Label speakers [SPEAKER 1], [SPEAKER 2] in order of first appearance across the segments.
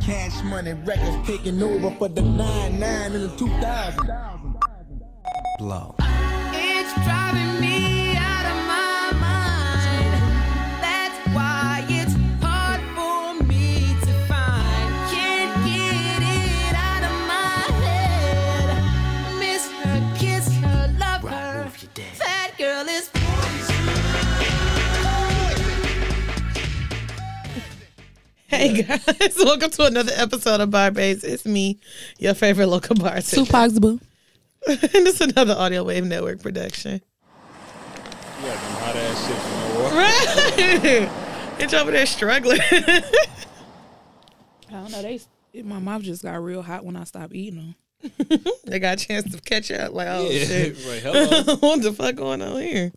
[SPEAKER 1] Cash money records taking over for the 9 9 in the 2000. Blow.
[SPEAKER 2] It's driving me out of my mind. That's why it's hard for me to find. Can't get it out of my head. Miss her, kiss her, love her. That girl is
[SPEAKER 3] Hey guys, welcome to another episode of Bar Babes. It's me, your favorite local bartender.
[SPEAKER 4] Tupac's boo.
[SPEAKER 3] and it's another Audio Wave Network production. Right? It's over there struggling.
[SPEAKER 4] I don't know. They it- my mouth just got real hot when I stopped eating them.
[SPEAKER 3] they got a chance to catch up. Like, oh
[SPEAKER 5] Yeah,
[SPEAKER 3] shit,
[SPEAKER 5] right, hello.
[SPEAKER 3] what the fuck going on here?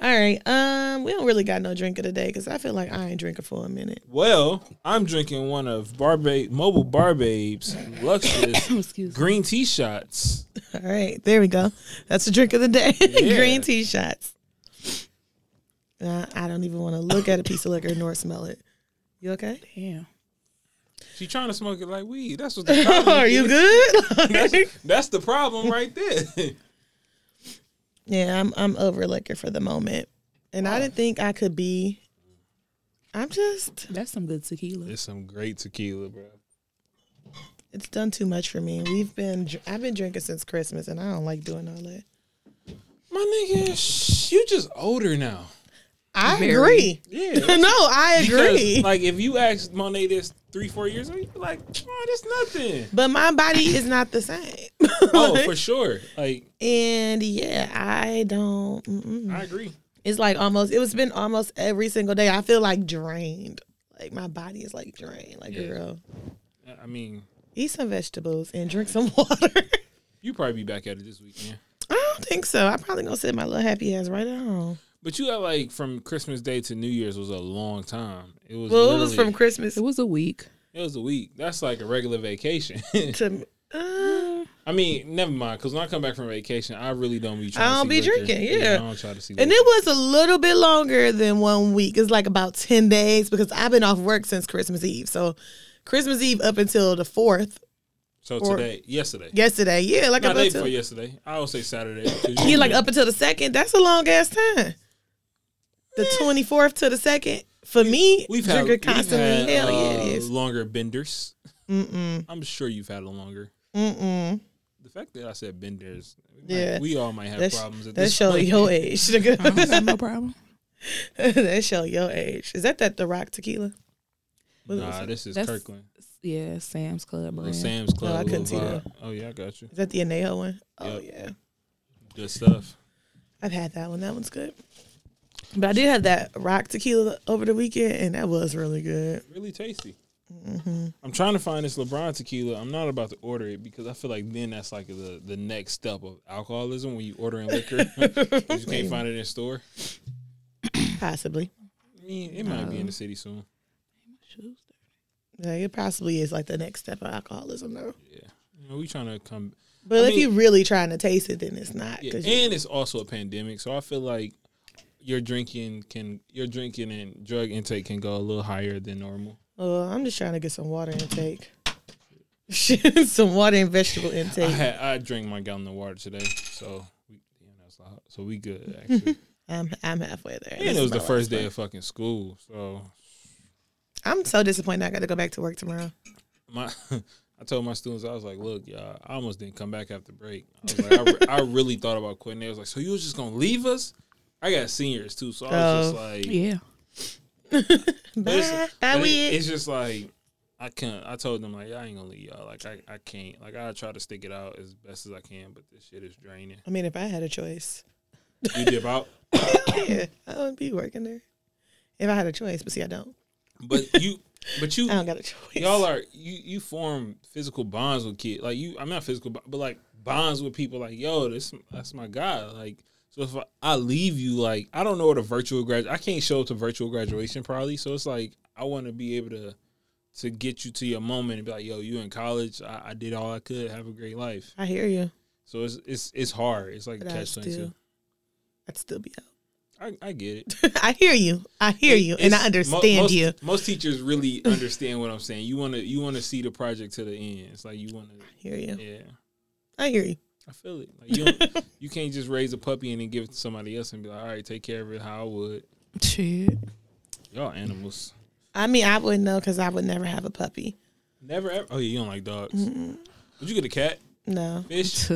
[SPEAKER 3] All right, um, we don't really got no drink of the day because I feel like I ain't drinking for a minute.
[SPEAKER 5] Well, I'm drinking one of Barbabe Mobile Barbabe's luxurious
[SPEAKER 4] Excuse me.
[SPEAKER 5] green tea shots.
[SPEAKER 3] All right, there we go. That's the drink of the day.
[SPEAKER 5] Yeah.
[SPEAKER 3] Green tea shots. Uh, I don't even want to look at a piece of liquor nor smell it. You okay?
[SPEAKER 4] Damn.
[SPEAKER 5] She trying to smoke it like weed. That's what the problem.
[SPEAKER 3] Are you
[SPEAKER 5] is.
[SPEAKER 3] good? Like-
[SPEAKER 5] That's the problem right there.
[SPEAKER 3] yeah, I'm I'm over liquor for the moment, and I didn't think I could be. I'm just.
[SPEAKER 4] That's some good tequila.
[SPEAKER 5] It's some great tequila, bro.
[SPEAKER 3] It's done too much for me. We've been. dr- I've been drinking since Christmas, and I don't like doing all that.
[SPEAKER 5] My nigga, sh- you just older now.
[SPEAKER 3] I agree.
[SPEAKER 5] Yeah.
[SPEAKER 3] no, I agree.
[SPEAKER 5] Because, like if you asked Monet this three, four years ago, you'd be like, oh, that's nothing.
[SPEAKER 3] but my body is not the same.
[SPEAKER 5] oh, for sure. Like,
[SPEAKER 3] and yeah, I don't. Mm-mm.
[SPEAKER 5] I agree.
[SPEAKER 3] It's like almost. It was been almost every single day. I feel like drained. Like my body is like drained. Like
[SPEAKER 5] Yeah.
[SPEAKER 3] girl,
[SPEAKER 5] I- I mean,
[SPEAKER 3] eat some vegetables and drink some water.
[SPEAKER 5] you probably be back at it this weekend.
[SPEAKER 3] I don't think so. I'm probably gonna sit my little happy ass right at home.
[SPEAKER 5] But you got like from Christmas Day to New Year's was a long time. It was
[SPEAKER 3] Well, it was
[SPEAKER 5] literally-
[SPEAKER 3] from Christmas
[SPEAKER 4] It was a week.
[SPEAKER 5] it was a week. That's like a regular vacation.
[SPEAKER 3] to. Uh,
[SPEAKER 5] I mean, never mind. Because when I come back from vacation, I really don't be. Trying
[SPEAKER 3] I don't
[SPEAKER 5] to see
[SPEAKER 3] be
[SPEAKER 5] liquor.
[SPEAKER 3] drinking,
[SPEAKER 5] I
[SPEAKER 3] yeah.
[SPEAKER 5] don't try to see.
[SPEAKER 3] and
[SPEAKER 5] liquor.
[SPEAKER 3] it was a little bit longer than one week. It's like about ten days because I've been off work since Christmas Eve. So, Christmas Eve up until the fourth
[SPEAKER 5] so
[SPEAKER 3] or-
[SPEAKER 5] today, yesterday,
[SPEAKER 3] yesterday. Yeah, like
[SPEAKER 5] not
[SPEAKER 3] up
[SPEAKER 5] day before
[SPEAKER 3] until
[SPEAKER 5] yesterday. I would say Saturday. 'cause you-
[SPEAKER 3] yeah, like up until the second. That's a long ass time. The twenty fourth to the second for me.
[SPEAKER 5] We've had,
[SPEAKER 3] drinking
[SPEAKER 5] we've
[SPEAKER 3] constantly.
[SPEAKER 5] had
[SPEAKER 3] Hell yeah,
[SPEAKER 5] uh,
[SPEAKER 3] it is.
[SPEAKER 5] longer benders.
[SPEAKER 3] Mm
[SPEAKER 5] I'm sure you've had a longer.
[SPEAKER 3] mm mm.
[SPEAKER 5] The fact that I said benders,
[SPEAKER 3] Yeah.
[SPEAKER 5] yeah, we all might have
[SPEAKER 3] That
[SPEAKER 5] problems.
[SPEAKER 3] sh-
[SPEAKER 5] At
[SPEAKER 3] that
[SPEAKER 5] this
[SPEAKER 3] show
[SPEAKER 5] point.
[SPEAKER 3] your age.
[SPEAKER 4] I don't
[SPEAKER 3] nigga.
[SPEAKER 4] have no problem.
[SPEAKER 3] that show your age. Is that that the Rock Tequila? What was
[SPEAKER 5] Nah,
[SPEAKER 3] it?
[SPEAKER 5] this is
[SPEAKER 4] That's-
[SPEAKER 5] Kirkland,
[SPEAKER 4] Yeah, Sam's Club
[SPEAKER 5] Little
[SPEAKER 4] brand.
[SPEAKER 5] Sam's Club.
[SPEAKER 3] I couldn't
[SPEAKER 5] little
[SPEAKER 3] see
[SPEAKER 5] vibe. Oh yeah, I got you.
[SPEAKER 3] Is that the Anejo one? Oh
[SPEAKER 5] Yep.
[SPEAKER 3] yeah,
[SPEAKER 5] Good stuff.
[SPEAKER 3] I've had that one. That one's good. But I did have that Rock Tequila over the weekend, and that was really good.
[SPEAKER 5] really tasty.
[SPEAKER 3] Mm-hmm.
[SPEAKER 5] I'm trying to find this LeBron tequila. I'm not about to order it because I feel like then that's like the the next step of alcoholism when you ordering liquor. 'Cause you can't find it in store.
[SPEAKER 3] Possibly,
[SPEAKER 5] I mean, it might be in the city soon.
[SPEAKER 4] Shoes.
[SPEAKER 3] yeah, it possibly is like the next step of alcoholism, though.
[SPEAKER 5] You know, we trying to come.
[SPEAKER 3] But
[SPEAKER 5] I
[SPEAKER 3] if
[SPEAKER 5] mean-
[SPEAKER 3] you're really trying to taste it, then it's not.
[SPEAKER 5] Yeah,
[SPEAKER 3] 'cause you-
[SPEAKER 5] and it's also a pandemic, so I feel like your drinking can your drinking and drug intake can go a little higher than normal.
[SPEAKER 3] Oh, I'm just trying to get some water intake. Shit, some water and vegetable
[SPEAKER 5] I
[SPEAKER 3] intake.
[SPEAKER 5] had I drank my gallon of water today, so we damn, that's loud. So we good actually.
[SPEAKER 3] I'm I'm halfway there. This
[SPEAKER 5] and it
[SPEAKER 3] is
[SPEAKER 5] was
[SPEAKER 3] my
[SPEAKER 5] the
[SPEAKER 3] last
[SPEAKER 5] first day
[SPEAKER 3] one.
[SPEAKER 5] of fucking school, so
[SPEAKER 3] I'm so disappointed. I got to go back to work tomorrow.
[SPEAKER 5] my I told my students I was like, look, y'all, I almost didn't come back after break. I was like, I, re- I really thought about quitting. They was like, so you was just gonna leave us? I got seniors too, so I
[SPEAKER 3] Oh.
[SPEAKER 5] was just like,
[SPEAKER 4] Yeah.
[SPEAKER 5] but it's,
[SPEAKER 3] Bye.
[SPEAKER 5] but
[SPEAKER 3] Bye.
[SPEAKER 5] it-
[SPEAKER 3] we.
[SPEAKER 5] it's just like I can't. I told them like I ain't gonna leave y'all. Like I, I can't. Like I try to stick it out as best as I can, but this shit is draining.
[SPEAKER 3] I mean, if I had a choice,
[SPEAKER 5] You dip out,
[SPEAKER 3] yeah, I wouldn't be working there. If I had a choice, but see, I don't.
[SPEAKER 5] but you, but you,
[SPEAKER 3] I don't got a choice.
[SPEAKER 5] y'all are you you form physical bonds with kids. Like you, I'm not physical, bo- but like bonds with people. Like yo, this that's my guy. Like so, if I, I leave you, like I don't know what a virtual grad. I can't show up to virtual graduation probably. So it's like I want to be able to to get you to your moment and be like, yo, you in college. I, I did all I could. Have a great life.
[SPEAKER 3] I hear you,
[SPEAKER 5] So it's it's it's hard. It's like a
[SPEAKER 3] but I'd
[SPEAKER 5] catch twenty two.
[SPEAKER 3] still, I'd still be out.
[SPEAKER 5] I, I get it.
[SPEAKER 3] I hear you. I hear you, and
[SPEAKER 5] It's-
[SPEAKER 3] I
[SPEAKER 5] mo-
[SPEAKER 3] understand
[SPEAKER 5] most,
[SPEAKER 3] you.
[SPEAKER 5] Most teachers really understand what I'm saying. You wanna you wanna see the project to the end. It's like you wanna
[SPEAKER 3] Hear you.
[SPEAKER 5] yeah.
[SPEAKER 3] I hear you.
[SPEAKER 5] I feel it. Like you, don't, you can't just raise a puppy and then give it to somebody else and be like, all right, take care of it how I would.
[SPEAKER 4] Shit.
[SPEAKER 5] Y'all animals.
[SPEAKER 3] I mean, I wouldn't know because I would never have a puppy.
[SPEAKER 5] Never ever. Oh yeah, you don't like dogs. Would you get a cat?
[SPEAKER 3] No,
[SPEAKER 5] Fish?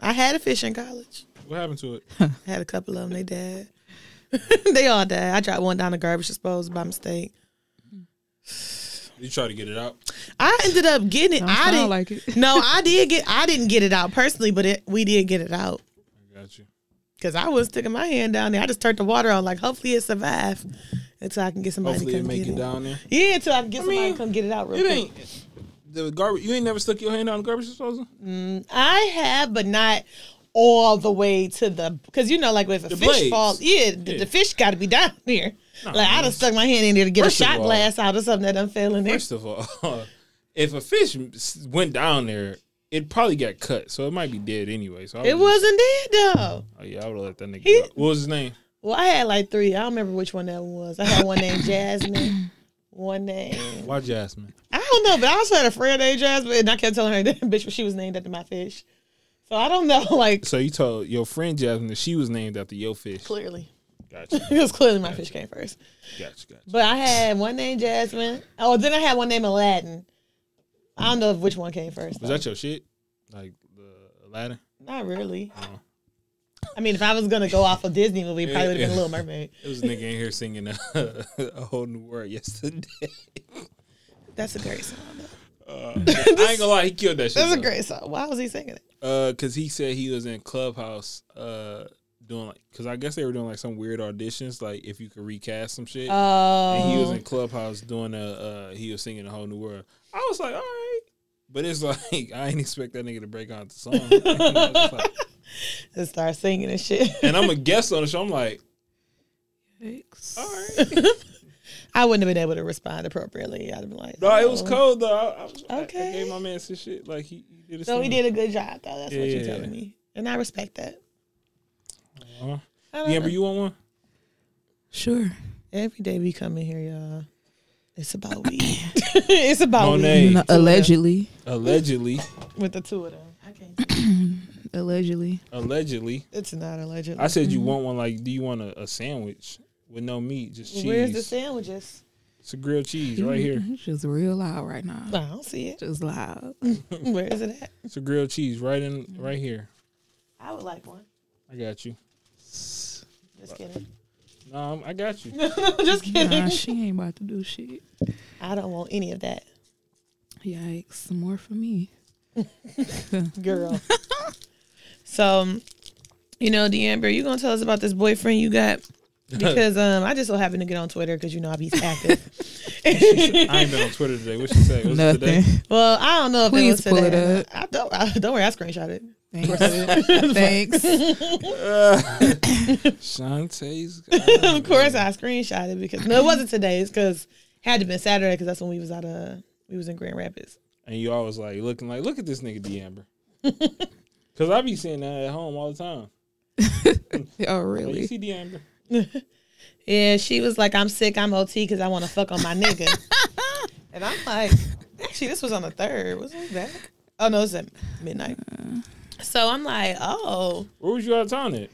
[SPEAKER 3] I had a fish in college.
[SPEAKER 5] What happened to it?
[SPEAKER 3] I had a couple of them. They died. they all died. I dropped one down the garbage disposal by mistake.
[SPEAKER 5] You try to get it out.
[SPEAKER 3] I ended up getting it.
[SPEAKER 4] Don't
[SPEAKER 3] I
[SPEAKER 4] sound
[SPEAKER 3] didn't
[SPEAKER 4] like it.
[SPEAKER 3] No, I did get. I didn't get it out personally, but it, we did get it out
[SPEAKER 5] I got you.
[SPEAKER 3] because I was sticking my hand down there. I just turned the water on, like hopefully it survived until I can get somebody
[SPEAKER 5] Hopefully
[SPEAKER 3] to
[SPEAKER 5] it
[SPEAKER 3] come
[SPEAKER 5] make
[SPEAKER 3] get
[SPEAKER 5] it
[SPEAKER 3] it.
[SPEAKER 5] down there.
[SPEAKER 3] Yeah, until I can get somebody
[SPEAKER 5] mean,
[SPEAKER 3] to come get it out real
[SPEAKER 5] It
[SPEAKER 3] quick.
[SPEAKER 5] ain't the garbage. You ain't never stuck your hand on the garbage disposal.
[SPEAKER 3] I have, but not all the way to the because you know, like if a
[SPEAKER 5] The
[SPEAKER 3] fish
[SPEAKER 5] blades.
[SPEAKER 3] falls, yeah, the,
[SPEAKER 5] Yeah.
[SPEAKER 3] the fish got to be down there.
[SPEAKER 5] Nah,
[SPEAKER 3] like I
[SPEAKER 5] man.
[SPEAKER 3] done stuck my hand in there to get
[SPEAKER 5] First
[SPEAKER 3] a
[SPEAKER 5] of
[SPEAKER 3] shot
[SPEAKER 5] all-
[SPEAKER 3] glass out or something that I'm failing there.
[SPEAKER 5] First of all, if a fish s- went down there, it probably got cut, so it might be dead anyway. So I
[SPEAKER 3] It
[SPEAKER 5] would've just-
[SPEAKER 3] wasn't dead though.
[SPEAKER 5] Oh yeah, I would have let that nigga.
[SPEAKER 3] He-
[SPEAKER 5] go. What was his name?
[SPEAKER 3] Well, I had like three. I don't remember which one that was. I had one named Jasmine, one name.
[SPEAKER 5] Why Jasmine?
[SPEAKER 3] I don't know, but I also had a friend named Jasmine, and I kept telling her that bitch she was named after my fish. So I don't know, like
[SPEAKER 5] So you told your friend Jasmine that she was named after your fish.
[SPEAKER 3] clearly,
[SPEAKER 5] Gotcha,
[SPEAKER 3] it was clearly my fish came first.
[SPEAKER 5] gotcha, gotcha.
[SPEAKER 3] But I had one named Jasmine. Oh, then I had one named Aladdin. I don't know which one came first.
[SPEAKER 5] Was that your shit? Like the Aladdin?
[SPEAKER 3] Not really.
[SPEAKER 5] Oh.
[SPEAKER 3] I mean, if I was gonna go off of Disney movie, it probably would have been
[SPEAKER 5] Yeah.
[SPEAKER 3] Little Mermaid.
[SPEAKER 5] It was a nigga in here singing a, a whole new world yesterday.
[SPEAKER 3] That's a great song.
[SPEAKER 5] I ain't gonna lie, he killed that shit.
[SPEAKER 3] That's a
[SPEAKER 5] though.
[SPEAKER 3] great song. Why was he singing it?
[SPEAKER 5] Uh, cause he said he was in Clubhouse, uh, doing like, cause I guess they were doing like some weird auditions, like if you could recast some
[SPEAKER 3] Um,
[SPEAKER 5] shit. and he was
[SPEAKER 3] Oh,
[SPEAKER 5] in Clubhouse doing a, uh, he was singing a whole new world. I was like, all right, but it's like I ain't expect that nigga to break out the song. And, I was just like-
[SPEAKER 3] and start singing and shit.
[SPEAKER 5] and I'm a guest on the show. I'm like,
[SPEAKER 4] Yikes.
[SPEAKER 5] all right,
[SPEAKER 3] I wouldn't have been able to respond appropriately. I'd have been like,
[SPEAKER 5] no, it was
[SPEAKER 3] oh.
[SPEAKER 5] cold though. I, I, was, I- I
[SPEAKER 3] Okay.
[SPEAKER 5] gave my man some shit. Like he, he did. His
[SPEAKER 3] So he
[SPEAKER 5] thing.
[SPEAKER 3] did a good job, though. That's what
[SPEAKER 5] Yeah.
[SPEAKER 3] you're telling me, and I respect that.
[SPEAKER 5] Uh-huh.
[SPEAKER 3] I don't
[SPEAKER 5] Amber,
[SPEAKER 3] know.
[SPEAKER 5] you want one?
[SPEAKER 4] Sure.
[SPEAKER 3] Every day we come in here, y'all. It's about weed. it's about
[SPEAKER 5] Monet.
[SPEAKER 3] weed
[SPEAKER 5] Hey.
[SPEAKER 4] No, allegedly.
[SPEAKER 5] Allegedly,
[SPEAKER 3] with the two of them. I can't.
[SPEAKER 4] Allegedly.
[SPEAKER 5] allegedly.
[SPEAKER 3] It's not alleged.
[SPEAKER 5] I said you want one. Like, do you want a, a sandwich with no meat, just cheese?
[SPEAKER 3] Where's the sandwiches?
[SPEAKER 5] It's a grilled cheese right here.
[SPEAKER 4] It's just real loud right now.
[SPEAKER 3] No, I don't see it.
[SPEAKER 4] Just loud.
[SPEAKER 3] Where is it at?
[SPEAKER 5] It's a grilled cheese right in right here.
[SPEAKER 3] I would like one.
[SPEAKER 5] I got you.
[SPEAKER 3] Just kidding.
[SPEAKER 5] No, I'm- I got you.
[SPEAKER 3] Just kidding.
[SPEAKER 4] Nah, she ain't about to do shit.
[SPEAKER 3] I don't want any of that,
[SPEAKER 4] Yikes. More for me.
[SPEAKER 3] girl. so, um, you know, DeAmber, you gonna tell us about this boyfriend you got? Because um, I just so happened to get on Twitter because you know I be active.
[SPEAKER 5] I ain't been on Twitter today. What she say? Was it today?
[SPEAKER 4] Nothing.
[SPEAKER 3] Well, I don't know if it was
[SPEAKER 4] Please pull
[SPEAKER 3] today.
[SPEAKER 4] it
[SPEAKER 3] or
[SPEAKER 4] up.
[SPEAKER 3] not. I don't. I, don't worry, I screenshot it.
[SPEAKER 4] Thanks. Thanks.
[SPEAKER 5] Shantae's.
[SPEAKER 3] of course, I screenshot it because no, it wasn't today. It's because had to been Saturday because that's when we was out of we was in Grand Rapids.
[SPEAKER 5] and you always like looking like, look at this nigga D Amber. Cause I be seeing that at home all the time.
[SPEAKER 4] oh,
[SPEAKER 5] Like, you
[SPEAKER 4] really?
[SPEAKER 5] see D Amber?
[SPEAKER 3] Yeah, she was like, "I'm sick. I'm OT because I want to fuck on my nigga." and I'm like, actually, this was on the third. Was it that? Oh no, it's at midnight. So I'm like, oh,
[SPEAKER 5] Where was you out of town at?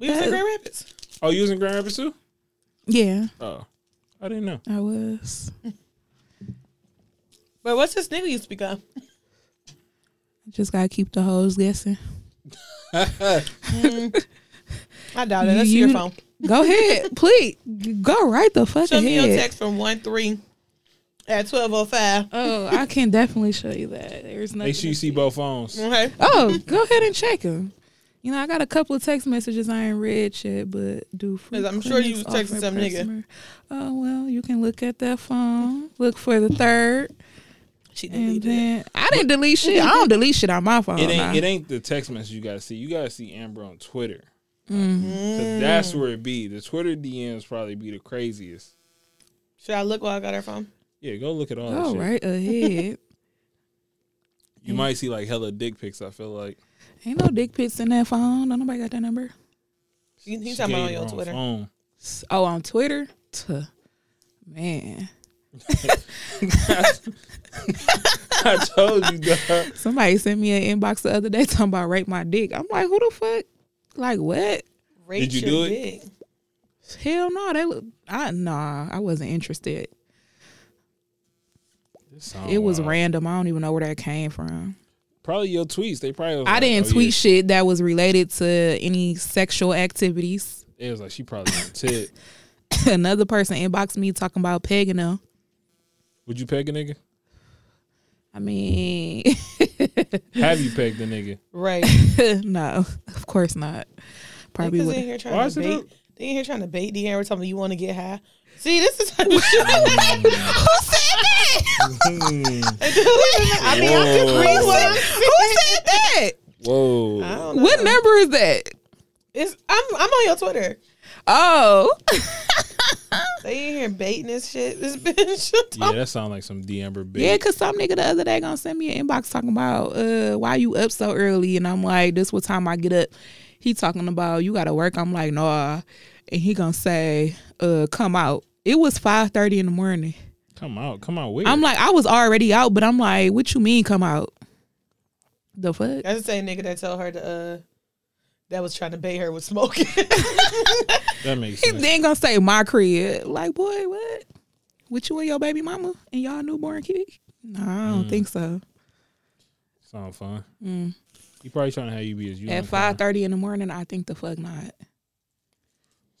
[SPEAKER 3] we was in Grand Rapids.
[SPEAKER 5] Oh, you was in Grand Rapids too?
[SPEAKER 4] Yeah,
[SPEAKER 5] Oh, I didn't know.
[SPEAKER 4] I was.
[SPEAKER 3] But what's this nigga you speak of?
[SPEAKER 4] Just gotta keep the hoes guessing.
[SPEAKER 3] I doubt it. Let's see your
[SPEAKER 4] You-
[SPEAKER 3] phone.
[SPEAKER 4] Go ahead, please. Go right the fuck
[SPEAKER 3] Show me your
[SPEAKER 4] ahead.
[SPEAKER 3] text from one three at twelve oh five.
[SPEAKER 4] Oh, I can definitely show you that. There's nothing.
[SPEAKER 5] Make sure you see both phones.
[SPEAKER 3] Okay.
[SPEAKER 4] Oh, go ahead and check them. You know, I got a couple of text messages I ain't read yet, but do. free
[SPEAKER 3] 'Cause I'm sure you
[SPEAKER 4] clinics
[SPEAKER 3] was texting
[SPEAKER 4] offering
[SPEAKER 3] some nigga.
[SPEAKER 4] customer- Oh well, you can look at that phone. Look for the third,
[SPEAKER 3] She
[SPEAKER 4] and
[SPEAKER 3] deleted it.
[SPEAKER 4] then I didn't delete shit. I don't delete shit on my phone.
[SPEAKER 5] It ain't.
[SPEAKER 4] nah.
[SPEAKER 5] It ain't the text message you gotta see. You gotta see Amber on Twitter.
[SPEAKER 4] Mm.
[SPEAKER 5] 'Cause that's where it be. The Twitter DMs probably be the craziest.
[SPEAKER 3] Should I look while I got her phone?
[SPEAKER 5] Yeah, go look at all that
[SPEAKER 4] Go
[SPEAKER 5] shit.
[SPEAKER 4] Oh, right ahead.
[SPEAKER 5] You might see like hella dick pics. I feel like
[SPEAKER 4] ain't no dick pics in that phone. Don't nobody got that number.
[SPEAKER 3] You- He's
[SPEAKER 5] She
[SPEAKER 3] talking about on
[SPEAKER 5] gave the
[SPEAKER 3] your
[SPEAKER 5] wrong
[SPEAKER 3] Twitter.
[SPEAKER 5] phone.
[SPEAKER 4] Oh, on Twitter? Tuh. Man.
[SPEAKER 5] I told you, dog.
[SPEAKER 4] Somebody sent me an inbox the other day talking about rape my dick. I'm like, who the fuck? Like what?
[SPEAKER 5] Did you do it?
[SPEAKER 4] Hell no, they look I nah, I wasn't interested.
[SPEAKER 5] Oh,
[SPEAKER 4] it was random. I don't even know where that came from.
[SPEAKER 5] Probably your tweets. They probably. was
[SPEAKER 4] I
[SPEAKER 5] like,
[SPEAKER 4] didn't
[SPEAKER 5] oh,
[SPEAKER 4] tweet
[SPEAKER 5] yeah.
[SPEAKER 4] shit that was related to any sexual activities.
[SPEAKER 5] It was like she probably on tit.
[SPEAKER 4] Another person inboxed me talking about pegging them.
[SPEAKER 5] Would you peg a nigga?
[SPEAKER 4] I mean,
[SPEAKER 5] Have you pegged a nigga?
[SPEAKER 3] Right.
[SPEAKER 4] no, of course not. Probably
[SPEAKER 3] Niggas in
[SPEAKER 4] would.
[SPEAKER 3] here
[SPEAKER 5] Why
[SPEAKER 3] trying
[SPEAKER 5] is
[SPEAKER 3] to
[SPEAKER 5] it
[SPEAKER 3] bait.
[SPEAKER 5] up?
[SPEAKER 3] They in here trying to bait Deanna. We're telling you want to get high. See, this is how you should. I mean, I can
[SPEAKER 5] Whoa.
[SPEAKER 3] read what I'm
[SPEAKER 4] Who said that?
[SPEAKER 5] Whoa.
[SPEAKER 3] I don't know.
[SPEAKER 4] What number is that?
[SPEAKER 3] It's, I'm, I'm on your Twitter.
[SPEAKER 4] Oh,
[SPEAKER 3] They in here baiting this shit. This bitch.
[SPEAKER 5] Yeah, that sounds like some D Amber bitch.
[SPEAKER 4] yeah, because some nigga the other day gonna send me an inbox talking about uh why you up so early, and I'm like, this what time I get up. He talking about you gotta work. I'm like, nah, and he gonna say, uh, come out. It was five thirty in the morning.
[SPEAKER 5] Come out, come out weird.
[SPEAKER 4] I'm like, I was already out, but I'm like, what you mean come out? The fuck?
[SPEAKER 3] That's the same nigga that told her to, uh, that was trying to bait her with smoking.
[SPEAKER 5] that makes
[SPEAKER 4] He
[SPEAKER 5] sense.
[SPEAKER 4] then gonna say my crib. Like, boy, what? With you and your baby mama and y'all newborn kid? No, I don't think so.
[SPEAKER 5] Sound fun.
[SPEAKER 3] Mm.
[SPEAKER 5] He probably trying to have you be as you
[SPEAKER 4] At five thirty in the morning, I think the fuck not.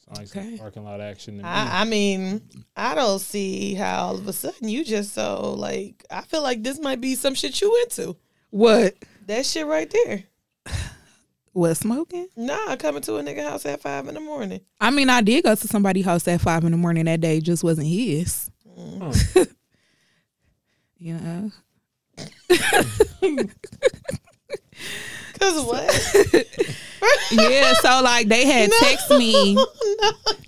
[SPEAKER 5] Sound like some
[SPEAKER 4] Okay.
[SPEAKER 5] parking lot action. To me.
[SPEAKER 3] I, I mean, I don't see how all of a sudden you just so like. I feel like this might be some shit you into.
[SPEAKER 4] What?
[SPEAKER 3] That shit right there.
[SPEAKER 4] What smoking?
[SPEAKER 3] Nah, coming to a nigga house at five in the morning.
[SPEAKER 4] I mean, I did go to somebody's house at five in the morning that day. It just wasn't his. you know,
[SPEAKER 3] Cause what?
[SPEAKER 4] yeah. So like, they had text me.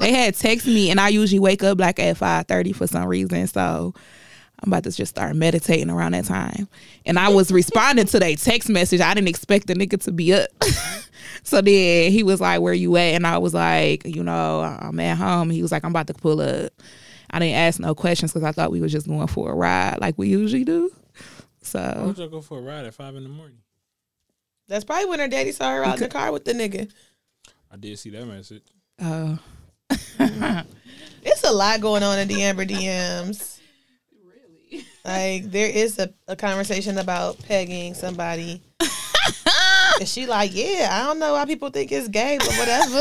[SPEAKER 4] They had text me, and I usually wake up like at five thirty for some reason. So I'm about to just start meditating around that time. And I was responding to their text message. I didn't expect the nigga to be up. so then he was like, "Where you at?" And I was like, "You know, I'm at home." He was like, "I'm about to pull up." I didn't ask no questions because I thought we were just going for a ride like we usually do.
[SPEAKER 5] Why
[SPEAKER 4] So
[SPEAKER 5] would y'all go for a ride at five in the morning?
[SPEAKER 3] That's probably when her daddy saw her out in the car with the nigga.
[SPEAKER 5] I did see that message.
[SPEAKER 4] uh,
[SPEAKER 3] It's a lot going on in the Amber DMs. Really? Like there is a, a conversation about pegging somebody. and she like, yeah, I don't know why people think it's gay, but whatever.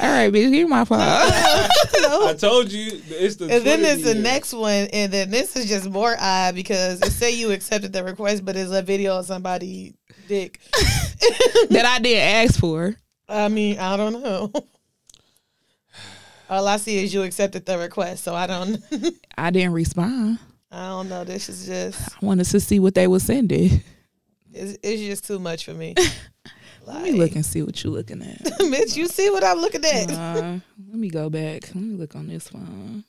[SPEAKER 4] all right, bitch, give me my phone.
[SPEAKER 5] I told you it's the.
[SPEAKER 3] Oh. And then
[SPEAKER 5] Twitter
[SPEAKER 3] there's the
[SPEAKER 5] DM.
[SPEAKER 3] next one, and then this is just more odd because it say you accepted the request, but it's a video of somebody dick.
[SPEAKER 4] that I didn't ask for.
[SPEAKER 3] I mean, I don't know. All I see is you accepted the request, so I don't,
[SPEAKER 4] I didn't respond.
[SPEAKER 3] I don't know. This is just,
[SPEAKER 4] I wanted to see what they were sending.
[SPEAKER 3] it's, it's just too much for me.
[SPEAKER 4] Let me look and see what you looking at.
[SPEAKER 3] Bitch, you see what I'm looking at?
[SPEAKER 4] Uh, let me go back. Let me look on this phone.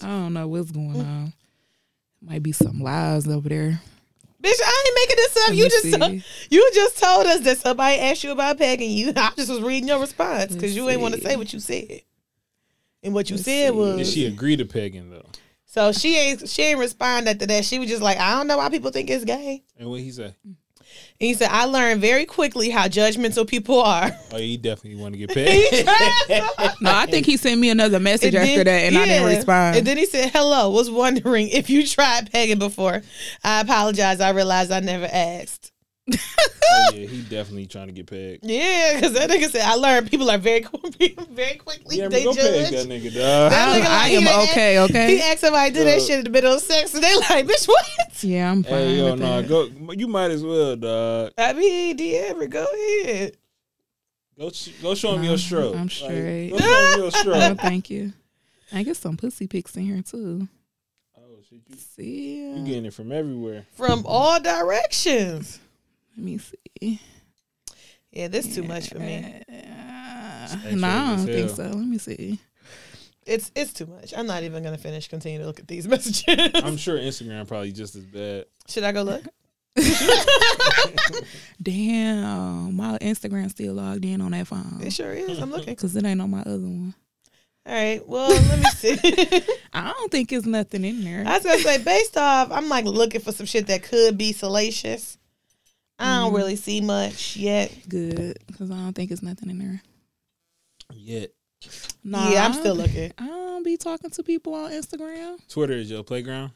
[SPEAKER 4] I don't know what's going on. Might be some lies over there.
[SPEAKER 3] Bitch, I ain't making this up.
[SPEAKER 4] Let
[SPEAKER 3] You
[SPEAKER 4] me
[SPEAKER 3] just,
[SPEAKER 4] see.
[SPEAKER 3] you just told us that somebody asked you about pegging you. I just was reading your response because
[SPEAKER 4] Let's
[SPEAKER 3] you ain't want to
[SPEAKER 4] see.
[SPEAKER 3] say what you said. And what you
[SPEAKER 4] Let's
[SPEAKER 3] said
[SPEAKER 4] see.
[SPEAKER 3] was
[SPEAKER 5] Did she agree to pegging though?
[SPEAKER 3] So she ain't she ain't responded to that. She was just like, I don't know why people think it's gay.
[SPEAKER 5] And what he said?
[SPEAKER 3] And he said, I learned very quickly how judgmental people are.
[SPEAKER 5] Oh, he definitely want to get pegged.
[SPEAKER 4] No, I think he sent me another message
[SPEAKER 3] And
[SPEAKER 4] after
[SPEAKER 3] then-
[SPEAKER 4] that, and I didn't
[SPEAKER 3] yeah.
[SPEAKER 4] respond.
[SPEAKER 3] And then he said, Hello, was wondering if you tried pegging before. I apologize. I realized I never asked.
[SPEAKER 5] oh yeah, he definitely trying to get pegged.
[SPEAKER 3] Yeah, because that nigga said, I learned people are very very quickly.
[SPEAKER 5] Yeah,
[SPEAKER 3] they
[SPEAKER 5] go
[SPEAKER 3] judge.
[SPEAKER 5] peg that nigga, dog.
[SPEAKER 4] I'm-
[SPEAKER 3] That nigga like,
[SPEAKER 4] I
[SPEAKER 3] he done
[SPEAKER 4] am
[SPEAKER 3] asked-
[SPEAKER 4] okay,
[SPEAKER 3] He
[SPEAKER 4] okay.
[SPEAKER 3] asked somebody to do that
[SPEAKER 5] Look.
[SPEAKER 3] shit in the middle of sex, and they like, bitch, what?
[SPEAKER 4] Yeah, I'm fine.
[SPEAKER 5] Hey yo,
[SPEAKER 4] with
[SPEAKER 5] nah,
[SPEAKER 4] that.
[SPEAKER 5] go. You might as well, dog.
[SPEAKER 3] I mean, DM, go ahead.
[SPEAKER 5] Go, sh- go show him your stroke.
[SPEAKER 4] I'm
[SPEAKER 5] Like,
[SPEAKER 4] straight.
[SPEAKER 5] go show him your
[SPEAKER 4] No,
[SPEAKER 5] stroke.
[SPEAKER 4] Oh, thank you. I get some pussy pics in here too.
[SPEAKER 5] oh shit, you,
[SPEAKER 4] See,
[SPEAKER 5] you
[SPEAKER 4] let
[SPEAKER 5] getting it from everywhere.
[SPEAKER 3] From all directions.
[SPEAKER 4] me see.
[SPEAKER 3] Yeah, this too much for me.
[SPEAKER 4] Uh,
[SPEAKER 5] Sexual
[SPEAKER 4] no, I don't
[SPEAKER 5] as
[SPEAKER 4] think
[SPEAKER 5] hell.
[SPEAKER 4] so. Let me see.
[SPEAKER 3] It's it's too much. I'm not even gonna finish. Continue to look at these messages.
[SPEAKER 5] I'm sure Instagram probably just as bad.
[SPEAKER 3] Should I go look?
[SPEAKER 4] Damn, my Instagram still logged in on that phone
[SPEAKER 3] It sure is. I'm looking.
[SPEAKER 4] because it ain't on my other one.
[SPEAKER 3] All right. Well, let me see.
[SPEAKER 4] I don't think it's nothing in there.
[SPEAKER 3] I was gonna say, based off, I'm like looking for some shit that could be salacious. I
[SPEAKER 4] Mm-hmm.
[SPEAKER 3] don't really see much yet.
[SPEAKER 4] Good because I don't think it's nothing in there.
[SPEAKER 5] Yeah.
[SPEAKER 4] Nah,
[SPEAKER 3] Yeah, I'm still looking.
[SPEAKER 4] I don't be talking to people on Instagram.
[SPEAKER 5] Twitter is your playground.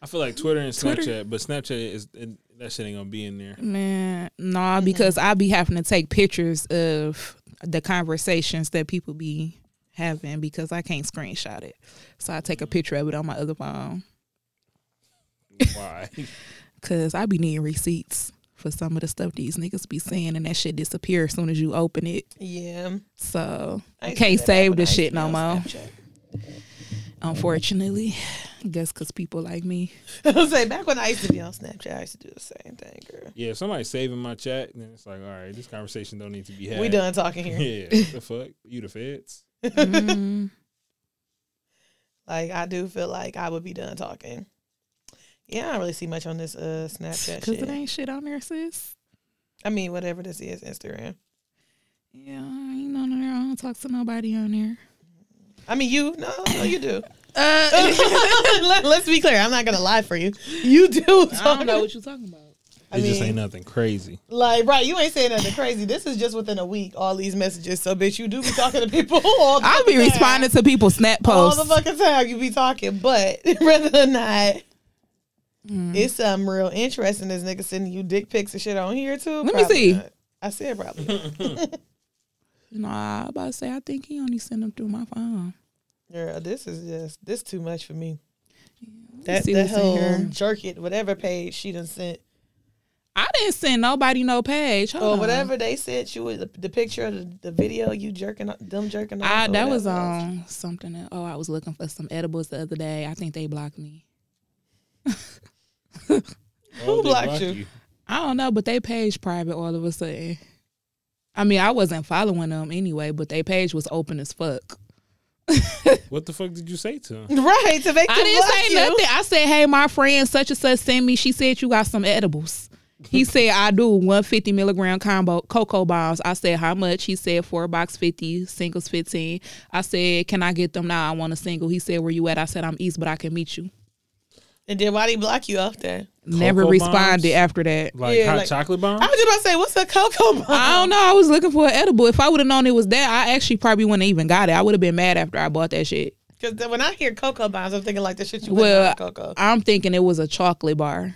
[SPEAKER 5] I feel like Twitter and
[SPEAKER 4] Twitter-
[SPEAKER 5] Snapchat, but Snapchat is it, that shit ain't gonna be in there.
[SPEAKER 4] Man, nah, because I be having to take pictures of the conversations that people be having because I can't screenshot it. So I take a picture of it on my other phone
[SPEAKER 5] Why?
[SPEAKER 4] because I be needing receipts for some of the stuff these niggas be saying, and that shit disappear as soon as you open it.
[SPEAKER 3] Yeah.
[SPEAKER 4] So
[SPEAKER 3] I
[SPEAKER 4] I
[SPEAKER 3] used to do
[SPEAKER 4] can't
[SPEAKER 3] that
[SPEAKER 4] save
[SPEAKER 3] when I
[SPEAKER 4] the
[SPEAKER 3] used to
[SPEAKER 4] shit
[SPEAKER 3] be
[SPEAKER 4] no
[SPEAKER 3] on
[SPEAKER 4] more.
[SPEAKER 3] Snapchat.
[SPEAKER 4] Mm-hmm. Unfortunately, I guess because people like me.
[SPEAKER 3] I was like, back when I used to be on Snapchat, I used to do the same thing, girl.
[SPEAKER 5] Yeah, if somebody's saving my chat, then it's like, all right, this conversation don't need to be had.
[SPEAKER 3] We done talking here.
[SPEAKER 5] Yeah, what the fuck? You the feds?
[SPEAKER 4] Mm.
[SPEAKER 3] Like I do feel like I would be done talking. Yeah, I don't really see much on this uh Snapchat
[SPEAKER 4] Cause it
[SPEAKER 3] shit.
[SPEAKER 4] ain't shit on there, sis.
[SPEAKER 3] I mean, whatever this is, Instagram.
[SPEAKER 4] Yeah, I ain't on there. I don't talk to nobody on there.
[SPEAKER 3] I mean, you no, no, you do.
[SPEAKER 4] Uh,
[SPEAKER 3] Let, us be clear. I'm not gonna lie for you. You do.
[SPEAKER 4] I don't
[SPEAKER 3] talk-
[SPEAKER 4] know what you're talking about.
[SPEAKER 3] I
[SPEAKER 5] it just
[SPEAKER 3] mean-
[SPEAKER 5] ain't nothing crazy.
[SPEAKER 3] Like, right, you ain't saying nothing crazy. This is just within a week, all these messages. So, bitch, you do be talking to people all the
[SPEAKER 4] I'll be
[SPEAKER 3] fucking time.
[SPEAKER 4] responding to people's snap
[SPEAKER 3] all
[SPEAKER 4] posts.
[SPEAKER 3] the fucking time. You be talking, but rather than not,
[SPEAKER 4] Mm.
[SPEAKER 3] it's something real interesting. This nigga sending you dick pics and shit on here, too.
[SPEAKER 4] Let me see.
[SPEAKER 3] not. I said probably. not.
[SPEAKER 4] Nah, I about to say I think he only sent them through my phone.
[SPEAKER 3] Girl, this is just, this too much for me.
[SPEAKER 4] Let's
[SPEAKER 3] That,
[SPEAKER 4] see
[SPEAKER 3] that
[SPEAKER 4] what's in
[SPEAKER 3] whole
[SPEAKER 4] here.
[SPEAKER 3] jerk it, whatever page she done sent,
[SPEAKER 4] I didn't send nobody no page. Hold
[SPEAKER 3] or
[SPEAKER 4] on.
[SPEAKER 3] whatever they sent you, the, the picture of the, the video, you jerking, off- them jerking off.
[SPEAKER 4] I
[SPEAKER 3] or
[SPEAKER 4] Oh, that was um,
[SPEAKER 3] whatever.
[SPEAKER 4] on something. That, oh, I was looking for some edibles the other day. I think they blocked me.
[SPEAKER 5] Oh, they
[SPEAKER 3] blocked
[SPEAKER 5] block
[SPEAKER 3] you?
[SPEAKER 4] I don't know, but they page private all of a sudden. I mean, I wasn't following them anyway, but they page was open as fuck.
[SPEAKER 5] What the fuck did you say to him?
[SPEAKER 3] Right, to make
[SPEAKER 4] I
[SPEAKER 3] them
[SPEAKER 4] didn't
[SPEAKER 3] block
[SPEAKER 4] say
[SPEAKER 3] you.
[SPEAKER 4] nothing. I said, "Hey, my friend such and such sent me. She said you got some edibles." He said, "I do 150 milligram combo cocoa bombs." I said, "How much?" He said, four box 50, singles 15." I said, "Can I get them now? I want a single." He said, "Where you at?" I said, "I'm east, but I can meet you."
[SPEAKER 3] And then why they block you off there?
[SPEAKER 4] Never
[SPEAKER 5] Cocoa
[SPEAKER 4] responded
[SPEAKER 5] bombs?
[SPEAKER 4] after that.
[SPEAKER 5] Like
[SPEAKER 3] Yeah,
[SPEAKER 5] hot
[SPEAKER 3] like-
[SPEAKER 5] chocolate bomb?
[SPEAKER 3] I was just about to say, what's a cocoa bomb?
[SPEAKER 4] I don't know. I was looking for an edible. If I would have known it was that, I actually probably wouldn't have even got it. I would have been mad after I bought that shit.
[SPEAKER 3] Because when I hear cocoa bombs, I'm thinking like the shit you put
[SPEAKER 4] Well,
[SPEAKER 3] in cocoa.
[SPEAKER 4] I'm thinking it was a chocolate bar.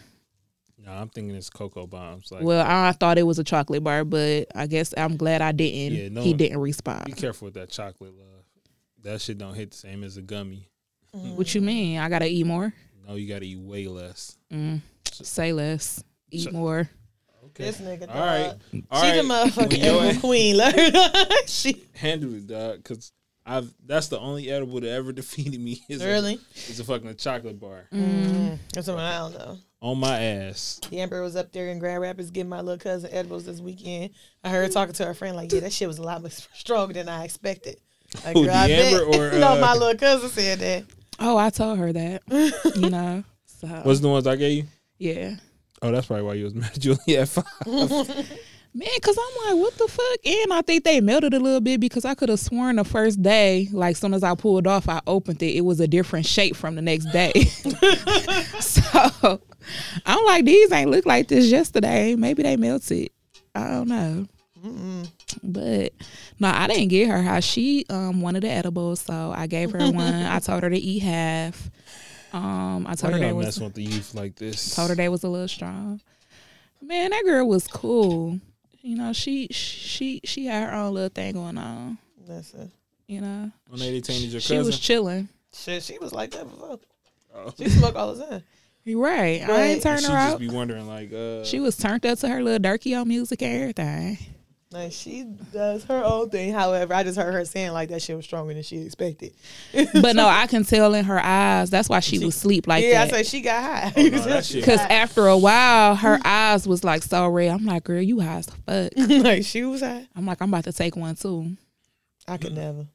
[SPEAKER 5] no, I'm thinking it's cocoa bombs. Like,
[SPEAKER 4] Well, I thought it was a chocolate bar, but I guess I'm glad I didn't.
[SPEAKER 5] Yeah, no
[SPEAKER 4] he
[SPEAKER 5] one-
[SPEAKER 4] didn't
[SPEAKER 5] be
[SPEAKER 4] respond.
[SPEAKER 5] careful with that chocolate love. That shit don't hit the same as a gummy.
[SPEAKER 4] What you mean? I gotta eat more.
[SPEAKER 5] No, you gotta eat way less.
[SPEAKER 4] Say less. Eat
[SPEAKER 5] So-
[SPEAKER 4] more.
[SPEAKER 5] Okay.
[SPEAKER 3] This nigga, dog.
[SPEAKER 5] All right. All
[SPEAKER 3] she
[SPEAKER 5] right.
[SPEAKER 3] the motherfucking
[SPEAKER 5] When your
[SPEAKER 3] edible
[SPEAKER 5] ass-
[SPEAKER 3] queen. Like, she
[SPEAKER 5] handle it, dog. Because I've that's the only edible that ever defeated me. Is
[SPEAKER 3] really.
[SPEAKER 5] A, is a fucking chocolate bar
[SPEAKER 4] Mm.
[SPEAKER 3] That's what I don't know.
[SPEAKER 5] on my ass.
[SPEAKER 3] The Amber was up there in Grand Rapids getting my little cousin edibles this weekend. I heard her talking to her friend like, yeah, that shit was a lot more stronger than I expected. Like,
[SPEAKER 5] Who,
[SPEAKER 3] girl, I
[SPEAKER 5] the
[SPEAKER 3] bet.
[SPEAKER 5] Amber or,
[SPEAKER 3] no,
[SPEAKER 5] uh,
[SPEAKER 3] my little cousin said that.
[SPEAKER 4] Oh, I told her that. you know. So
[SPEAKER 5] What's the ones I gave you?
[SPEAKER 4] yeah.
[SPEAKER 5] Oh, that's probably why you was mad at Julie at five.
[SPEAKER 4] Man, cause I'm like, what the fuck? And I think they melted a little bit because I could have sworn the first day, like soon as I pulled off, I opened it, it was a different shape from the next day. so I'm like, these ain't look like this yesterday. Maybe they melted. I don't know. But no, I didn't get her how she um wanted the edibles, so I gave her one. I told her to eat half. Um, I told
[SPEAKER 5] Why
[SPEAKER 4] her there
[SPEAKER 5] y'all
[SPEAKER 4] was
[SPEAKER 5] messing with the youth like this?
[SPEAKER 4] told her they was a little strong. Man, that girl was cool. You know, she she she had her own little thing going on.
[SPEAKER 3] Listen,
[SPEAKER 4] You know,
[SPEAKER 5] When they detained your
[SPEAKER 4] she
[SPEAKER 5] cousin.
[SPEAKER 4] was chilling.
[SPEAKER 3] shit, she was like that before.
[SPEAKER 5] Oh.
[SPEAKER 3] She smoked all the time.
[SPEAKER 4] You right? I
[SPEAKER 3] Right.
[SPEAKER 4] ain't turn
[SPEAKER 5] she
[SPEAKER 4] her
[SPEAKER 5] just
[SPEAKER 4] out.
[SPEAKER 5] be wondering like, uh,
[SPEAKER 4] She was turned up to her little Darkio music and everything.
[SPEAKER 3] Like she does her own thing. However, I just heard her saying like that shit was stronger than she expected.
[SPEAKER 4] But no, I can tell in her eyes. That's why she, was sleep like
[SPEAKER 3] yeah, I
[SPEAKER 4] that.
[SPEAKER 3] say Mm-hmm. she got high.
[SPEAKER 5] Oh, no, that shit-
[SPEAKER 4] Cause after a while, her eyes was like so red. I'm like, girl, you high as fuck.
[SPEAKER 3] like she was high.
[SPEAKER 5] Mm-hmm.
[SPEAKER 4] I'm like, I'm about to take one too.
[SPEAKER 3] I could never.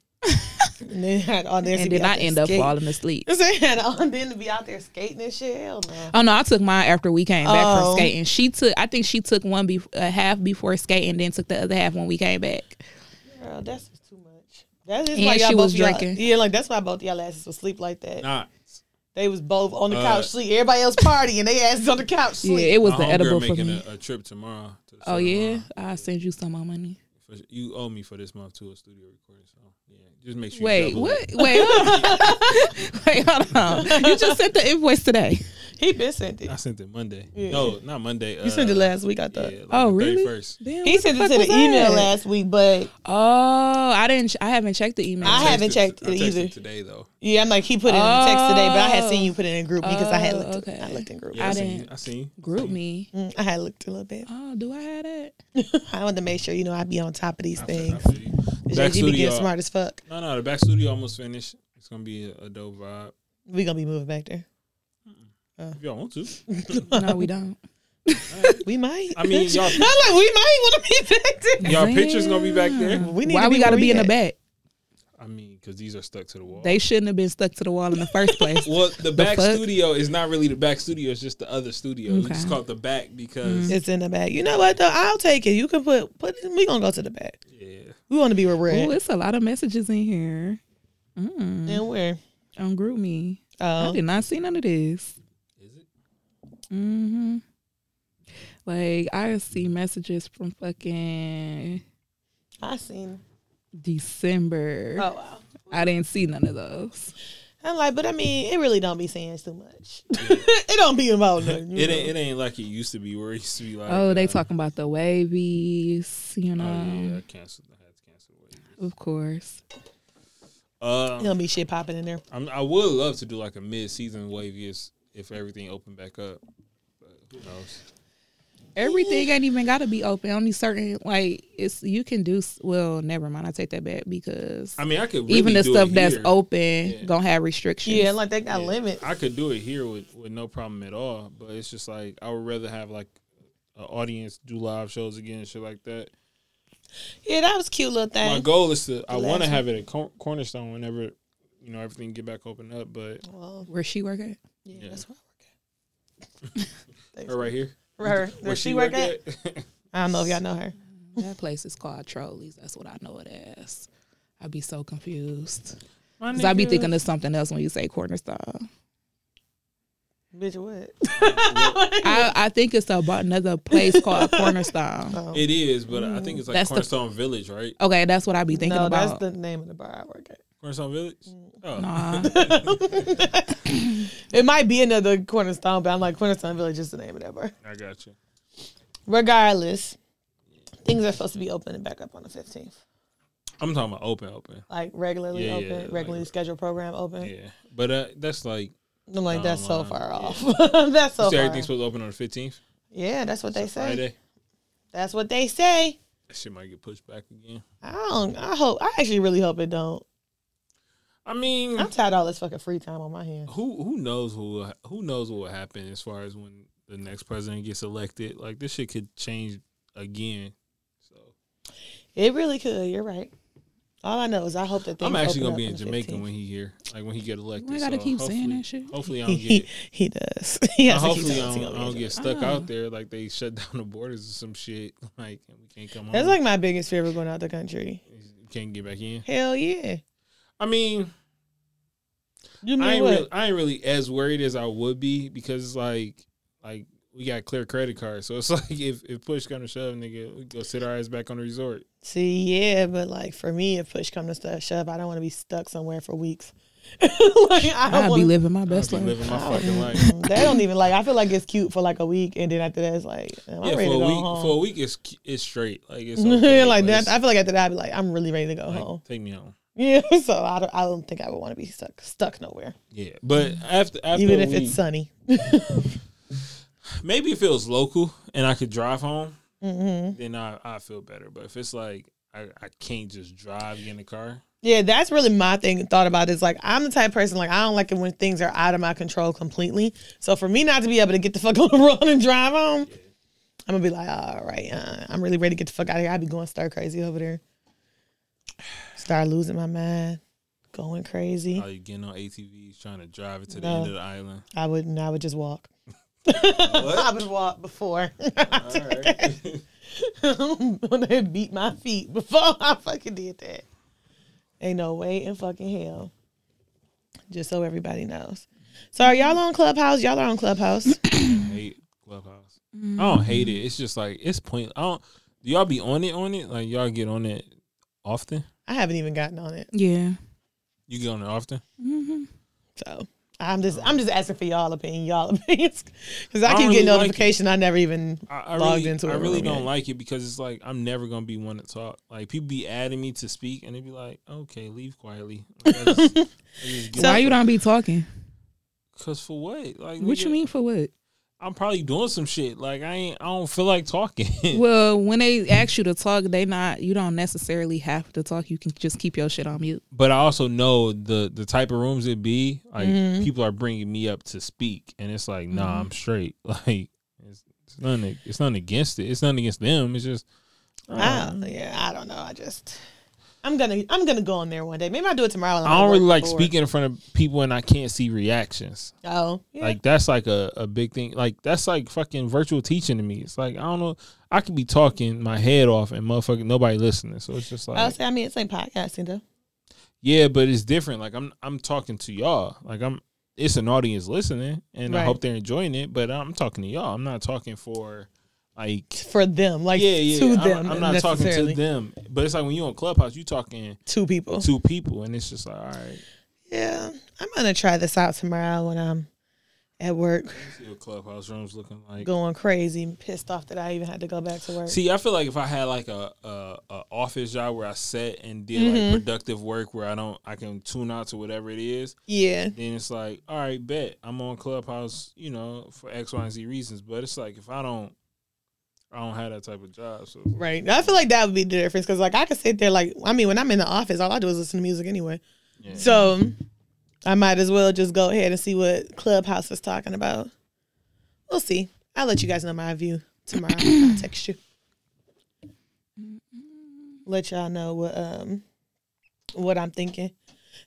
[SPEAKER 3] And then had on there
[SPEAKER 4] and then I end up falling asleep.
[SPEAKER 3] And on then to be out there skating and shit. Hell no.
[SPEAKER 4] Oh no, I took mine after we came back
[SPEAKER 3] Oh.
[SPEAKER 4] from skating. She took, I think she took one be- a half before skating, then took the other half when we came back.
[SPEAKER 3] Girl, that's just too much. That is
[SPEAKER 4] And
[SPEAKER 3] why y'all
[SPEAKER 4] she
[SPEAKER 3] both
[SPEAKER 4] was
[SPEAKER 3] y'all-
[SPEAKER 4] drinking.
[SPEAKER 3] Yeah, like that's why both y'all asses was sleep like that.
[SPEAKER 5] Nah,
[SPEAKER 3] They was both on the
[SPEAKER 5] Uh,
[SPEAKER 3] couch sleep. Everybody else partying. They asses on the couch
[SPEAKER 4] Yeah,
[SPEAKER 3] sleep.
[SPEAKER 4] it was
[SPEAKER 5] my
[SPEAKER 4] the
[SPEAKER 5] homegirl
[SPEAKER 4] edible for
[SPEAKER 5] making uh,
[SPEAKER 4] me.
[SPEAKER 5] A, a trip tomorrow. to
[SPEAKER 4] oh yeah,
[SPEAKER 5] Sonoma.
[SPEAKER 4] I'll send you some of my money.
[SPEAKER 5] For- You owe me for this month too a studio recording. So yeah, just make sure. you
[SPEAKER 4] Wait,
[SPEAKER 5] double
[SPEAKER 4] what?
[SPEAKER 5] it.
[SPEAKER 4] Wait, hold on. wait, hold on. You just sent the invoice today.
[SPEAKER 3] He been sent it.
[SPEAKER 5] I sent it Monday. No, not Monday. uh,
[SPEAKER 3] You sent it last week, I
[SPEAKER 5] Yeah,
[SPEAKER 3] thought.
[SPEAKER 5] like
[SPEAKER 4] Oh
[SPEAKER 5] the
[SPEAKER 4] really?
[SPEAKER 5] 31st.
[SPEAKER 4] Damn,
[SPEAKER 3] He
[SPEAKER 4] what
[SPEAKER 3] sent it
[SPEAKER 4] fuck
[SPEAKER 3] to the
[SPEAKER 4] was
[SPEAKER 3] email
[SPEAKER 4] that?
[SPEAKER 3] last week, but
[SPEAKER 4] Oh, I didn't. ch- I haven't checked the email.
[SPEAKER 3] I
[SPEAKER 5] Texted-
[SPEAKER 3] haven't checked
[SPEAKER 5] I
[SPEAKER 3] it
[SPEAKER 5] texted
[SPEAKER 3] either.
[SPEAKER 5] today though.
[SPEAKER 3] yeah, I'm like he put it in the text today, but I had seen
[SPEAKER 4] Oh.
[SPEAKER 3] you put it in group because I had
[SPEAKER 4] Oh,
[SPEAKER 3] looked.
[SPEAKER 4] okay.
[SPEAKER 3] I looked in group.
[SPEAKER 5] Yeah,
[SPEAKER 4] I
[SPEAKER 5] I, seen.
[SPEAKER 4] didn't
[SPEAKER 5] I seen.
[SPEAKER 4] group me.
[SPEAKER 3] Mm, I had looked a little bit.
[SPEAKER 4] Oh, do I have that?
[SPEAKER 3] I wanted to make sure you know I'd be on top of these
[SPEAKER 5] I seen- I
[SPEAKER 3] things.
[SPEAKER 5] seen.
[SPEAKER 3] JG be
[SPEAKER 5] Back studio.
[SPEAKER 3] getting smart as fuck.
[SPEAKER 5] No, no, the back studio almost finished. It's gonna be a, a dope vibe.
[SPEAKER 3] We gonna be moving back there.
[SPEAKER 5] If y'all want to,
[SPEAKER 4] No, we don't.
[SPEAKER 3] We might.
[SPEAKER 5] I mean, y'all-
[SPEAKER 3] I'm like we might want to be back there.
[SPEAKER 5] y'all pictures gonna be back there.
[SPEAKER 3] We
[SPEAKER 4] Why we gotta
[SPEAKER 3] where
[SPEAKER 4] be in the
[SPEAKER 3] at.
[SPEAKER 4] back?
[SPEAKER 5] I mean, because these are stuck to the wall.
[SPEAKER 4] They shouldn't have been stuck to the wall in the first place.
[SPEAKER 5] well, the back
[SPEAKER 4] fuck?
[SPEAKER 5] studio is not really the back studio; it's just the other studio. We
[SPEAKER 4] Okay. Mm-hmm.
[SPEAKER 5] just call it the back because
[SPEAKER 3] It's in the back. You know what though? I'll take it. You can put put. We gonna go to the back.
[SPEAKER 5] yeah,
[SPEAKER 3] We want to be where we're
[SPEAKER 4] Oh,
[SPEAKER 3] at.
[SPEAKER 4] it's a lot of messages in here
[SPEAKER 3] And where?
[SPEAKER 4] on group me. I
[SPEAKER 3] Oh,
[SPEAKER 4] did not see none of this.
[SPEAKER 5] is it?
[SPEAKER 4] hmm Like I see messages from fucking
[SPEAKER 3] I seen.
[SPEAKER 4] December.
[SPEAKER 3] Oh wow.
[SPEAKER 4] I didn't see none of those.
[SPEAKER 3] I'm like, but I mean, it really don't be saying too much. it don't be about nothing. you
[SPEAKER 5] It
[SPEAKER 3] know?
[SPEAKER 5] ain't. It ain't like it used to be, where it used to be like.
[SPEAKER 4] Oh, they
[SPEAKER 5] uh,
[SPEAKER 4] talking about the wavies, you
[SPEAKER 5] Oh
[SPEAKER 4] know.
[SPEAKER 5] yeah, I canceled. I had to cancel.
[SPEAKER 4] Of course.
[SPEAKER 5] Uh,
[SPEAKER 3] It don't be shit popping in there.
[SPEAKER 5] I'm, I would love to do like a mid-season waviest if everything opened back up. But who knows?
[SPEAKER 4] Everything ain't even got to be open. Only certain like it's you can do. s- Well, never mind. I take that back because
[SPEAKER 5] I mean, I could really
[SPEAKER 4] even the
[SPEAKER 5] do
[SPEAKER 4] stuff
[SPEAKER 5] it
[SPEAKER 4] that's
[SPEAKER 5] here.
[SPEAKER 4] open
[SPEAKER 5] Yeah.
[SPEAKER 4] gonna have restrictions.
[SPEAKER 3] Yeah, like they got
[SPEAKER 5] Yeah.
[SPEAKER 3] limits.
[SPEAKER 5] I could do it here with, with no problem at all. But it's just like I would rather have like an audience do live shows again and shit like that.
[SPEAKER 3] yeah, that was a cute little
[SPEAKER 5] My
[SPEAKER 3] thing.
[SPEAKER 5] goal is to I
[SPEAKER 3] Last
[SPEAKER 5] want to
[SPEAKER 3] one.
[SPEAKER 5] have it at Cor- Cornerstone whenever you know everything get back open up. But
[SPEAKER 3] Well,
[SPEAKER 4] Where she work at?
[SPEAKER 3] yeah,
[SPEAKER 5] Yeah.
[SPEAKER 3] that's where I work at.
[SPEAKER 5] her right here,
[SPEAKER 3] Her, where she work at? I don't know if y'all know her.
[SPEAKER 4] That place is called Trolleys. That's what I know it as. I'd be so confused.
[SPEAKER 5] My
[SPEAKER 4] Cause I be
[SPEAKER 5] nigga.
[SPEAKER 4] thinking of something else when you say Cornerstone.
[SPEAKER 3] Bitch, what?
[SPEAKER 4] I, I think it's about another place called Cornerstone.
[SPEAKER 3] Oh.
[SPEAKER 5] It is, but I think it's like
[SPEAKER 4] That's the-
[SPEAKER 5] Cornerstone Village, right?
[SPEAKER 4] Okay, that's what I be thinking
[SPEAKER 3] no,
[SPEAKER 4] about.
[SPEAKER 3] that's the name of the bar I work at.
[SPEAKER 5] Cornerstone Village.
[SPEAKER 3] Mm.
[SPEAKER 5] Oh,
[SPEAKER 4] Nah.
[SPEAKER 3] It might be another Cornerstone, but I'm like Cornerstone Village is the name of that bar.
[SPEAKER 5] I got you.
[SPEAKER 3] Regardless, things are supposed to be opening back up on the 15th,
[SPEAKER 5] I'm talking about open, open.
[SPEAKER 3] like regularly
[SPEAKER 5] Yeah,
[SPEAKER 3] open,
[SPEAKER 5] yeah, like-
[SPEAKER 3] regularly scheduled program open.
[SPEAKER 5] Yeah, but uh, that's like
[SPEAKER 3] I'm like, that's so
[SPEAKER 5] Online,
[SPEAKER 3] far
[SPEAKER 5] yeah.
[SPEAKER 3] off. that's so
[SPEAKER 5] so
[SPEAKER 3] far.
[SPEAKER 5] everything's supposed to open on the 15th.
[SPEAKER 3] Yeah, that's what they say.
[SPEAKER 5] Friday.
[SPEAKER 3] That's what they say.
[SPEAKER 5] That shit might get pushed back again.
[SPEAKER 3] I don't. I hope. I actually really hope it don't.
[SPEAKER 5] I mean,
[SPEAKER 3] I'm tired of all this fucking free time on my hands.
[SPEAKER 5] who who knows who will- who knows what will happen as far as when the next president gets elected. Like this shit could change again. So
[SPEAKER 3] It really could. You're right. All I know is I hope that things.
[SPEAKER 5] I'm actually
[SPEAKER 3] open
[SPEAKER 5] gonna
[SPEAKER 3] up
[SPEAKER 5] be
[SPEAKER 3] on
[SPEAKER 5] in
[SPEAKER 3] the
[SPEAKER 5] Jamaica
[SPEAKER 3] 15th.
[SPEAKER 5] when he here, like when he get elected.
[SPEAKER 4] Why you gotta
[SPEAKER 5] So
[SPEAKER 4] keep saying
[SPEAKER 5] hopefully-
[SPEAKER 4] that shit?
[SPEAKER 5] Hopefully I
[SPEAKER 3] he,
[SPEAKER 5] don't get.
[SPEAKER 3] he, he does. He has to keep
[SPEAKER 5] hopefully
[SPEAKER 3] telling
[SPEAKER 5] I
[SPEAKER 3] us he gonna
[SPEAKER 5] don't,
[SPEAKER 3] be
[SPEAKER 5] I
[SPEAKER 3] in
[SPEAKER 5] don't
[SPEAKER 3] Jamaica.
[SPEAKER 5] get stuck
[SPEAKER 4] Oh.
[SPEAKER 5] out there like they shut down the borders or some shit. Like and we can't come
[SPEAKER 3] That's
[SPEAKER 5] home.
[SPEAKER 3] like my biggest fear of going out the country.
[SPEAKER 5] We can't get back in.
[SPEAKER 3] Hell yeah.
[SPEAKER 5] I mean,
[SPEAKER 3] You
[SPEAKER 5] I
[SPEAKER 3] mean
[SPEAKER 5] ain't
[SPEAKER 3] what?
[SPEAKER 5] really, I ain't really as worried as I would be because it's like like we got clear credit cards, so it's like if, if push come to shove, nigga, we go sit our ass back on the resort.
[SPEAKER 3] See, yeah, but like for me, if push come to stuff shove, I don't want to be stuck somewhere for weeks. like I
[SPEAKER 4] I'd
[SPEAKER 3] don't
[SPEAKER 4] be
[SPEAKER 3] want.
[SPEAKER 4] living my best
[SPEAKER 5] I'll be
[SPEAKER 4] life.
[SPEAKER 5] living my
[SPEAKER 3] I
[SPEAKER 5] fucking
[SPEAKER 3] don't-
[SPEAKER 5] life.
[SPEAKER 3] They don't even like. I feel like it's cute for like a week, and then after that, it's like I'm
[SPEAKER 5] Yeah, for
[SPEAKER 3] ready
[SPEAKER 5] a
[SPEAKER 3] to go
[SPEAKER 5] week, for a
[SPEAKER 3] home.
[SPEAKER 5] week, it's it's straight. Like it's
[SPEAKER 3] Yeah,
[SPEAKER 5] okay,
[SPEAKER 3] like
[SPEAKER 5] but
[SPEAKER 3] that,
[SPEAKER 5] it's,
[SPEAKER 3] I feel like after that, I'd be like, I'm really ready to go
[SPEAKER 5] like,
[SPEAKER 3] home.
[SPEAKER 5] take me home.
[SPEAKER 3] Yeah, so I don't, I don't think I would want to be stuck stuck nowhere,
[SPEAKER 5] Yeah, but after after
[SPEAKER 3] Mm-hmm. even
[SPEAKER 5] a
[SPEAKER 3] if
[SPEAKER 5] week-
[SPEAKER 3] it's sunny.
[SPEAKER 5] maybe if it was local and I could drive home,
[SPEAKER 3] Mm-hmm.
[SPEAKER 5] then I I feel better. But if it's like I, I can't just drive get in the car.
[SPEAKER 3] Yeah, that's really my thing thought about is like I'm the type of person like I don't like it when things are out of my control completely. So for me not to be able to get the fuck on the road and drive home, I'm gonna be like, all right, uh, I'm really ready to get the fuck out of here. I'd be going stir crazy over there, start losing my mind, going crazy.
[SPEAKER 5] Are you getting on ATVs trying to drive it to the
[SPEAKER 3] No.
[SPEAKER 5] end of the island?
[SPEAKER 3] I wouldn't. I would just walk. I
[SPEAKER 5] What?
[SPEAKER 3] would walk before.
[SPEAKER 5] All right.
[SPEAKER 3] when they beat my feet before I fucking did that. Ain't no way in fucking hell. Just so everybody knows. So are y'all on Clubhouse? Y'all are on Clubhouse.
[SPEAKER 5] I
[SPEAKER 3] Mm-hmm.
[SPEAKER 5] hate Clubhouse. I don't hate it. It's just like it's point. I don't. Do y'all be on it? On it? Like y'all get on it often?
[SPEAKER 3] I haven't even gotten on it.
[SPEAKER 4] Yeah.
[SPEAKER 5] You get on it often?
[SPEAKER 3] So I'm just I'm just asking for y'all opinion, y'all opinions. Cause I,
[SPEAKER 5] I
[SPEAKER 3] keep
[SPEAKER 5] don't
[SPEAKER 3] getting
[SPEAKER 5] really like
[SPEAKER 3] notification. I never even
[SPEAKER 5] I, I
[SPEAKER 3] logged
[SPEAKER 5] really,
[SPEAKER 3] into it.
[SPEAKER 5] I really
[SPEAKER 3] real
[SPEAKER 5] don't
[SPEAKER 3] yet.
[SPEAKER 5] like it because it's like I'm never gonna be one to talk. Like people be adding me to speak, and they be like, "Okay, leave quietly." Like, I just- I just get-
[SPEAKER 4] Why you don't be talking?
[SPEAKER 5] Cause for what? Like
[SPEAKER 4] What
[SPEAKER 5] nigga,
[SPEAKER 4] you mean for what?
[SPEAKER 5] I'm probably doing some shit. Like I ain't. I don't feel like talking.
[SPEAKER 4] Well, when they ask you to talk, they not you don't necessarily have to talk. You can just keep your shit on mute.
[SPEAKER 5] but I also know the the type of rooms it be. Like people are bringing me up to speak, and it's like, nah, I'm straight. Like it's, it's nothing. It's nothing against it. It's nothing against them. It's just Oh.
[SPEAKER 3] I don't- yeah, I don't know. I just I'm gonna I'm gonna go on there one day. Maybe I'll do it tomorrow. when I'm
[SPEAKER 5] I
[SPEAKER 3] at
[SPEAKER 5] don't
[SPEAKER 3] work
[SPEAKER 5] really like
[SPEAKER 3] bored.
[SPEAKER 5] speaking in front of people, and I can't see reactions.
[SPEAKER 3] Oh, yeah.
[SPEAKER 5] Like that's like a, a big thing. Like that's like fucking virtual teaching to me. It's like I don't know. I could be talking my head off and motherfucking nobody listening. So it's just like
[SPEAKER 3] I would say I mean it's like podcasting though.
[SPEAKER 5] yeah, but it's different. Like I'm I'm talking to y'all. Like I'm it's an audience listening, and I
[SPEAKER 3] Right.
[SPEAKER 5] hope they're enjoying it. But I'm talking to y'all. I'm not talking for like
[SPEAKER 3] For them, like
[SPEAKER 5] yeah yeah.
[SPEAKER 3] to
[SPEAKER 5] I'm,
[SPEAKER 3] them.
[SPEAKER 5] I'm not talking to
[SPEAKER 3] necessarily.
[SPEAKER 5] them. But it's like when you on Clubhouse, you talking
[SPEAKER 3] Two people.
[SPEAKER 5] to people, and it's just like all right.
[SPEAKER 3] Yeah, I'm gonna try this out tomorrow when I'm at work,
[SPEAKER 5] Let's see what Clubhouse rooms looking like.
[SPEAKER 3] going crazy, and pissed off that I even had to go back to work.
[SPEAKER 5] See, I feel like if I had like a a, a office job where I sat and did
[SPEAKER 4] Mm-hmm.
[SPEAKER 5] like productive work where I don't I can tune out to whatever it is,
[SPEAKER 3] yeah,
[SPEAKER 5] then it's like, all right, bet I'm on Clubhouse, you know, for X, Y, and Z reasons. But it's like if I don't, I don't have that type of job. So
[SPEAKER 3] right. I feel like that would be the difference because, like, I could sit there, like, I mean, when I'm in the office, all I do is listen to music anyway.
[SPEAKER 5] yeah.
[SPEAKER 3] So I might as well just go ahead and see what Clubhouse is talking about. We'll see. I'll let you guys know my view tomorrow. I'll text you. Let y'all know what um what I'm thinking.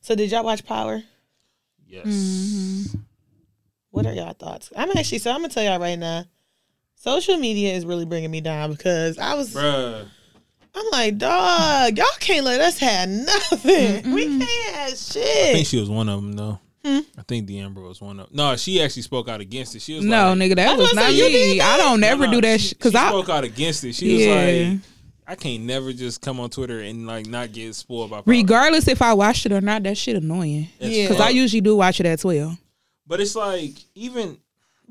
[SPEAKER 3] So did y'all watch Power?
[SPEAKER 5] yes,
[SPEAKER 4] Mm-hmm.
[SPEAKER 3] What are y'all thoughts? I'm actually so I'm gonna tell y'all right now. Social media is really bringing me down because I was
[SPEAKER 5] bruh,
[SPEAKER 3] I'm like, dog, y'all can't let us have nothing. We can't have
[SPEAKER 5] I think
[SPEAKER 3] shit.
[SPEAKER 5] she was one of them though.
[SPEAKER 4] Hmm?
[SPEAKER 5] I think D'Ambro was one of. No, she actually spoke out against it. She was
[SPEAKER 4] No,
[SPEAKER 5] like,
[SPEAKER 4] nigga, that
[SPEAKER 3] was
[SPEAKER 4] was
[SPEAKER 3] gonna
[SPEAKER 4] not
[SPEAKER 3] say, you
[SPEAKER 4] me.
[SPEAKER 3] did
[SPEAKER 4] I don't
[SPEAKER 5] No,
[SPEAKER 4] ever
[SPEAKER 5] no,
[SPEAKER 4] do that
[SPEAKER 5] she-
[SPEAKER 4] shit because
[SPEAKER 5] she
[SPEAKER 4] I
[SPEAKER 5] spoke out against it. She
[SPEAKER 4] Yeah.
[SPEAKER 5] was like, I can't never just come on Twitter and like not get spoiled by. Power.
[SPEAKER 4] regardless if I watched it or not, that shit annoying.
[SPEAKER 5] As
[SPEAKER 3] Yeah.
[SPEAKER 5] fuck.
[SPEAKER 4] Because I usually do watch it at twelve,
[SPEAKER 5] But it's like even.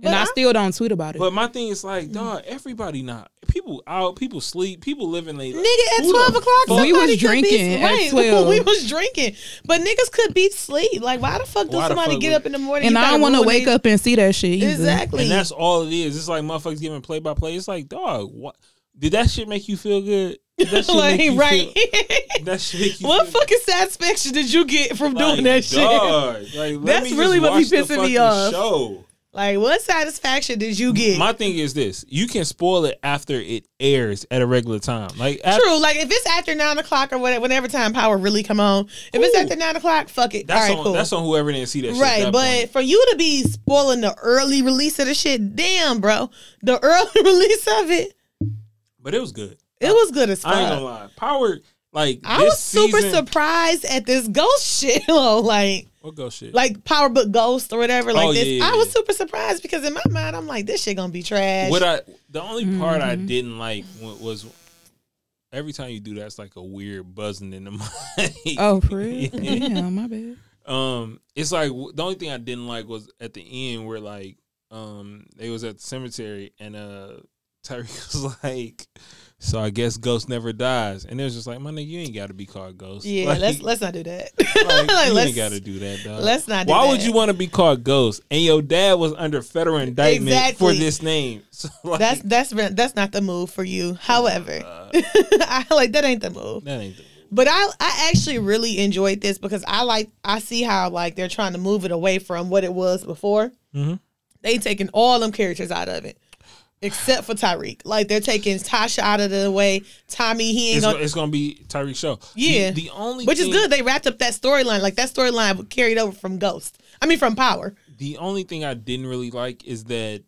[SPEAKER 4] and I,
[SPEAKER 3] I-
[SPEAKER 4] still don't tweet about it.
[SPEAKER 5] But my thing is like, dog. Everybody not people out. People sleep. People living late.
[SPEAKER 3] Nigga, at twelve o'clock,
[SPEAKER 4] We
[SPEAKER 3] somebody
[SPEAKER 4] was
[SPEAKER 3] could
[SPEAKER 4] drinking
[SPEAKER 3] be,
[SPEAKER 4] at 12.
[SPEAKER 3] We was drinking, but niggas could be sleep. Like, why the fuck does
[SPEAKER 5] Why the
[SPEAKER 3] somebody
[SPEAKER 5] fuck
[SPEAKER 3] get
[SPEAKER 5] would-
[SPEAKER 3] up in the morning?
[SPEAKER 4] and
[SPEAKER 3] You
[SPEAKER 4] I
[SPEAKER 3] gotta
[SPEAKER 4] don't want to
[SPEAKER 3] ruin
[SPEAKER 4] wake
[SPEAKER 3] it.
[SPEAKER 4] up and see that shit. Either.
[SPEAKER 3] Exactly.
[SPEAKER 5] And that's all it is. It's like motherfuckers giving play by play. It's like, dog. What did that shit make you feel good? Did That shit
[SPEAKER 3] like,
[SPEAKER 5] make you
[SPEAKER 3] right.
[SPEAKER 5] feel- that shit make you.
[SPEAKER 3] what
[SPEAKER 5] feel,
[SPEAKER 3] fucking satisfaction did you get from
[SPEAKER 5] like,
[SPEAKER 3] doing that shit?
[SPEAKER 5] dog, Like, let
[SPEAKER 3] That's
[SPEAKER 5] me just
[SPEAKER 3] really what be
[SPEAKER 5] watch the
[SPEAKER 3] pissing me
[SPEAKER 5] fucking
[SPEAKER 3] off.
[SPEAKER 5] Show.
[SPEAKER 3] Like, what satisfaction did you get?
[SPEAKER 5] My thing is this: you can spoil it after it airs at a regular time. Like, after,
[SPEAKER 3] True. Like, if it's after nine o'clock or whatever, whenever time power really come on, if it's
[SPEAKER 5] Cool.
[SPEAKER 3] after nine o'clock, fuck it.
[SPEAKER 5] that's
[SPEAKER 3] all right,
[SPEAKER 5] on
[SPEAKER 3] cool.
[SPEAKER 5] that's on whoever didn't see that. shit at
[SPEAKER 3] Right,
[SPEAKER 5] that
[SPEAKER 3] but
[SPEAKER 5] point.
[SPEAKER 3] for you to be spoiling the early release of the shit, damn, bro, the early release of it,
[SPEAKER 5] but it was good.
[SPEAKER 3] it was good as fuck.
[SPEAKER 5] I ain't gonna lie. Power like
[SPEAKER 3] I
[SPEAKER 5] this
[SPEAKER 3] was super
[SPEAKER 5] season,
[SPEAKER 3] surprised at this ghost shit, though. Like,
[SPEAKER 5] What go shit?
[SPEAKER 3] like Power Book Ghost or whatever. Like
[SPEAKER 5] Oh,
[SPEAKER 3] this,
[SPEAKER 5] yeah, yeah,
[SPEAKER 3] I was
[SPEAKER 5] yeah.
[SPEAKER 3] super surprised because in my mind, I'm like, this shit gonna be trash.
[SPEAKER 5] what I the only part
[SPEAKER 3] Mm-hmm.
[SPEAKER 5] I didn't like wa- was every time you do that, it's like a weird buzzing in the mic.
[SPEAKER 4] Oh, for real? Damn, my bad.
[SPEAKER 5] Um, it's like w- the only thing I didn't like was at the end where like um they was at the cemetery and uh Tyreek was like, so I guess Ghost never dies, and it was just like, my nigga, you ain't got to be called Ghost.
[SPEAKER 3] yeah,
[SPEAKER 5] Like-
[SPEAKER 3] let's let's not do that.
[SPEAKER 5] Like,
[SPEAKER 3] Like,
[SPEAKER 5] you
[SPEAKER 3] let's-
[SPEAKER 5] ain't got to do that, dog.
[SPEAKER 3] let's not do
[SPEAKER 5] Why would
[SPEAKER 3] that.
[SPEAKER 5] you want to be called Ghost? And your dad was under federal indictment for
[SPEAKER 3] Exactly.
[SPEAKER 5] this name. So like,
[SPEAKER 3] that's that's re- that's not the move for you. However,
[SPEAKER 5] Oh,
[SPEAKER 3] I like that ain't the move.
[SPEAKER 5] that ain't. The,
[SPEAKER 3] But I I actually really enjoyed this because I like I see how like they're trying to move it away from what it was before.
[SPEAKER 5] Mhm.
[SPEAKER 3] They taking all them characters out of it. except for Tyreek. Like they're taking Tasha out of the way. Tommy, he ain't
[SPEAKER 5] It's,
[SPEAKER 3] gonna.
[SPEAKER 5] it's gonna be Tyreek show.
[SPEAKER 3] Yeah.
[SPEAKER 5] the, the only
[SPEAKER 3] Which is
[SPEAKER 5] thing-
[SPEAKER 3] good. They wrapped up that storyline. Like that storyline carried over from Ghost. I mean, from Power.
[SPEAKER 5] The only thing I didn't really like is that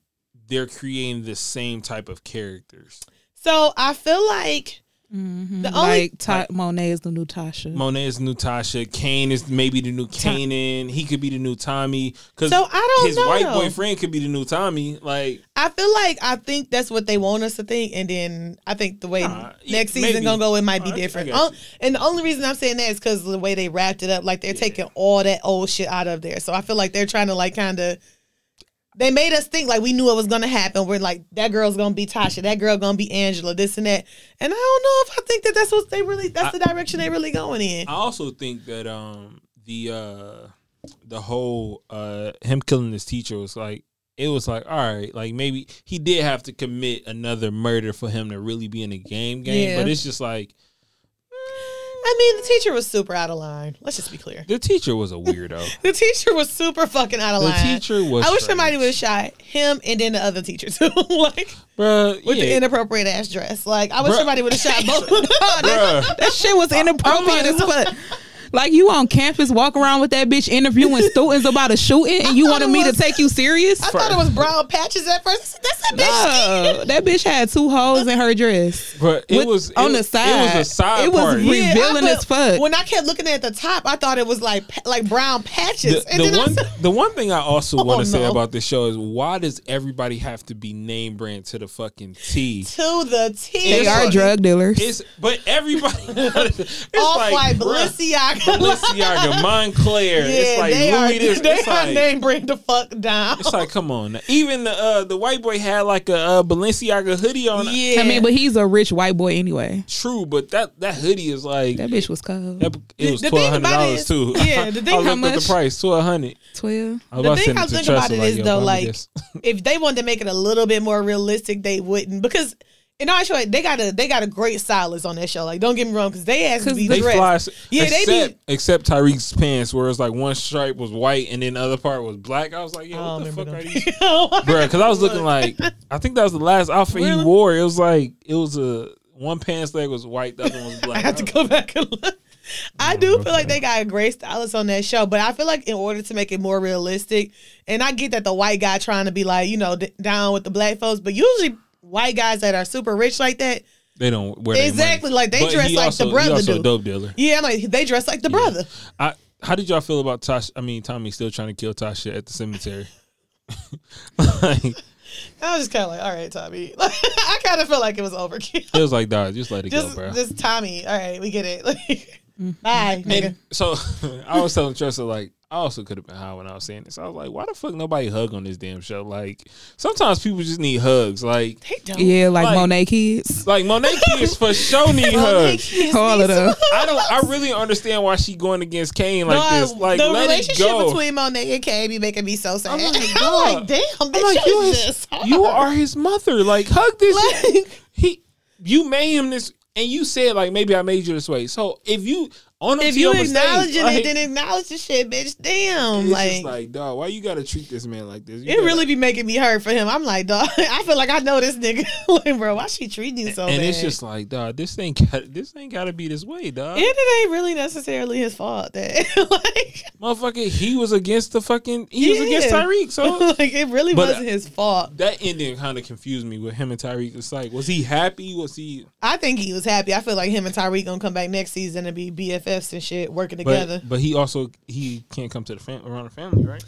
[SPEAKER 5] they're creating the same type of characters.
[SPEAKER 3] So I feel like the only
[SPEAKER 4] like Ta- Monet is the new Tasha.
[SPEAKER 5] Monet is new Tasha. Kane is maybe the new Kanan. He could be the new Tommy. Cause
[SPEAKER 3] So, I don't
[SPEAKER 5] his
[SPEAKER 3] know.
[SPEAKER 5] white boyfriend could be the new Tommy. Like
[SPEAKER 3] I feel like I think that's what they want us to think, and then I think the way
[SPEAKER 5] Nah, yeah,
[SPEAKER 3] next
[SPEAKER 5] maybe.
[SPEAKER 3] season gonna go, it might be
[SPEAKER 5] Alright, I
[SPEAKER 3] different.
[SPEAKER 5] got you.
[SPEAKER 3] Oh, and the only reason I'm saying that is because the way they wrapped it up, like they're taking all that old shit out of there. So I feel like they're trying to like kind of. They made us think like we knew it was gonna happen. We're like that girl's gonna be Tasha, that girl gonna be Angela, this and that. And I don't know if I think that that's what they really that's the direction they really going in.
[SPEAKER 5] I also think that um the uh the whole uh him killing his teacher was like it was like all right like maybe he did have to commit another murder for him to really be in the game game
[SPEAKER 3] Yeah.
[SPEAKER 5] but it's just like
[SPEAKER 3] I mean, the teacher was super out of line. Let's just be clear.
[SPEAKER 5] the teacher was a weirdo
[SPEAKER 3] The teacher was super fucking out of
[SPEAKER 5] the
[SPEAKER 3] line.
[SPEAKER 5] teacher was
[SPEAKER 3] I wish
[SPEAKER 5] strange.
[SPEAKER 3] somebody would have shot him and then the other teacher too, like
[SPEAKER 5] Bruh,
[SPEAKER 3] with the
[SPEAKER 5] yeah,
[SPEAKER 3] inappropriate ass dress. Like I wish
[SPEAKER 5] Bruh.
[SPEAKER 3] somebody would have shot both. of them.
[SPEAKER 5] bruh.
[SPEAKER 4] That shit
[SPEAKER 5] Oh,
[SPEAKER 4] was inappropriate
[SPEAKER 3] I'm
[SPEAKER 4] as fuck. Like you on campus, walk around with that bitch interviewing students about a shooting, and you
[SPEAKER 3] thought
[SPEAKER 4] wanted
[SPEAKER 3] it
[SPEAKER 4] me
[SPEAKER 3] was-
[SPEAKER 4] to take you serious?
[SPEAKER 3] I thought it was brown patches at first. I said, That's a bitch.
[SPEAKER 4] No, that bitch had two holes in her dress.
[SPEAKER 5] Bruh, it
[SPEAKER 4] With-
[SPEAKER 5] was
[SPEAKER 4] on
[SPEAKER 5] it-
[SPEAKER 4] the
[SPEAKER 5] It
[SPEAKER 4] side.
[SPEAKER 5] was a side
[SPEAKER 4] It was
[SPEAKER 5] part.
[SPEAKER 4] re- Revealing
[SPEAKER 3] I
[SPEAKER 4] as fuck.
[SPEAKER 3] When I kept looking at the top, I thought it was like pa- like brown patches.
[SPEAKER 5] the, the
[SPEAKER 3] I
[SPEAKER 5] one,
[SPEAKER 3] said- "Oh,
[SPEAKER 5] the one thing I also want to say
[SPEAKER 3] no.
[SPEAKER 5] about this show is why does everybody have to be name brand to the fucking T?
[SPEAKER 3] to the T.
[SPEAKER 4] They
[SPEAKER 5] It's
[SPEAKER 4] are
[SPEAKER 5] like-
[SPEAKER 4] drug dealers.
[SPEAKER 5] It's but everybody. it's
[SPEAKER 3] off
[SPEAKER 5] like,
[SPEAKER 3] white
[SPEAKER 5] bruh.
[SPEAKER 3] Balenciaga.
[SPEAKER 5] Balenciaga, Montclair.
[SPEAKER 3] yeah,
[SPEAKER 5] it's like
[SPEAKER 3] they
[SPEAKER 5] Louis
[SPEAKER 3] are.
[SPEAKER 5] this.
[SPEAKER 3] They
[SPEAKER 5] it's,
[SPEAKER 3] are
[SPEAKER 5] like,
[SPEAKER 3] name bring the fuck down.
[SPEAKER 5] it's like, come on. Even the uh, the white boy had like a uh, Balenciaga hoodie on.
[SPEAKER 3] Yeah,
[SPEAKER 4] I mean, but he's a rich white boy anyway.
[SPEAKER 5] True, but that that hoodie is like
[SPEAKER 4] That bitch was cold.
[SPEAKER 5] that- it was
[SPEAKER 3] The
[SPEAKER 5] twelve
[SPEAKER 3] thing
[SPEAKER 5] hundred
[SPEAKER 3] about it
[SPEAKER 5] dollars
[SPEAKER 3] is-
[SPEAKER 5] too.
[SPEAKER 3] yeah, the thing
[SPEAKER 5] I looked
[SPEAKER 4] how
[SPEAKER 5] at
[SPEAKER 4] much-
[SPEAKER 5] the price twelve hundred.
[SPEAKER 4] Twelve.
[SPEAKER 3] The thing I think about it is though, like if they wanted to make it a little bit more realistic, they wouldn't because in our show they got a they got a great stylist on that show. Like don't get me wrong, because they asked to
[SPEAKER 4] 'Cause
[SPEAKER 3] be
[SPEAKER 5] they
[SPEAKER 3] dressed.
[SPEAKER 5] fly.
[SPEAKER 3] yeah,
[SPEAKER 5] except,
[SPEAKER 3] they be.
[SPEAKER 5] except Tyreek's pants, where it's like one stripe was white and then the other part was black. I was like,
[SPEAKER 3] I
[SPEAKER 5] yo, what the
[SPEAKER 3] don't
[SPEAKER 5] fuck are
[SPEAKER 3] remember
[SPEAKER 5] these?
[SPEAKER 3] them.
[SPEAKER 5] Bruh, because I was looking like I think that was the last outfit
[SPEAKER 3] Really?
[SPEAKER 5] he wore. It was like it was a one pants leg was white, the other one was black.
[SPEAKER 3] I have to go back and look. I do feel like they got a great stylist on that show, but I feel like in order to make it more realistic, and I get that the white guy trying to be like you know d- down with the black folks, but usually white guys that are super rich like that,
[SPEAKER 5] They don't wear their money.
[SPEAKER 3] Exactly, like, they dress
[SPEAKER 5] he
[SPEAKER 3] like the
[SPEAKER 5] also,
[SPEAKER 3] brother
[SPEAKER 5] He also
[SPEAKER 3] do.
[SPEAKER 5] a dope dealer.
[SPEAKER 3] yeah, I'm like they dress like the brother.
[SPEAKER 5] I, how did y'all feel about Tasha? I mean, Tommy still trying to kill Tasha at the cemetery. like, it
[SPEAKER 3] I was just kind of like, all right, Tommy. I kind of feel like it was overkill.
[SPEAKER 5] was like, dog, just let it
[SPEAKER 3] Just,
[SPEAKER 5] go, bro.
[SPEAKER 3] just Tommy. All right, we get it. Like,
[SPEAKER 4] Mm-hmm.
[SPEAKER 3] bye, nigga.
[SPEAKER 5] and so I was telling Tressa like. I also could have been high when I was saying this. I was like, "Why the fuck nobody hug on this damn show?" Like, sometimes people just need hugs. Like,
[SPEAKER 3] They don't.
[SPEAKER 4] yeah, like,
[SPEAKER 5] like-
[SPEAKER 4] Monet kids.
[SPEAKER 5] like Monet kids for sure need
[SPEAKER 3] They
[SPEAKER 5] hugs.
[SPEAKER 3] kiss
[SPEAKER 4] All
[SPEAKER 3] me
[SPEAKER 4] of them.
[SPEAKER 3] so-
[SPEAKER 5] I don't. I really don't understand why she going against Kane like
[SPEAKER 3] No,
[SPEAKER 5] this. Like,
[SPEAKER 3] the
[SPEAKER 5] let it
[SPEAKER 3] relationship
[SPEAKER 5] go.
[SPEAKER 3] between Monet and Kay be making me so sad. I'm
[SPEAKER 5] I'm like,
[SPEAKER 3] like,
[SPEAKER 5] dog.
[SPEAKER 3] damn, bitch,
[SPEAKER 5] like,
[SPEAKER 3] you
[SPEAKER 5] you
[SPEAKER 3] is
[SPEAKER 5] is-
[SPEAKER 3] just hard.
[SPEAKER 5] you are his mother. Like, hug this.
[SPEAKER 3] Like,
[SPEAKER 5] he you made him this and you said like maybe I made you this way. So if you on
[SPEAKER 3] if you acknowledge it, and then acknowledge the shit, bitch. Damn,
[SPEAKER 5] it's
[SPEAKER 3] like,
[SPEAKER 5] just like dog, why you gotta treat this man like this? You
[SPEAKER 3] it
[SPEAKER 5] gotta-
[SPEAKER 3] really be making me hurt for him. I'm like, dog, I feel like I know this nigga. like, bro, why she treating you so
[SPEAKER 5] and
[SPEAKER 3] bad?
[SPEAKER 5] it's just like dog, this thing got this ain't gotta be this way, dog.
[SPEAKER 3] and it ain't really necessarily his fault that like
[SPEAKER 5] Motherfucker, he was against the fucking he was against
[SPEAKER 3] Yeah.
[SPEAKER 5] Tyreek. So
[SPEAKER 3] like it really
[SPEAKER 5] But-
[SPEAKER 3] wasn't his fault.
[SPEAKER 5] that ending kind of confused me with him and Tyreek. It's like, was he happy? Was he
[SPEAKER 3] I think he was happy. I feel like him and Tyreek gonna come back next season and be BFFs and shit, working together.
[SPEAKER 5] but, but he also he can't come to the fam- around the family, right?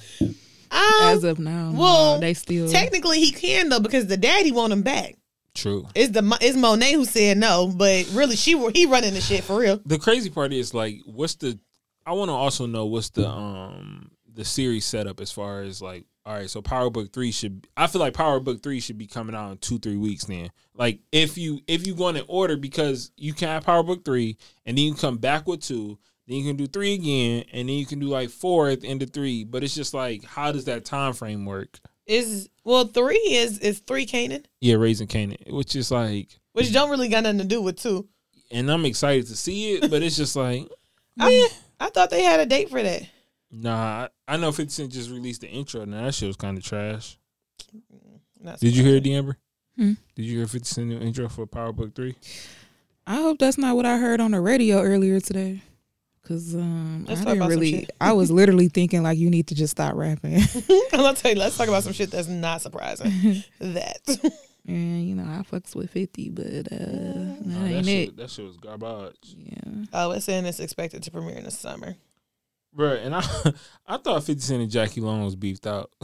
[SPEAKER 4] As
[SPEAKER 3] Um,
[SPEAKER 4] of now,
[SPEAKER 3] well,
[SPEAKER 4] no, they still.
[SPEAKER 3] technically he can though because the daddy want him back.
[SPEAKER 5] True.
[SPEAKER 3] It's the it's Monet who said no, but really she were- he running the shit for real.
[SPEAKER 5] the crazy part is like what's the i want to also know what's the um the series setup as far as like all right so power book 3 should i feel like power book 3 should be coming out in two three weeks then like if you if you go in order because you can have power book 3 and then you come back with 2 then you can do 3 again and then you can do like 4 at the end of 3 but it's just like how does that time frame work
[SPEAKER 3] Is well three is is three Canaan,
[SPEAKER 5] yeah raising canaan which is like
[SPEAKER 3] which don't really got nothing to do with two.
[SPEAKER 5] and i'm excited to see it but it's just like
[SPEAKER 3] I, I thought they had a date for that.
[SPEAKER 5] Nah, I I know 50 Cent just released the intro, and that shit was kind of trash.
[SPEAKER 3] Not
[SPEAKER 5] Did you hear it, D'Amber?
[SPEAKER 4] Hmm?
[SPEAKER 5] Did you hear 50 Cent new intro for Power Book 3?
[SPEAKER 4] I hope that's not what I heard on the radio earlier today. Cause um,
[SPEAKER 3] Let's
[SPEAKER 4] I
[SPEAKER 3] talk
[SPEAKER 4] didn't
[SPEAKER 3] about some
[SPEAKER 4] really.
[SPEAKER 3] shit.
[SPEAKER 4] I was literally thinking like you need to just stop rapping.
[SPEAKER 3] I'm gonna tell you. Let's talk about some shit that's not surprising. that
[SPEAKER 4] and you know I fucks with Fifty,
[SPEAKER 3] Oh,
[SPEAKER 4] but uh, that
[SPEAKER 5] that,
[SPEAKER 4] ain't it.
[SPEAKER 5] shit, that shit was garbage.
[SPEAKER 4] Yeah.
[SPEAKER 3] oh, it's in. It's expected to premiere in the summer.
[SPEAKER 5] Bruh, and I I thought 50 Cent and Jackie Long was beefed out.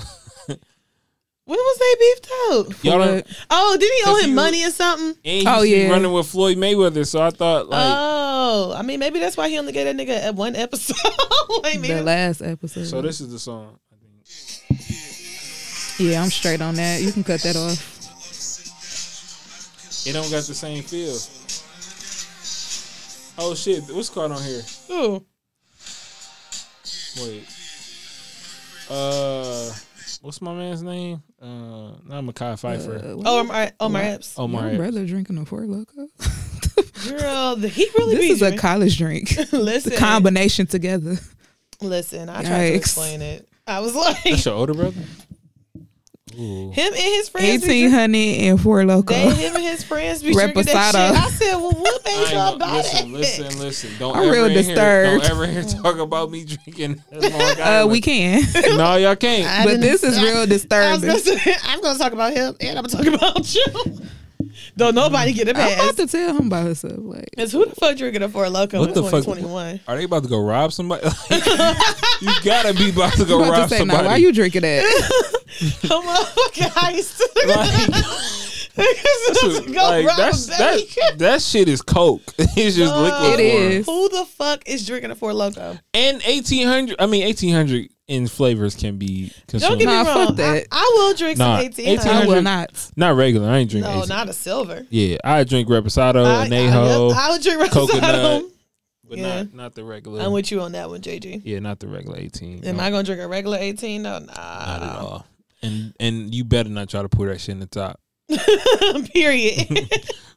[SPEAKER 3] When was they beefed out?
[SPEAKER 5] Y'all don't,
[SPEAKER 4] But-
[SPEAKER 3] Oh, did he owe
[SPEAKER 5] Cause
[SPEAKER 3] him
[SPEAKER 5] you-
[SPEAKER 3] money or something?
[SPEAKER 5] and
[SPEAKER 4] Oh,
[SPEAKER 5] oh,
[SPEAKER 4] yeah. Uh,
[SPEAKER 5] yeah. running with Floyd Mayweather, so I thought, like,
[SPEAKER 3] oh, I mean, maybe that's why he only gave that nigga at one episode. Wait,
[SPEAKER 4] the
[SPEAKER 3] man.
[SPEAKER 4] last episode.
[SPEAKER 5] so this is the song. I think.
[SPEAKER 4] yeah, I'm straight on that. You can cut that off.
[SPEAKER 5] It don't got the same feel. Oh shit, what's called on here?
[SPEAKER 3] Ooh.
[SPEAKER 5] Wait. Uh what's my man's name? Uh not Makai Pfeiffer.
[SPEAKER 4] Uh,
[SPEAKER 3] Oh, my, oh my apps.
[SPEAKER 5] oh
[SPEAKER 4] my
[SPEAKER 5] my
[SPEAKER 4] brother drinking a four loco.
[SPEAKER 3] Girl, the, he really
[SPEAKER 4] this
[SPEAKER 3] be
[SPEAKER 4] is a
[SPEAKER 3] drinking.
[SPEAKER 4] college drink.
[SPEAKER 3] listen,
[SPEAKER 4] the combination together.
[SPEAKER 3] Listen, I tried
[SPEAKER 4] Yikes.
[SPEAKER 3] to explain it. I was like,
[SPEAKER 5] That's
[SPEAKER 3] him
[SPEAKER 5] your older brother? Ooh.
[SPEAKER 3] and his friends. be
[SPEAKER 4] Eighteen
[SPEAKER 3] drink-
[SPEAKER 4] hundred and four loco.
[SPEAKER 3] They, him and his friends be drinking that
[SPEAKER 4] Reposado.
[SPEAKER 3] shit. I said, well, what
[SPEAKER 5] I
[SPEAKER 3] made
[SPEAKER 5] ain't
[SPEAKER 3] y'all
[SPEAKER 5] gonna-
[SPEAKER 3] about
[SPEAKER 5] listen,
[SPEAKER 3] it?
[SPEAKER 5] listen, listen. Don't
[SPEAKER 4] I'm
[SPEAKER 5] ever
[SPEAKER 4] real
[SPEAKER 5] in here-
[SPEAKER 4] disturbed.
[SPEAKER 5] don't ever hear talk about me drinking.
[SPEAKER 4] Uh, we can,
[SPEAKER 5] no, y'all can't.
[SPEAKER 3] I
[SPEAKER 4] but
[SPEAKER 3] didn't-
[SPEAKER 4] this is real
[SPEAKER 3] I was
[SPEAKER 4] disturbing.
[SPEAKER 3] gonna say, I'm going to talk about him and I'm going to talk about you. Don't nobody get a
[SPEAKER 4] I'm
[SPEAKER 3] pass.
[SPEAKER 4] about to tell him by herself. Like,
[SPEAKER 3] Because who the fuck drinking a Four Loko
[SPEAKER 5] What
[SPEAKER 3] in
[SPEAKER 5] the fuck?
[SPEAKER 3] 2021?
[SPEAKER 5] Are they about to go rob somebody? you gotta be about to
[SPEAKER 4] I'm
[SPEAKER 5] go
[SPEAKER 4] about
[SPEAKER 5] rob
[SPEAKER 4] to say,
[SPEAKER 5] somebody.
[SPEAKER 4] now, why you drinking that?
[SPEAKER 3] Come on, fucking heist.
[SPEAKER 5] Like-
[SPEAKER 3] Niggas
[SPEAKER 5] Dude,
[SPEAKER 3] to go
[SPEAKER 5] like,
[SPEAKER 3] rob
[SPEAKER 5] that's,
[SPEAKER 3] a
[SPEAKER 5] that,
[SPEAKER 3] bank.
[SPEAKER 5] that shit is coke. It's just
[SPEAKER 3] No.
[SPEAKER 4] it
[SPEAKER 5] liquid. form.
[SPEAKER 4] is.
[SPEAKER 3] Who the fuck is drinking a Four Loko?
[SPEAKER 5] And eighteen hundred. I mean, eighteen hundred in flavors can be
[SPEAKER 3] Don't
[SPEAKER 5] consumed.
[SPEAKER 3] get
[SPEAKER 4] Nah,
[SPEAKER 3] me
[SPEAKER 4] fuck
[SPEAKER 3] wrong. I,
[SPEAKER 4] that.
[SPEAKER 3] I will drink
[SPEAKER 5] Nah,
[SPEAKER 3] some 1800.
[SPEAKER 5] 1800
[SPEAKER 4] I will not.
[SPEAKER 5] not regular. I ain't drinking.
[SPEAKER 3] No,
[SPEAKER 5] 18.
[SPEAKER 3] not a silver.
[SPEAKER 5] Yeah, I drink reposado,
[SPEAKER 3] I,
[SPEAKER 5] añejo,
[SPEAKER 3] I, I would drink
[SPEAKER 5] Oh, coconut,
[SPEAKER 3] Rosado.
[SPEAKER 5] but
[SPEAKER 3] Yeah.
[SPEAKER 5] not not the regular.
[SPEAKER 3] I'm with you on that one, JG.
[SPEAKER 5] yeah, not the regular eighteen.
[SPEAKER 3] Am
[SPEAKER 5] No,
[SPEAKER 3] I gonna drink a regular 18? No,
[SPEAKER 5] not at
[SPEAKER 3] nah.
[SPEAKER 5] all. And and you better not try to pour that shit in the top.
[SPEAKER 3] period.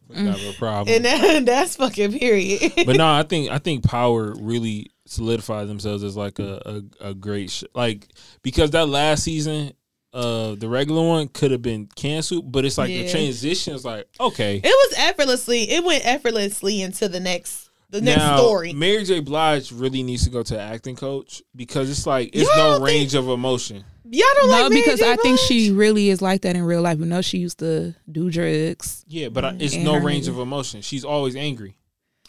[SPEAKER 5] We have a problem.
[SPEAKER 3] Mm. and that, that's fucking period.
[SPEAKER 5] but no, I think I think Power really solidified themselves as like a a, a great sh- like because that last season, uh, the regular one could have been canceled, but it's like the
[SPEAKER 3] Yeah.
[SPEAKER 5] transition is like okay.
[SPEAKER 3] It was effortlessly. It went effortlessly into the next the next
[SPEAKER 5] now,
[SPEAKER 3] story.
[SPEAKER 5] Mary J. Blige really needs to go to an acting coach because it's like it's
[SPEAKER 3] Y'all
[SPEAKER 5] no
[SPEAKER 3] think-
[SPEAKER 5] range of emotion.
[SPEAKER 3] Y'all don't
[SPEAKER 4] No,
[SPEAKER 3] like Mary
[SPEAKER 4] because
[SPEAKER 3] J.
[SPEAKER 4] I
[SPEAKER 3] Blige?
[SPEAKER 4] think she really is like that in real life. You know, she used to do drugs.
[SPEAKER 5] Yeah, but I, it's
[SPEAKER 4] And
[SPEAKER 5] no
[SPEAKER 4] her
[SPEAKER 5] range
[SPEAKER 4] nigga.
[SPEAKER 5] of emotion. She's always angry.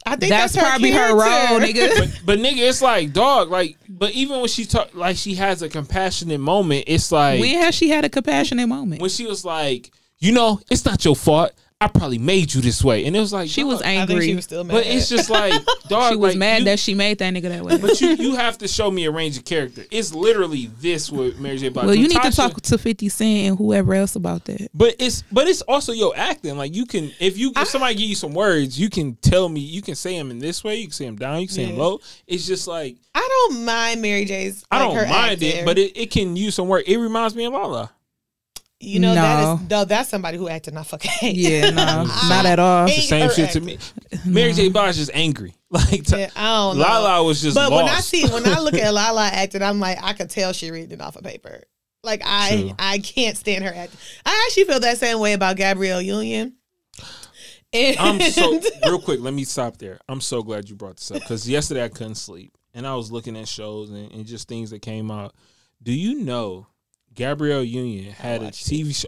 [SPEAKER 3] I think
[SPEAKER 4] That's,
[SPEAKER 3] that's,
[SPEAKER 4] probably her, role,
[SPEAKER 3] character.
[SPEAKER 4] nigga.
[SPEAKER 5] But but nigga, it's like dog. Like, but even when she talk, like she has a compassionate moment. It's like
[SPEAKER 4] when has she had a compassionate moment?
[SPEAKER 5] when she was like, you know, it's not your fault. I probably made you this way, and it was like
[SPEAKER 4] She
[SPEAKER 5] dog,
[SPEAKER 4] was
[SPEAKER 3] I think
[SPEAKER 4] angry.
[SPEAKER 3] she was still mad.
[SPEAKER 5] But it's just like dog.
[SPEAKER 4] She was
[SPEAKER 5] like,
[SPEAKER 4] mad
[SPEAKER 5] you,
[SPEAKER 4] that she made that nigga that way.
[SPEAKER 5] But you, you have to show me a range of character. It's literally this with Mary J. Blige.
[SPEAKER 4] well, you need to
[SPEAKER 5] Natasha-
[SPEAKER 4] talk to Fifty Cent and whoever else about that.
[SPEAKER 5] But it's but it's also your acting. Like you can if you if somebody give you some words, you can tell me you can say them in this way, you can say them down, you can say them
[SPEAKER 3] Yeah.
[SPEAKER 5] low. It's just like
[SPEAKER 3] I don't mind Mary J's.
[SPEAKER 5] I
[SPEAKER 3] like,
[SPEAKER 5] don't
[SPEAKER 3] her
[SPEAKER 5] mind
[SPEAKER 3] acting.
[SPEAKER 5] it, but it, it can use some word. It reminds me of Lala.
[SPEAKER 3] you know
[SPEAKER 4] No.
[SPEAKER 3] that is no. That's somebody who acted not fucking. hate.
[SPEAKER 4] Yeah, no, not at all.
[SPEAKER 5] It's the
[SPEAKER 3] Ain't
[SPEAKER 5] same
[SPEAKER 3] her
[SPEAKER 5] shit to me. Mary J. Blige is angry. Like t-
[SPEAKER 3] Yeah, I don't know.
[SPEAKER 5] Lala was just
[SPEAKER 3] But
[SPEAKER 5] lost.
[SPEAKER 3] when I see when I look at Lala acting, I'm like, I could tell she reading it off a paper. Like I
[SPEAKER 5] True.
[SPEAKER 3] I can't stand her acting. I actually feel that same way about Gabrielle Union. And
[SPEAKER 5] I'm so real quick. Let me stop there. I'm so glad you brought this up because yesterday I couldn't sleep and I was looking at shows and, and just things that came out. Do you know Gabrielle Union had a TV show?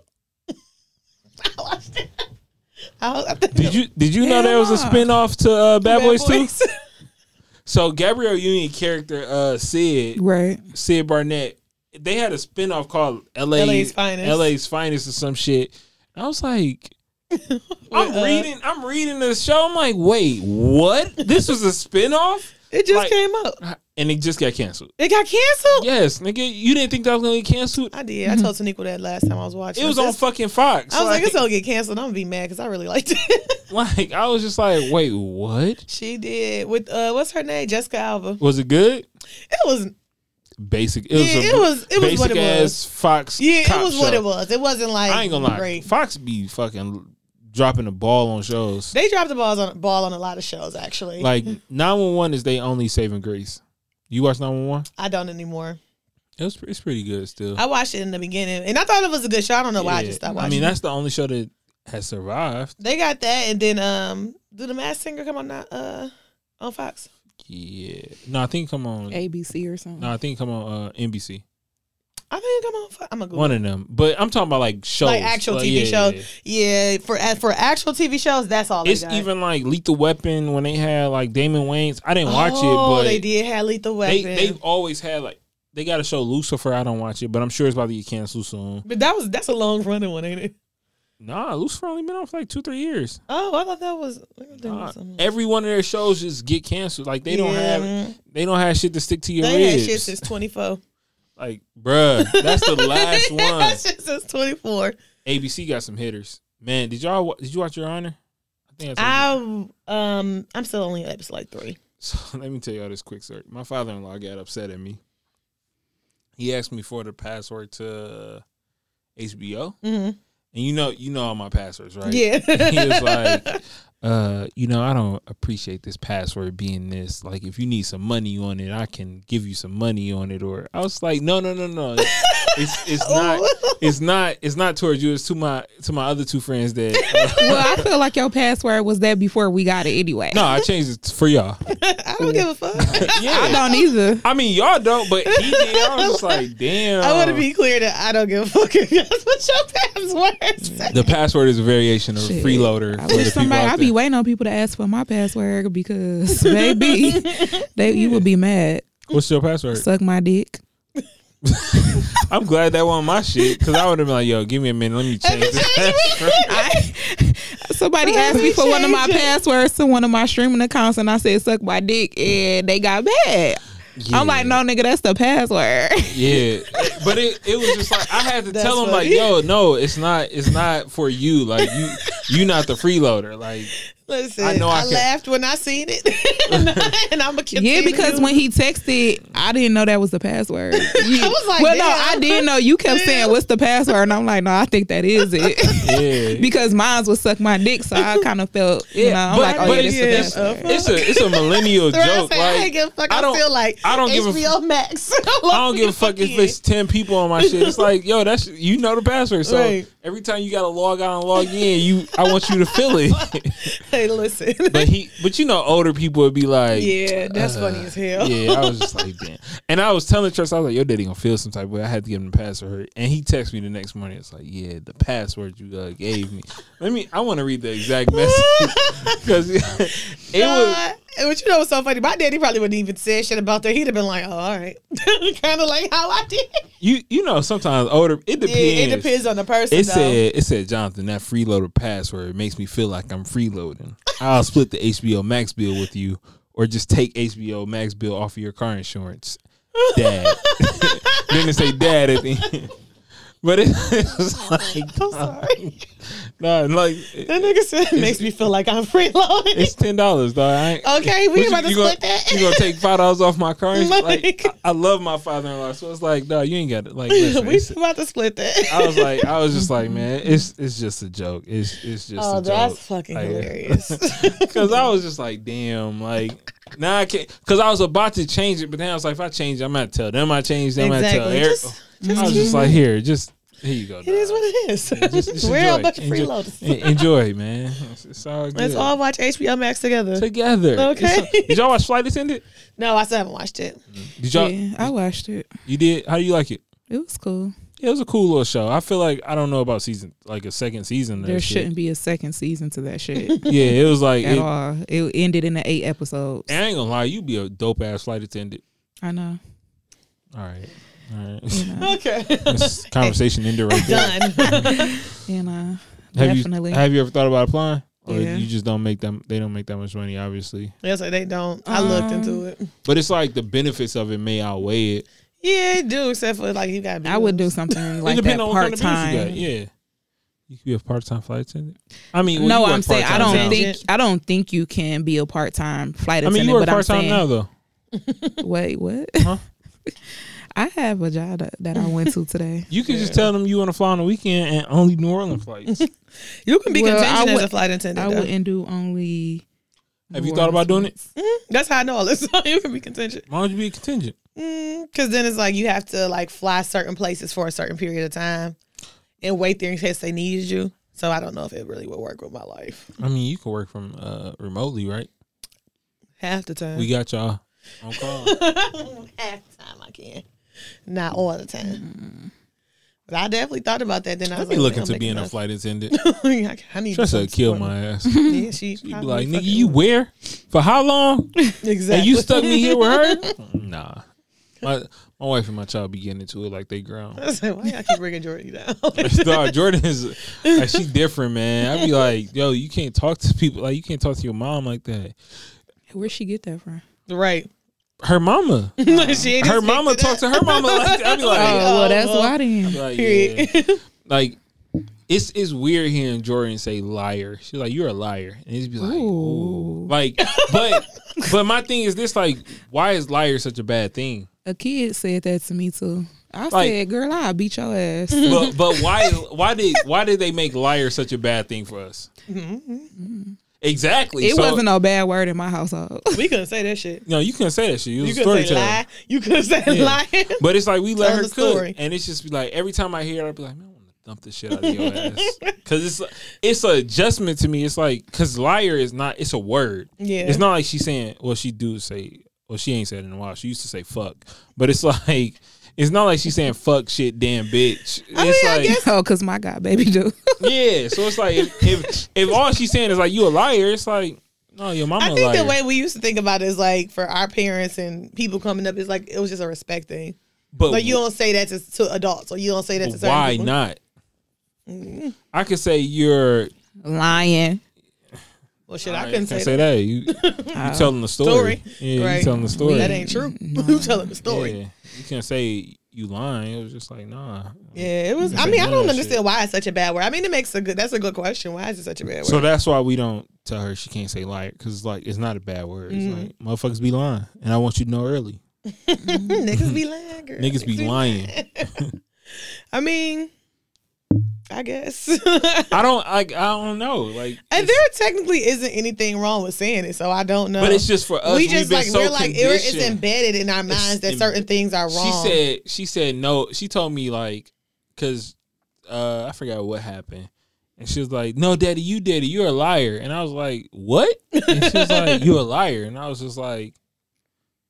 [SPEAKER 3] I, I think
[SPEAKER 5] Did you did you know
[SPEAKER 4] Hell
[SPEAKER 5] there was a
[SPEAKER 4] nah.
[SPEAKER 5] spinoff to uh, Bad,
[SPEAKER 3] Bad
[SPEAKER 5] Boys Two?
[SPEAKER 3] Boys.
[SPEAKER 5] So Gabrielle Union character uh, Sid
[SPEAKER 4] Right.
[SPEAKER 5] Sid Barnett, they had a spinoff called LA,
[SPEAKER 3] LA's Finest.
[SPEAKER 5] LA's Finest or some shit. I was like,
[SPEAKER 3] uh,
[SPEAKER 5] I'm reading, I'm reading the show. I'm like, wait, what? This was a spinoff,
[SPEAKER 3] It just
[SPEAKER 5] Like-
[SPEAKER 3] came up.
[SPEAKER 5] and it just got canceled.
[SPEAKER 3] It got canceled.
[SPEAKER 5] Yes, nigga, you didn't think that was gonna get canceled?
[SPEAKER 3] I did. I told Sonequa that last time I was watching.
[SPEAKER 5] It was
[SPEAKER 3] I
[SPEAKER 5] on
[SPEAKER 3] said,
[SPEAKER 5] fucking Fox.
[SPEAKER 3] I was like, it's gonna get canceled. I'm gonna be mad because I really liked it.
[SPEAKER 5] like, I was just like, wait, what?
[SPEAKER 3] she did with uh, what's her name, Jessica Alba.
[SPEAKER 5] Was it good?
[SPEAKER 3] It was
[SPEAKER 5] Basic. It was.
[SPEAKER 3] Yeah,
[SPEAKER 5] a
[SPEAKER 3] it was- it was
[SPEAKER 5] basic
[SPEAKER 3] what it
[SPEAKER 5] ass
[SPEAKER 3] was.
[SPEAKER 5] Fox.
[SPEAKER 3] yeah,
[SPEAKER 5] cop
[SPEAKER 3] it was what
[SPEAKER 5] show.
[SPEAKER 3] it was. It wasn't like
[SPEAKER 5] I ain't gonna lie.
[SPEAKER 3] great.
[SPEAKER 5] Fox be fucking dropping the ball on shows.
[SPEAKER 3] They dropped the balls on ball on a lot of shows actually.
[SPEAKER 5] Like nine one one is they only saving grace. You watch nine one one?
[SPEAKER 3] I don't anymore.
[SPEAKER 5] It was it's pretty good still.
[SPEAKER 3] I watched it in the beginning and I thought it was a good show. I don't know why I
[SPEAKER 5] uh, Yeah.
[SPEAKER 3] just stopped watching.
[SPEAKER 5] I mean, that's the only show that has survived.
[SPEAKER 3] They got that, and then um, do the Masked Singer come on now, uh on Fox?
[SPEAKER 5] Yeah. No, I think come on.
[SPEAKER 4] ABC or something.
[SPEAKER 5] No, I think come on uh, NBC.
[SPEAKER 3] I think come on. Fo- I'm gonna go
[SPEAKER 5] One of them. But I'm talking about like shows,
[SPEAKER 3] like actual TV
[SPEAKER 5] yeah,
[SPEAKER 3] shows. Oh
[SPEAKER 5] yeah, yeah.
[SPEAKER 3] Yeah, for as for actual TV shows, that's all.
[SPEAKER 5] It's
[SPEAKER 3] they got.
[SPEAKER 5] even like Lethal Weapon when they had like Damon Wayans. I didn't watch
[SPEAKER 3] Oh,
[SPEAKER 5] it, but
[SPEAKER 3] they did have Lethal Weapon.
[SPEAKER 5] They they've always had like they got a show Lucifer. I don't watch it, but I'm sure it's about to get canceled soon.
[SPEAKER 3] but that was that's a long running one, ain't it?
[SPEAKER 5] Nah, Lucifer only been on for like two three years.
[SPEAKER 3] Oh, I thought that was. I thought that
[SPEAKER 5] Nah,
[SPEAKER 3] was something.
[SPEAKER 5] Uh, every one of their shows just get canceled. Like they don't
[SPEAKER 3] Yeah.
[SPEAKER 5] have they don't have shit to stick to your
[SPEAKER 3] They had
[SPEAKER 5] ribs.
[SPEAKER 3] shit since 24.
[SPEAKER 5] like bruh, that's the last
[SPEAKER 3] They had
[SPEAKER 5] one.
[SPEAKER 3] shit since 24.
[SPEAKER 5] ABC got some hitters. Man, did y'all wa- did you watch Your Honor? I think that's
[SPEAKER 3] I um I'm still only on episode like three.
[SPEAKER 5] So let me tell y'all this quick story. My father in law got upset at me. He asked me for the password to uh, HBO,
[SPEAKER 3] Mhm.
[SPEAKER 5] and you know, you know all my passwords, right?
[SPEAKER 3] Yeah.
[SPEAKER 5] he was like, uh, you know, I don't appreciate this password being this. Like, if you need some money on it, I can give you some money on it. Or I was like, no, no, no, no. It's it's
[SPEAKER 3] Oh.
[SPEAKER 5] not it's not it's not towards you. It's to my to my other two friends that. uh,
[SPEAKER 4] well, I feel like your password was that before we got it anyway.
[SPEAKER 5] no, I changed it for y'all.
[SPEAKER 3] I don't give a fuck.
[SPEAKER 5] Yeah,
[SPEAKER 4] I don't either.
[SPEAKER 5] I mean, y'all don't, but he did. I was just like, damn.
[SPEAKER 3] I want to be clear that I don't give a fuck if that's what your passwords say.
[SPEAKER 5] The password is a variation of
[SPEAKER 4] Shit.
[SPEAKER 5] freeloader.
[SPEAKER 4] I
[SPEAKER 5] for the
[SPEAKER 4] wish
[SPEAKER 5] people
[SPEAKER 4] somebody.
[SPEAKER 5] out
[SPEAKER 4] I'd be
[SPEAKER 5] there.
[SPEAKER 4] waiting on people to ask for my password because baby, they you would be mad.
[SPEAKER 5] What's your password?
[SPEAKER 4] Suck my dick.
[SPEAKER 5] I'm glad that wasn't my shit because I would have been like, yo, give me a minute. Let me change this. password.
[SPEAKER 4] I, somebody asked me for one of my passwords to one of my streaming accounts, and I said "suck my dick," and they got mad. I'm like, no, nigga, that's the password.
[SPEAKER 5] Yeah. But it, it was just like, I had to
[SPEAKER 3] That's
[SPEAKER 5] tell him, like,
[SPEAKER 3] funny.
[SPEAKER 5] yo, no, it's not It's not for you. Like, you, you not the freeloader. Like,
[SPEAKER 3] Listen, I,
[SPEAKER 5] I know I can-
[SPEAKER 3] laughed when I seen it, and I'm a
[SPEAKER 4] yeah, because when he texted, I didn't know that was the password.
[SPEAKER 3] I was like,
[SPEAKER 4] well, no,
[SPEAKER 3] damn.
[SPEAKER 4] I didn't know. You kept saying, "What's the password?" And I'm like, "No, I think that is it."
[SPEAKER 5] yeah.
[SPEAKER 4] because mine was "suck my dick," so I kind of felt, you know, I'm
[SPEAKER 5] but-
[SPEAKER 4] like, "Oh
[SPEAKER 5] but
[SPEAKER 4] yeah, this
[SPEAKER 5] it's-
[SPEAKER 4] is the password."
[SPEAKER 5] it's a it's a millennial
[SPEAKER 3] That's what I'm
[SPEAKER 5] joke.
[SPEAKER 3] saying. I
[SPEAKER 5] Like,
[SPEAKER 3] ain't give a fuck.
[SPEAKER 5] I
[SPEAKER 3] I,
[SPEAKER 5] don't-
[SPEAKER 3] feel like
[SPEAKER 5] I don't give a-
[SPEAKER 3] HBO Max. I
[SPEAKER 5] I don't give a fuck if it's ten people on my shit. It's like, yo, that's you know the password. So
[SPEAKER 3] Right.
[SPEAKER 5] every time you gotta log out and log in, you I want you to fill it.
[SPEAKER 3] Hey, listen.
[SPEAKER 5] but he, but you know, older people would be like,
[SPEAKER 3] yeah, that's
[SPEAKER 5] uh,
[SPEAKER 3] funny as hell.
[SPEAKER 5] Yeah, I was just like, damn. And I was telling Trust, I was like, your daddy gonna feel some type of way. I had to give him the password, and he texted me the next morning. It's like, yeah, the password you uh, gave me. Let me. I want to read the exact message because it was.
[SPEAKER 3] Uh, but you know what's so funny? My daddy probably wouldn't even say shit about that. He'd have been like, "Oh, all right," kind of like how I did.
[SPEAKER 5] You you know sometimes older it depends.
[SPEAKER 3] Yeah, it depends on the person.
[SPEAKER 5] It
[SPEAKER 3] though.
[SPEAKER 5] said, it said, Jonathan, that freeloader password makes me feel like I'm freeloading. I'll split the HBO Max bill with you, or just take HBO Max bill off of your car insurance, Dad. then it say Dad at the end, but it, it's
[SPEAKER 3] Oh
[SPEAKER 5] like,
[SPEAKER 3] I'm sorry.
[SPEAKER 5] uh, nah, like
[SPEAKER 3] That nigga said it makes me feel like I'm freeloading.
[SPEAKER 5] it's ten dollars, dog. I ain't-
[SPEAKER 3] Okay, we
[SPEAKER 5] What
[SPEAKER 3] about to
[SPEAKER 5] gonna,
[SPEAKER 3] split that.
[SPEAKER 5] You gonna take five dollars off my car? insurance? Like,
[SPEAKER 3] Like-
[SPEAKER 5] I, I love my father-in-law, so it's like, dog, you ain't got it. Like, listen,
[SPEAKER 3] we
[SPEAKER 5] it's-
[SPEAKER 3] about to split that.
[SPEAKER 5] I was like, I was just like, man, it's it's just a joke. It's it's just
[SPEAKER 3] oh,
[SPEAKER 5] a joke.
[SPEAKER 3] that's fucking
[SPEAKER 5] Like,
[SPEAKER 3] hilarious.
[SPEAKER 5] Cause I was just like, damn, like now I can't. Cause I was about to change it, but then I was like, if I change, it, I'm gonna tell them. I changed them. I tell.
[SPEAKER 3] exactly.
[SPEAKER 5] Eric.
[SPEAKER 3] Just,
[SPEAKER 5] I was just like, here, just here you go.
[SPEAKER 3] it is what it is.
[SPEAKER 5] Just, just
[SPEAKER 3] We're all a
[SPEAKER 5] enjoy,
[SPEAKER 3] bunch of
[SPEAKER 5] enjoy,
[SPEAKER 3] freeloaders.
[SPEAKER 5] en- enjoy, man. It's, it's all good.
[SPEAKER 3] Let's all watch HBO Max together.
[SPEAKER 5] together.
[SPEAKER 3] Okay.
[SPEAKER 5] It's so- did y'all watch Flight Attendant?
[SPEAKER 3] No, I still haven't watched it.
[SPEAKER 5] Did y'all?
[SPEAKER 4] yeah, I watched it.
[SPEAKER 5] You did? How do you like it?
[SPEAKER 4] It was cool.
[SPEAKER 5] Yeah, it was a cool little show. I feel like I don't know about season, like a second season. or
[SPEAKER 4] There
[SPEAKER 5] shit.
[SPEAKER 4] shouldn't be a second season to that shit.
[SPEAKER 5] Yeah, it was like
[SPEAKER 4] at
[SPEAKER 5] it,
[SPEAKER 4] all. It ended in the eight episodes.
[SPEAKER 5] I ain't gonna lie, you be a dope ass flight attendant.
[SPEAKER 4] I know.
[SPEAKER 5] All right. All right.
[SPEAKER 4] You know.
[SPEAKER 3] Okay.
[SPEAKER 5] this conversation ended right there.
[SPEAKER 3] Done.
[SPEAKER 4] You know.
[SPEAKER 5] Have
[SPEAKER 4] uh, Definitely.
[SPEAKER 5] you have you ever thought about applying? Or
[SPEAKER 4] Yeah.
[SPEAKER 5] you just don't make them they don't make that much money, obviously.
[SPEAKER 3] Yes, like they don't. I looked
[SPEAKER 4] Um,
[SPEAKER 3] into it.
[SPEAKER 5] But it's like the benefits of it may outweigh it.
[SPEAKER 3] Yeah, it do, except for like you got.
[SPEAKER 4] I would do something like
[SPEAKER 5] it
[SPEAKER 4] that
[SPEAKER 5] depends on what
[SPEAKER 4] part
[SPEAKER 5] kind of
[SPEAKER 4] time.
[SPEAKER 5] business you got. Yeah. You could be a part time flight attendant. I mean, well,
[SPEAKER 4] no,
[SPEAKER 5] you work
[SPEAKER 4] I'm saying I
[SPEAKER 5] part-time
[SPEAKER 4] don't
[SPEAKER 5] now.
[SPEAKER 4] think I don't think you can be a part time flight
[SPEAKER 5] I mean,
[SPEAKER 4] attendant.
[SPEAKER 5] you work
[SPEAKER 4] but I'm
[SPEAKER 5] part time
[SPEAKER 4] saying,
[SPEAKER 5] now though.
[SPEAKER 4] wait, what?
[SPEAKER 5] Huh?
[SPEAKER 4] I have a job that, that I went to today.
[SPEAKER 5] You could just tell them you want to fly on the weekend and only New Orleans flights.
[SPEAKER 3] You can be
[SPEAKER 4] Well,
[SPEAKER 3] contingent
[SPEAKER 4] I
[SPEAKER 3] as a
[SPEAKER 4] would-
[SPEAKER 3] flight
[SPEAKER 4] I
[SPEAKER 3] attendant. though.
[SPEAKER 4] wouldn't do only.
[SPEAKER 5] have you thought about doing it?
[SPEAKER 3] Mhm. That's how I know all this. you can be contingent
[SPEAKER 5] Why don't you be a contingent?
[SPEAKER 3] because then it's like you have to like fly certain places for a certain period of time and wait there in case they needed you. So I don't know if it really would work with my life.
[SPEAKER 5] I mean, you can work from uh, remotely, right?
[SPEAKER 3] Half the time.
[SPEAKER 5] We got y'all on call.
[SPEAKER 3] half the time I can. Not all the time. But I definitely thought about that. Then I
[SPEAKER 5] I'd
[SPEAKER 3] was
[SPEAKER 5] be
[SPEAKER 3] like,
[SPEAKER 5] looking
[SPEAKER 3] "That
[SPEAKER 5] to
[SPEAKER 3] don't
[SPEAKER 5] being
[SPEAKER 3] make
[SPEAKER 5] a flight attendant.
[SPEAKER 3] enough." I need
[SPEAKER 5] Trust her,
[SPEAKER 3] some
[SPEAKER 5] kill
[SPEAKER 3] sort-
[SPEAKER 5] my ass.
[SPEAKER 3] Yeah, she
[SPEAKER 5] You be
[SPEAKER 3] probably
[SPEAKER 5] like, nigga,
[SPEAKER 3] fucking
[SPEAKER 5] you
[SPEAKER 3] would.
[SPEAKER 5] where? For how long?
[SPEAKER 3] exactly.
[SPEAKER 5] And you stuck me here with her? Nah. My, my wife and my child be getting into it like they ground.
[SPEAKER 3] I was like, why y'all keep bringing Jordy down?
[SPEAKER 5] Nah, Jordan is like she different, man. I'd be like, yo, you can't talk to people like you can't talk to your mom like that.
[SPEAKER 4] Where'd she get that from?
[SPEAKER 3] right.
[SPEAKER 5] Her mama,
[SPEAKER 3] she ain't just
[SPEAKER 5] her
[SPEAKER 3] picked
[SPEAKER 5] mama
[SPEAKER 3] it up.
[SPEAKER 5] talked to her mama like that. I'd be
[SPEAKER 4] Oh,
[SPEAKER 5] like,
[SPEAKER 4] well, that's
[SPEAKER 3] well,
[SPEAKER 4] why then.
[SPEAKER 5] like,
[SPEAKER 3] Period.
[SPEAKER 5] yeah. like it's it's weird hearing Jordan say liar. She's like, you're a liar, and he'd be like,
[SPEAKER 4] Ooh.
[SPEAKER 5] like, but but my thing is this: like, why is liar such a bad thing?
[SPEAKER 4] A kid said that to me too. I
[SPEAKER 5] Like-
[SPEAKER 4] said, "Girl, I'll beat your ass."
[SPEAKER 5] but but why why did why did they make liar such a bad thing for us? Exactly.
[SPEAKER 4] It
[SPEAKER 5] So-
[SPEAKER 4] wasn't a bad word in my household.
[SPEAKER 3] We couldn't say that shit.
[SPEAKER 5] No, you couldn't say that shit. You,
[SPEAKER 3] You
[SPEAKER 5] was a
[SPEAKER 3] couldn't say
[SPEAKER 5] storyteller.
[SPEAKER 3] lie. You couldn't say
[SPEAKER 5] Yeah.
[SPEAKER 3] lie.
[SPEAKER 5] But it's like we let
[SPEAKER 3] Tell
[SPEAKER 5] her
[SPEAKER 3] the
[SPEAKER 5] cook,
[SPEAKER 3] story.
[SPEAKER 5] and it's just be like every time I hear, it, I be like, man, I want to dump the shit out of your ass because it's it's an adjustment to me. It's like because liar is not it's a word.
[SPEAKER 3] Yeah.
[SPEAKER 5] it's not like she's saying. Well, she do say. Well, she ain't said it in a while. She used to say fuck, but it's like it's not like she's saying fuck shit, damn bitch.
[SPEAKER 3] I
[SPEAKER 5] it's
[SPEAKER 3] mean, I
[SPEAKER 5] like,
[SPEAKER 3] guess-
[SPEAKER 4] oh, cause my god, baby, do.
[SPEAKER 5] yeah, so it's like if, if if all she's saying is like you a liar, it's like no, your mama
[SPEAKER 3] I
[SPEAKER 5] a
[SPEAKER 3] think
[SPEAKER 5] liar.
[SPEAKER 3] the way we used to think about it is like for our parents and people coming up, it's like it was just a respect thing.
[SPEAKER 5] but
[SPEAKER 3] Like you don't say that to, to adults, or you don't say that to
[SPEAKER 5] but
[SPEAKER 3] certain
[SPEAKER 5] why
[SPEAKER 3] people.
[SPEAKER 5] not?
[SPEAKER 3] Mm-hmm.
[SPEAKER 5] I could say you're.
[SPEAKER 4] Lying.
[SPEAKER 3] Well, shit, I couldn't
[SPEAKER 5] can't
[SPEAKER 3] say,
[SPEAKER 5] say
[SPEAKER 3] that.
[SPEAKER 5] that. You you telling the story.
[SPEAKER 3] Story.
[SPEAKER 5] Yeah,
[SPEAKER 3] Right.
[SPEAKER 5] you telling the story.
[SPEAKER 3] That ain't true. you telling the story.
[SPEAKER 5] Yeah,
[SPEAKER 3] Yeah,
[SPEAKER 5] you can't say you lying. It was just like nah.
[SPEAKER 3] it was. I
[SPEAKER 5] Yeah,
[SPEAKER 3] mean, I
[SPEAKER 5] none of
[SPEAKER 3] don't
[SPEAKER 5] that
[SPEAKER 3] understand
[SPEAKER 5] shit.
[SPEAKER 3] why it's such a bad word. I mean, it makes a good. That's a good question. Why is it such a bad word?
[SPEAKER 5] So that's why we don't tell her she can't say liar because like it's not a bad word. It's
[SPEAKER 3] Mm-hmm.
[SPEAKER 5] like motherfuckers be lying, and I want you to know early.
[SPEAKER 3] Hmm, niggas be lying, girl.
[SPEAKER 5] Niggas be lying.
[SPEAKER 3] I mean, I guess.
[SPEAKER 5] I don't like. I don't know. Like,
[SPEAKER 3] and
[SPEAKER 5] it's-
[SPEAKER 3] there technically isn't anything wrong with saying it, so I don't know.
[SPEAKER 5] but it's just for us.
[SPEAKER 3] we just
[SPEAKER 5] been
[SPEAKER 3] like
[SPEAKER 5] so
[SPEAKER 3] we're like it- it's
[SPEAKER 5] conditioned.
[SPEAKER 3] embedded in our minds that
[SPEAKER 5] em-
[SPEAKER 3] certain things are
[SPEAKER 5] She
[SPEAKER 3] wrong.
[SPEAKER 5] said she said no. She told me like because uh, I forgot what happened, and she was like, "No, daddy, you did it. You're a liar." And I was like, "What?" And she was like, "You're a liar." And I was just like,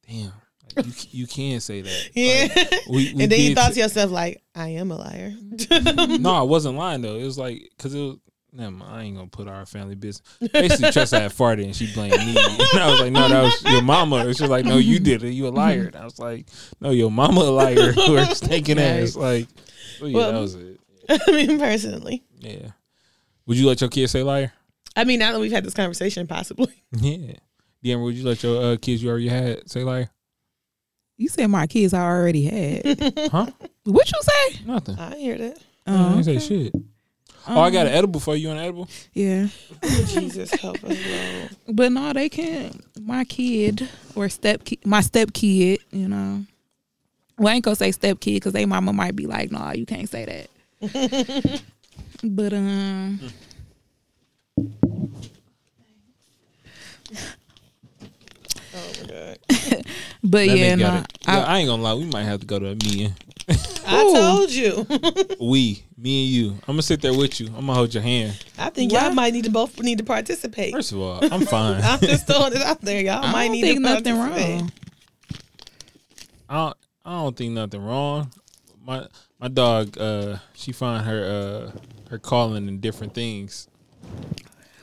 [SPEAKER 5] "Damn, like, you you can say that."
[SPEAKER 3] yeah.
[SPEAKER 5] Like, we, we
[SPEAKER 3] and then you
[SPEAKER 5] did
[SPEAKER 3] thought
[SPEAKER 5] say-
[SPEAKER 3] to yourself, like, I am a liar.
[SPEAKER 5] no, I wasn't lying though. It was like because it was. Never mind, I ain't gonna put our family business. Basically, Tressa had farted and she blamed me. And I was like, "No, that was your mama." And she was like, "No, you did it. You a liar." And I was like, "No, your mama a liar or stinking ass." Like, so yeah, that
[SPEAKER 3] Well-
[SPEAKER 5] was it.
[SPEAKER 3] I mean, personally.
[SPEAKER 5] Yeah. Would you let your kids say liar?
[SPEAKER 3] I mean, now that we've had this conversation, possibly.
[SPEAKER 5] Yeah. DM, would you let your uh, kids you already had say liar?
[SPEAKER 4] You said my kids I already had.
[SPEAKER 5] Huh?
[SPEAKER 4] what you say?
[SPEAKER 5] Nothing.
[SPEAKER 3] I hear that.
[SPEAKER 5] I
[SPEAKER 4] Oh,
[SPEAKER 5] didn't say shit. oh, I got an edible for you. You want An edible?
[SPEAKER 4] yeah.
[SPEAKER 3] Jesus help us, Lord.
[SPEAKER 4] But no, they can't. My kid or step ki- my step kid, you know. Well, I ain't gonna say step kid because they mama might be like, "Nah, you can't say that." but um,
[SPEAKER 3] Oh my God.
[SPEAKER 4] but
[SPEAKER 5] That
[SPEAKER 4] yeah,
[SPEAKER 5] nigga
[SPEAKER 4] no,
[SPEAKER 5] got
[SPEAKER 4] I,
[SPEAKER 5] a- I ain't gonna lie. We might have to go to a meeting.
[SPEAKER 3] I
[SPEAKER 4] Ooh.
[SPEAKER 3] told you.
[SPEAKER 5] We, me and you. I'm gonna sit there with you. I'm gonna hold your hand.
[SPEAKER 3] I think
[SPEAKER 4] What?
[SPEAKER 3] y'all might need to both need to participate.
[SPEAKER 5] First of all, I'm fine.
[SPEAKER 3] I'm just throwing it out there. Y'all
[SPEAKER 4] I
[SPEAKER 3] might
[SPEAKER 4] don't
[SPEAKER 3] need
[SPEAKER 4] think
[SPEAKER 3] to
[SPEAKER 4] nothing
[SPEAKER 3] participate.
[SPEAKER 4] wrong.
[SPEAKER 5] I don't, I don't think nothing wrong. My my dog, uh, she find her uh her calling in different things.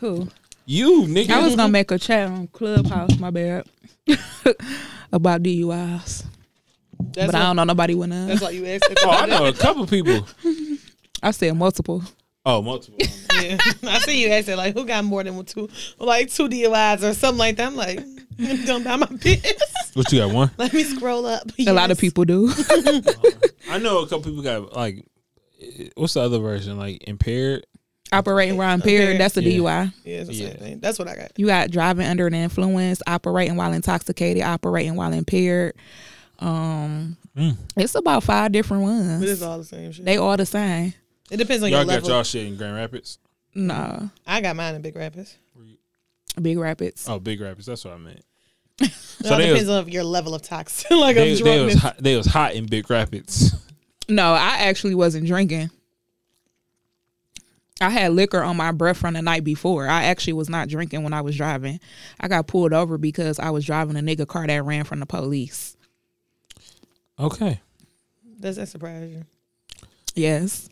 [SPEAKER 4] Who?
[SPEAKER 5] You nigga,
[SPEAKER 4] I was gonna make a chat on Clubhouse, my bad, about DUIs,
[SPEAKER 3] That's
[SPEAKER 4] but I
[SPEAKER 3] why,
[SPEAKER 4] don't know nobody went up.
[SPEAKER 3] that's why you asked.
[SPEAKER 5] oh, I know a couple people.
[SPEAKER 4] I said multiple.
[SPEAKER 5] Oh, multiple.
[SPEAKER 3] Yeah. I see you asked that, like, who got more than two, like two DUIs or something like that. I'm like, don't buy my piss.
[SPEAKER 5] What you got? One.
[SPEAKER 3] Let me scroll up.
[SPEAKER 4] A lot of people do.
[SPEAKER 5] I know a couple people got like, what's the other version? Like impaired.
[SPEAKER 4] operating while impaired, that's a
[SPEAKER 5] Yeah.
[SPEAKER 4] DUI.
[SPEAKER 3] Yeah, it's the same
[SPEAKER 5] Yeah.
[SPEAKER 3] thing. That's what I got.
[SPEAKER 4] You got driving under an influence, operating while intoxicated, operating while impaired. Um, it's about five different
[SPEAKER 3] But it's
[SPEAKER 4] ones.
[SPEAKER 3] all the same shit.
[SPEAKER 4] They all the same.
[SPEAKER 3] It depends on
[SPEAKER 5] Y'all
[SPEAKER 3] your
[SPEAKER 5] got
[SPEAKER 3] level.
[SPEAKER 5] y'all shit in Grand Rapids.
[SPEAKER 4] No,
[SPEAKER 3] I got mine in Big Rapids.
[SPEAKER 4] Big Rapids.
[SPEAKER 5] Oh, Big Rapids. That's what I meant.
[SPEAKER 3] It
[SPEAKER 5] So
[SPEAKER 3] all
[SPEAKER 5] they
[SPEAKER 3] depends
[SPEAKER 5] was,
[SPEAKER 3] on your level of toxin. like
[SPEAKER 5] they,
[SPEAKER 3] of
[SPEAKER 5] they was
[SPEAKER 3] drunkenness.
[SPEAKER 5] hot, they was hot in Big Rapids.
[SPEAKER 4] No, I actually wasn't drinking. I had liquor on my breath from the night before. I actually was not drinking when I was driving. I got pulled over because I was driving a nigga car that ran from the police.
[SPEAKER 5] Okay.
[SPEAKER 3] Does that surprise you?
[SPEAKER 4] Yes.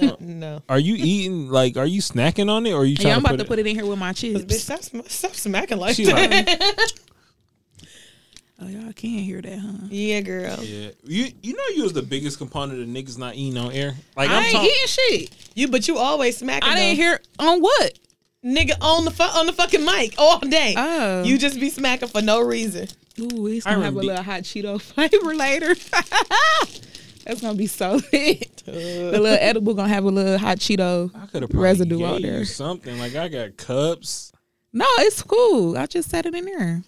[SPEAKER 3] No. no.
[SPEAKER 5] Are you eating? Like, are you snacking on it, or are you trying
[SPEAKER 4] Yeah, I'm
[SPEAKER 5] to,
[SPEAKER 4] about
[SPEAKER 5] put
[SPEAKER 4] to put it in here with my
[SPEAKER 3] Bitch,
[SPEAKER 4] chips.
[SPEAKER 3] stop, sm- stop smacking like
[SPEAKER 5] She
[SPEAKER 3] that.
[SPEAKER 5] like-
[SPEAKER 4] Oh, y'all can't hear that, huh?
[SPEAKER 3] yeah, girl.
[SPEAKER 5] Yeah, you you know you was the biggest component of niggas not eating on air. Like
[SPEAKER 4] I
[SPEAKER 5] I'm
[SPEAKER 4] ain't
[SPEAKER 5] talking,
[SPEAKER 4] eating shit.
[SPEAKER 3] You, but you always smacking.
[SPEAKER 4] I didn't
[SPEAKER 3] though.
[SPEAKER 4] hear on what.
[SPEAKER 3] nigga on the fu- on the fucking mic all day.
[SPEAKER 4] Oh.
[SPEAKER 3] You just be smacking for no reason.
[SPEAKER 4] Ooh, it's gonna
[SPEAKER 5] Iron
[SPEAKER 4] have a
[SPEAKER 5] Beak.
[SPEAKER 4] little hot Cheeto flavor later. That's gonna be so lit. The little edible gonna have a little hot Cheeto.
[SPEAKER 5] I could have
[SPEAKER 4] Residue out there.
[SPEAKER 5] Something like I got cups.
[SPEAKER 4] No, it's cool. I just set it in there.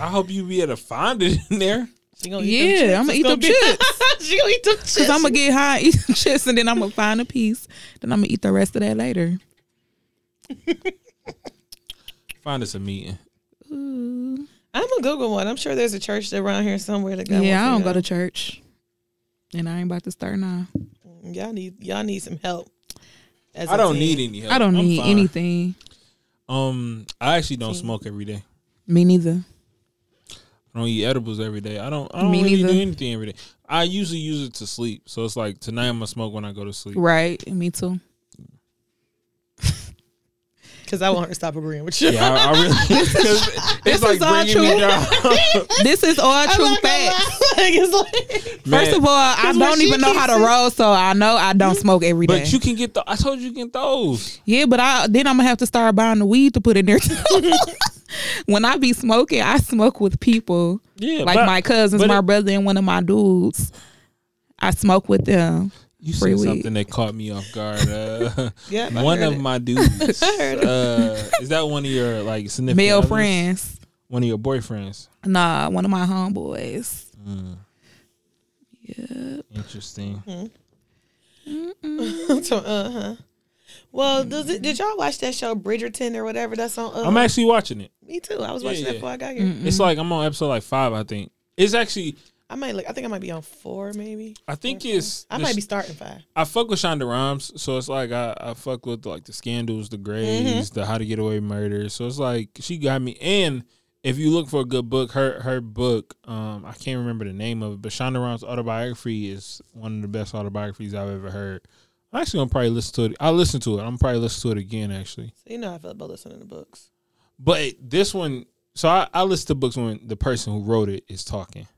[SPEAKER 5] I hope you be able to find it in there.
[SPEAKER 3] She gonna eat
[SPEAKER 4] Yeah,
[SPEAKER 3] them
[SPEAKER 4] I'ma
[SPEAKER 3] chips.
[SPEAKER 4] eat
[SPEAKER 3] It's gonna
[SPEAKER 4] them
[SPEAKER 3] be- she gonna eat them chips.
[SPEAKER 4] Cause I'm gonna get high, and eat some chips, and then I'm gonna find a piece. Then I'm gonna eat the rest of that later.
[SPEAKER 5] Find us a meeting.
[SPEAKER 3] I'm gonna Google one. I'm sure there's a church around here somewhere that got
[SPEAKER 4] yeah, I
[SPEAKER 3] one
[SPEAKER 4] don't
[SPEAKER 3] for
[SPEAKER 4] go to church, and I ain't about to start now.
[SPEAKER 3] y'all. Y'all need y'all need some help. As
[SPEAKER 5] I
[SPEAKER 3] a
[SPEAKER 5] don't
[SPEAKER 3] team.
[SPEAKER 5] need any help.
[SPEAKER 4] I don't
[SPEAKER 5] I'm
[SPEAKER 4] need
[SPEAKER 5] fine.
[SPEAKER 4] anything.
[SPEAKER 5] Um, I actually don't smoke every day.
[SPEAKER 4] Me neither.
[SPEAKER 5] I don't eat edibles every day. I don't. I don't
[SPEAKER 4] Me
[SPEAKER 5] really
[SPEAKER 4] neither.
[SPEAKER 5] do anything every day. I usually use it to sleep. So it's like tonight I'm gonna smoke when I go to sleep.
[SPEAKER 4] Right. Me too.
[SPEAKER 3] because I want her to stop agreeing with you.
[SPEAKER 5] Yeah, I, I really. 'cause it's like
[SPEAKER 4] is all
[SPEAKER 5] bringing me down.
[SPEAKER 4] This is all
[SPEAKER 3] I'm
[SPEAKER 4] true
[SPEAKER 3] not gonna
[SPEAKER 4] facts.
[SPEAKER 3] lie. Like, it's like,
[SPEAKER 4] First of all, I
[SPEAKER 3] when
[SPEAKER 4] don't
[SPEAKER 3] she Mm-hmm.
[SPEAKER 4] even know how to
[SPEAKER 3] keeps it-
[SPEAKER 4] roll, so I know I don't smoke every day.
[SPEAKER 5] but you can get the. I told you you can get those.
[SPEAKER 4] yeah, but I then I'm gonna have to start buying the weed to put in there. too. when I be smoking, I smoke with people.
[SPEAKER 5] Yeah,
[SPEAKER 4] like
[SPEAKER 5] but-
[SPEAKER 4] my cousins,
[SPEAKER 5] but
[SPEAKER 4] my
[SPEAKER 5] it-
[SPEAKER 4] brother, and one of my dudes. I smoke with them.
[SPEAKER 5] You
[SPEAKER 4] Free
[SPEAKER 5] said
[SPEAKER 4] weed.
[SPEAKER 5] something that caught me off guard. Uh,
[SPEAKER 3] Yep, I
[SPEAKER 5] one
[SPEAKER 3] heard
[SPEAKER 5] of
[SPEAKER 3] it.
[SPEAKER 5] my dudes. uh, is that one of your like significant
[SPEAKER 4] Male
[SPEAKER 5] others?
[SPEAKER 4] friends.
[SPEAKER 5] One of your boyfriends.
[SPEAKER 4] Nah, one of my homeboys.
[SPEAKER 5] Interesting.
[SPEAKER 4] Mm-hmm.
[SPEAKER 3] so, uh huh. Well, does it, did y'all watch that show Bridgerton or whatever that's on? Uh,
[SPEAKER 5] I'm actually watching it.
[SPEAKER 3] me too. I was
[SPEAKER 5] Yeah,
[SPEAKER 3] watching
[SPEAKER 5] yeah.
[SPEAKER 3] that before I got here.
[SPEAKER 4] Mm-hmm.
[SPEAKER 5] It's like I'm on episode like five, I think. It's actually,
[SPEAKER 3] I might look. I think I might be on four, maybe.
[SPEAKER 5] I think
[SPEAKER 4] Mm-hmm.
[SPEAKER 5] it's.
[SPEAKER 3] I
[SPEAKER 5] the
[SPEAKER 3] might be
[SPEAKER 5] sh-
[SPEAKER 3] starting five.
[SPEAKER 5] I fuck with Shonda Rhimes, so it's like I, I fuck with like the scandals, the Grays, the How to Get Away with Murder. So it's like she got me. And if you look for a good book, her her book, um, I can't remember the name of it, but Shonda Rhimes' autobiography is one of the best autobiographies I've ever heard. I'm actually gonna probably listen to it. I listen to it. I'm probably listen to it again actually.
[SPEAKER 3] So you know how I feel about listening to books.
[SPEAKER 5] But this one, so I, I listen to books when the person who wrote it is talking.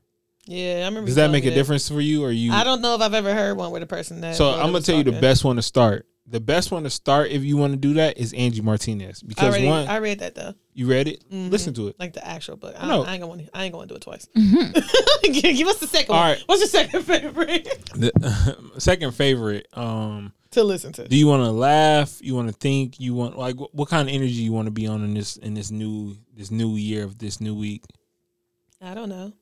[SPEAKER 3] Yeah, I remember.
[SPEAKER 5] Does
[SPEAKER 3] you
[SPEAKER 5] that
[SPEAKER 3] telling
[SPEAKER 5] make
[SPEAKER 3] me
[SPEAKER 5] a difference for you, or you?
[SPEAKER 3] I don't know if I've ever heard one where the person that.
[SPEAKER 5] So
[SPEAKER 3] wrote it
[SPEAKER 5] I'm gonna
[SPEAKER 3] was
[SPEAKER 5] tell you the
[SPEAKER 3] talking.
[SPEAKER 5] best one to start. The best one to start if you want to do that is Angie Martinez
[SPEAKER 3] I
[SPEAKER 5] because
[SPEAKER 3] already,
[SPEAKER 5] one
[SPEAKER 3] I Mm-hmm. read that though,
[SPEAKER 5] you read it, listen to it.
[SPEAKER 3] like the actual book. I,
[SPEAKER 5] I know.
[SPEAKER 3] I ain't gonna, want- I ain't gonna do it twice. give, give us the second
[SPEAKER 5] All
[SPEAKER 3] one.
[SPEAKER 5] right.
[SPEAKER 3] What's your second favorite
[SPEAKER 5] The second favorite. Um,
[SPEAKER 3] to listen to?
[SPEAKER 5] do you want to laugh? You want to think? You want like what, what kind of energy you want to be on in this in this new this new year of this new week?
[SPEAKER 3] I don't know.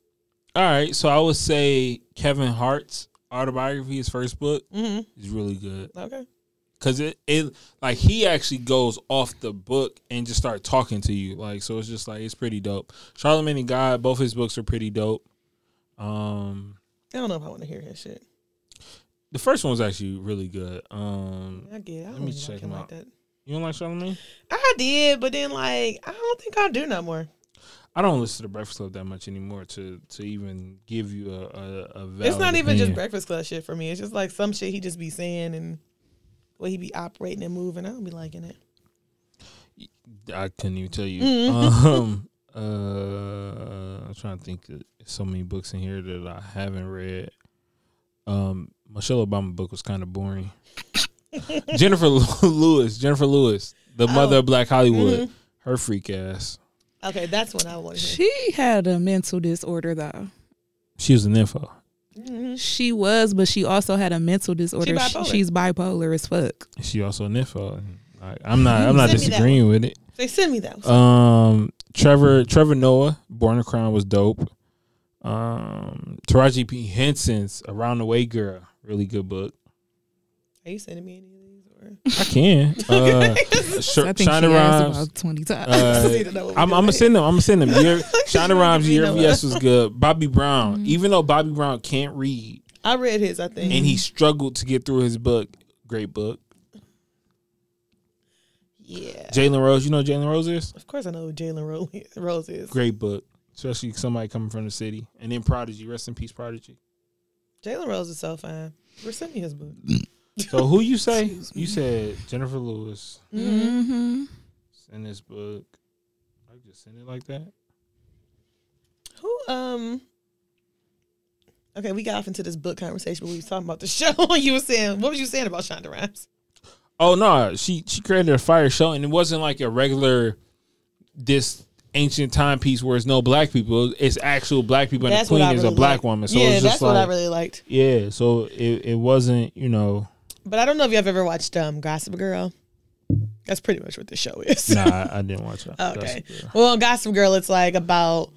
[SPEAKER 5] All right, so I would say Kevin Hart's autobiography, his first book, is really good.
[SPEAKER 3] Mm-hmm. Okay.
[SPEAKER 5] Cause it, it like he actually goes off the book and just start talking to you like so it's just like it's pretty dope. Charlemagne and God, both his books are pretty dope. Um,
[SPEAKER 3] I don't know if I want to hear his shit.
[SPEAKER 5] the first one was actually really good. Um,
[SPEAKER 3] I get. It. I don't
[SPEAKER 5] me
[SPEAKER 3] even
[SPEAKER 5] check
[SPEAKER 3] like him
[SPEAKER 5] him
[SPEAKER 3] like
[SPEAKER 5] out.
[SPEAKER 3] that.
[SPEAKER 5] you don't like Charlemagne?
[SPEAKER 3] I did, but then like I don't think I do no more.
[SPEAKER 5] I don't listen to Breakfast Club that much anymore to to even give you a a, a valid
[SPEAKER 3] it's not even just
[SPEAKER 5] opinion.
[SPEAKER 3] Breakfast Club shit for me. It's just like some shit he just be saying and the way he be operating and moving. I don't be liking it.
[SPEAKER 5] I couldn't even tell you.
[SPEAKER 3] Mm-hmm.
[SPEAKER 5] um, uh, I'm trying to think. Of so many books in here that I haven't read. Um, Michelle Obama book was kind of boring. Jennifer Lewis, Jennifer Lewis, the
[SPEAKER 3] Oh.
[SPEAKER 5] mother of Black Hollywood,
[SPEAKER 3] Mm-hmm.
[SPEAKER 5] her freak ass.
[SPEAKER 3] Okay, that's when I want to hear.
[SPEAKER 4] She had a mental disorder though.
[SPEAKER 5] She was an info.
[SPEAKER 3] Mm-hmm.
[SPEAKER 4] She was, but she also had a mental disorder. She-
[SPEAKER 3] bipolar.
[SPEAKER 4] she's bipolar as fuck.
[SPEAKER 5] She also an info. I, I'm not. I'm not
[SPEAKER 3] Send me that
[SPEAKER 5] disagreeing with it.
[SPEAKER 3] They send me that. One.
[SPEAKER 5] Um, Trevor Trevor Noah, Born a Crown was dope. Um, Taraji P Henson's Around the Way Girl, really good book.
[SPEAKER 3] Are you sending me any of these? Or
[SPEAKER 5] I can. Uh, Sh-
[SPEAKER 4] I think
[SPEAKER 5] Shonda
[SPEAKER 4] she has
[SPEAKER 5] Rhimes.
[SPEAKER 4] about twenty times.
[SPEAKER 5] Uh,
[SPEAKER 3] need to know what we
[SPEAKER 5] I'm, I'm gonna
[SPEAKER 3] doing.
[SPEAKER 5] send them. I'm gonna send them. Your, Shonda Rhimes,
[SPEAKER 3] You
[SPEAKER 5] your
[SPEAKER 3] know
[SPEAKER 5] VS was good. Bobby Brown,
[SPEAKER 4] Mm-hmm.
[SPEAKER 5] even though Bobby Brown can't read
[SPEAKER 3] I read his. I think.
[SPEAKER 5] Mm-hmm.
[SPEAKER 4] Mm-hmm.
[SPEAKER 5] and he struggled to get through his book, Great book.
[SPEAKER 3] Yeah.
[SPEAKER 5] Jalen Rose, you know who Jalen Rose is?
[SPEAKER 3] Of course, I know who Jalen Ro- Rose is.
[SPEAKER 5] Great book. Especially somebody coming from the city. And then Prodigy. Rest in peace, Prodigy.
[SPEAKER 3] Jalen Rose is so fine. We're sending his book.
[SPEAKER 5] So who you say? you said Jennifer Lewis
[SPEAKER 4] Mm-hmm.
[SPEAKER 5] in this book. I just send it like that.
[SPEAKER 3] Who um Okay, we got off into this book conversation, but we was talking about the show. you were saying what was you saying about Shonda Rhimes?
[SPEAKER 5] Oh no, she she created a fire show, and it wasn't like a regular this ancient timepiece where it's no black people. It's actual black people, and the queen is a black
[SPEAKER 3] liked.
[SPEAKER 5] woman. So
[SPEAKER 3] yeah,
[SPEAKER 5] it's just
[SPEAKER 3] that's what I
[SPEAKER 5] like
[SPEAKER 3] really liked.
[SPEAKER 5] yeah. So it it wasn't you know
[SPEAKER 3] But I don't know if you've ever watched um Gossip Girl. That's pretty much what the show is.
[SPEAKER 5] nah I, I didn't watch that.
[SPEAKER 3] Okay.
[SPEAKER 5] That's-
[SPEAKER 3] Well, Gossip Girl, it's like about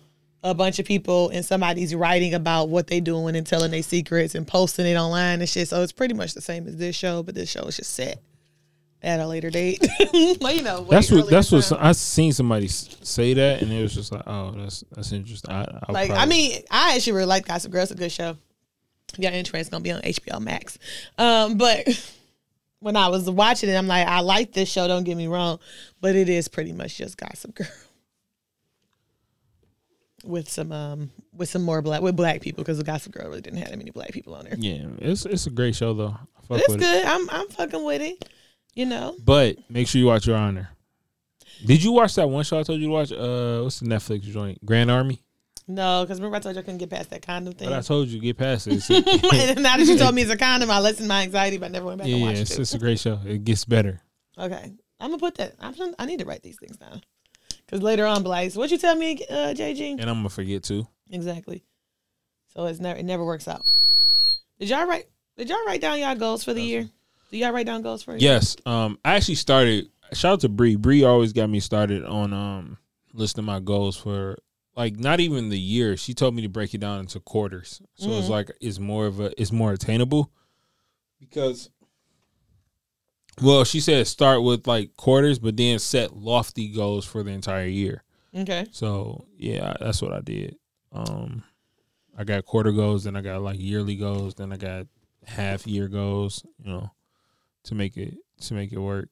[SPEAKER 3] a bunch of people and somebody's writing about what they doing and telling their secrets and posting it online and shit. So it's pretty much the same as this show, but this show is just set at a later date. well, you know, way
[SPEAKER 5] That's what.
[SPEAKER 3] earlier
[SPEAKER 5] That's what.
[SPEAKER 3] time.
[SPEAKER 5] some- I seen somebody s- say that, and it was just like, oh, that's that's interesting. I, I
[SPEAKER 3] Like, I
[SPEAKER 5] probably-
[SPEAKER 3] mean, I actually really like Gossip Girl. It's a good show. If y'all interested, it's gonna be on HBO Max. Um, but when I was watching it, I'm like, I like this show. Don't get me wrong, but it is pretty much just Gossip Girl with some um with some more black with black people because the Gossip Girl really didn't have that many black people on there.
[SPEAKER 5] yeah, it's it's a great show though. I fuck
[SPEAKER 3] But it's
[SPEAKER 5] with It.
[SPEAKER 3] good. I'm I'm fucking with it. You know,
[SPEAKER 5] But make sure you watch Your Honor. Did you watch that one show I told you to watch? Uh, what's the Netflix joint? Grand Army.
[SPEAKER 3] no, because remember I told you I couldn't get past that condom thing.
[SPEAKER 5] But I told you get past it. It's a-
[SPEAKER 3] and now that you told me it's a condom, I lessened my anxiety, but I never went back and
[SPEAKER 5] yeah,
[SPEAKER 3] watched
[SPEAKER 5] it's,
[SPEAKER 3] it.
[SPEAKER 5] it's a great show. It gets better.
[SPEAKER 3] Okay, I'm gonna put that. I'm gonna, I need to write these things down because later on, be like, what you tell me, uh, JG?
[SPEAKER 5] And I'm gonna forget too.
[SPEAKER 3] Exactly. So it's never it never works out. Did y'all write? Did y'all write down y'all goals for the year? Do y'all write down goals for? the year?
[SPEAKER 5] Yes. Um, I actually started. Shout out to Bree. Bree always got me started on um listing my goals for like not even the year. She told me to break it down into quarters, so it's like it's more of a it's more attainable because. Well, she said start with like quarters, but then set lofty goals for the entire year.
[SPEAKER 3] Okay.
[SPEAKER 5] So yeah, that's what I did. Um, I got quarter goals, then I got like yearly goals, then I got half year goals. You know, to make it to make it work.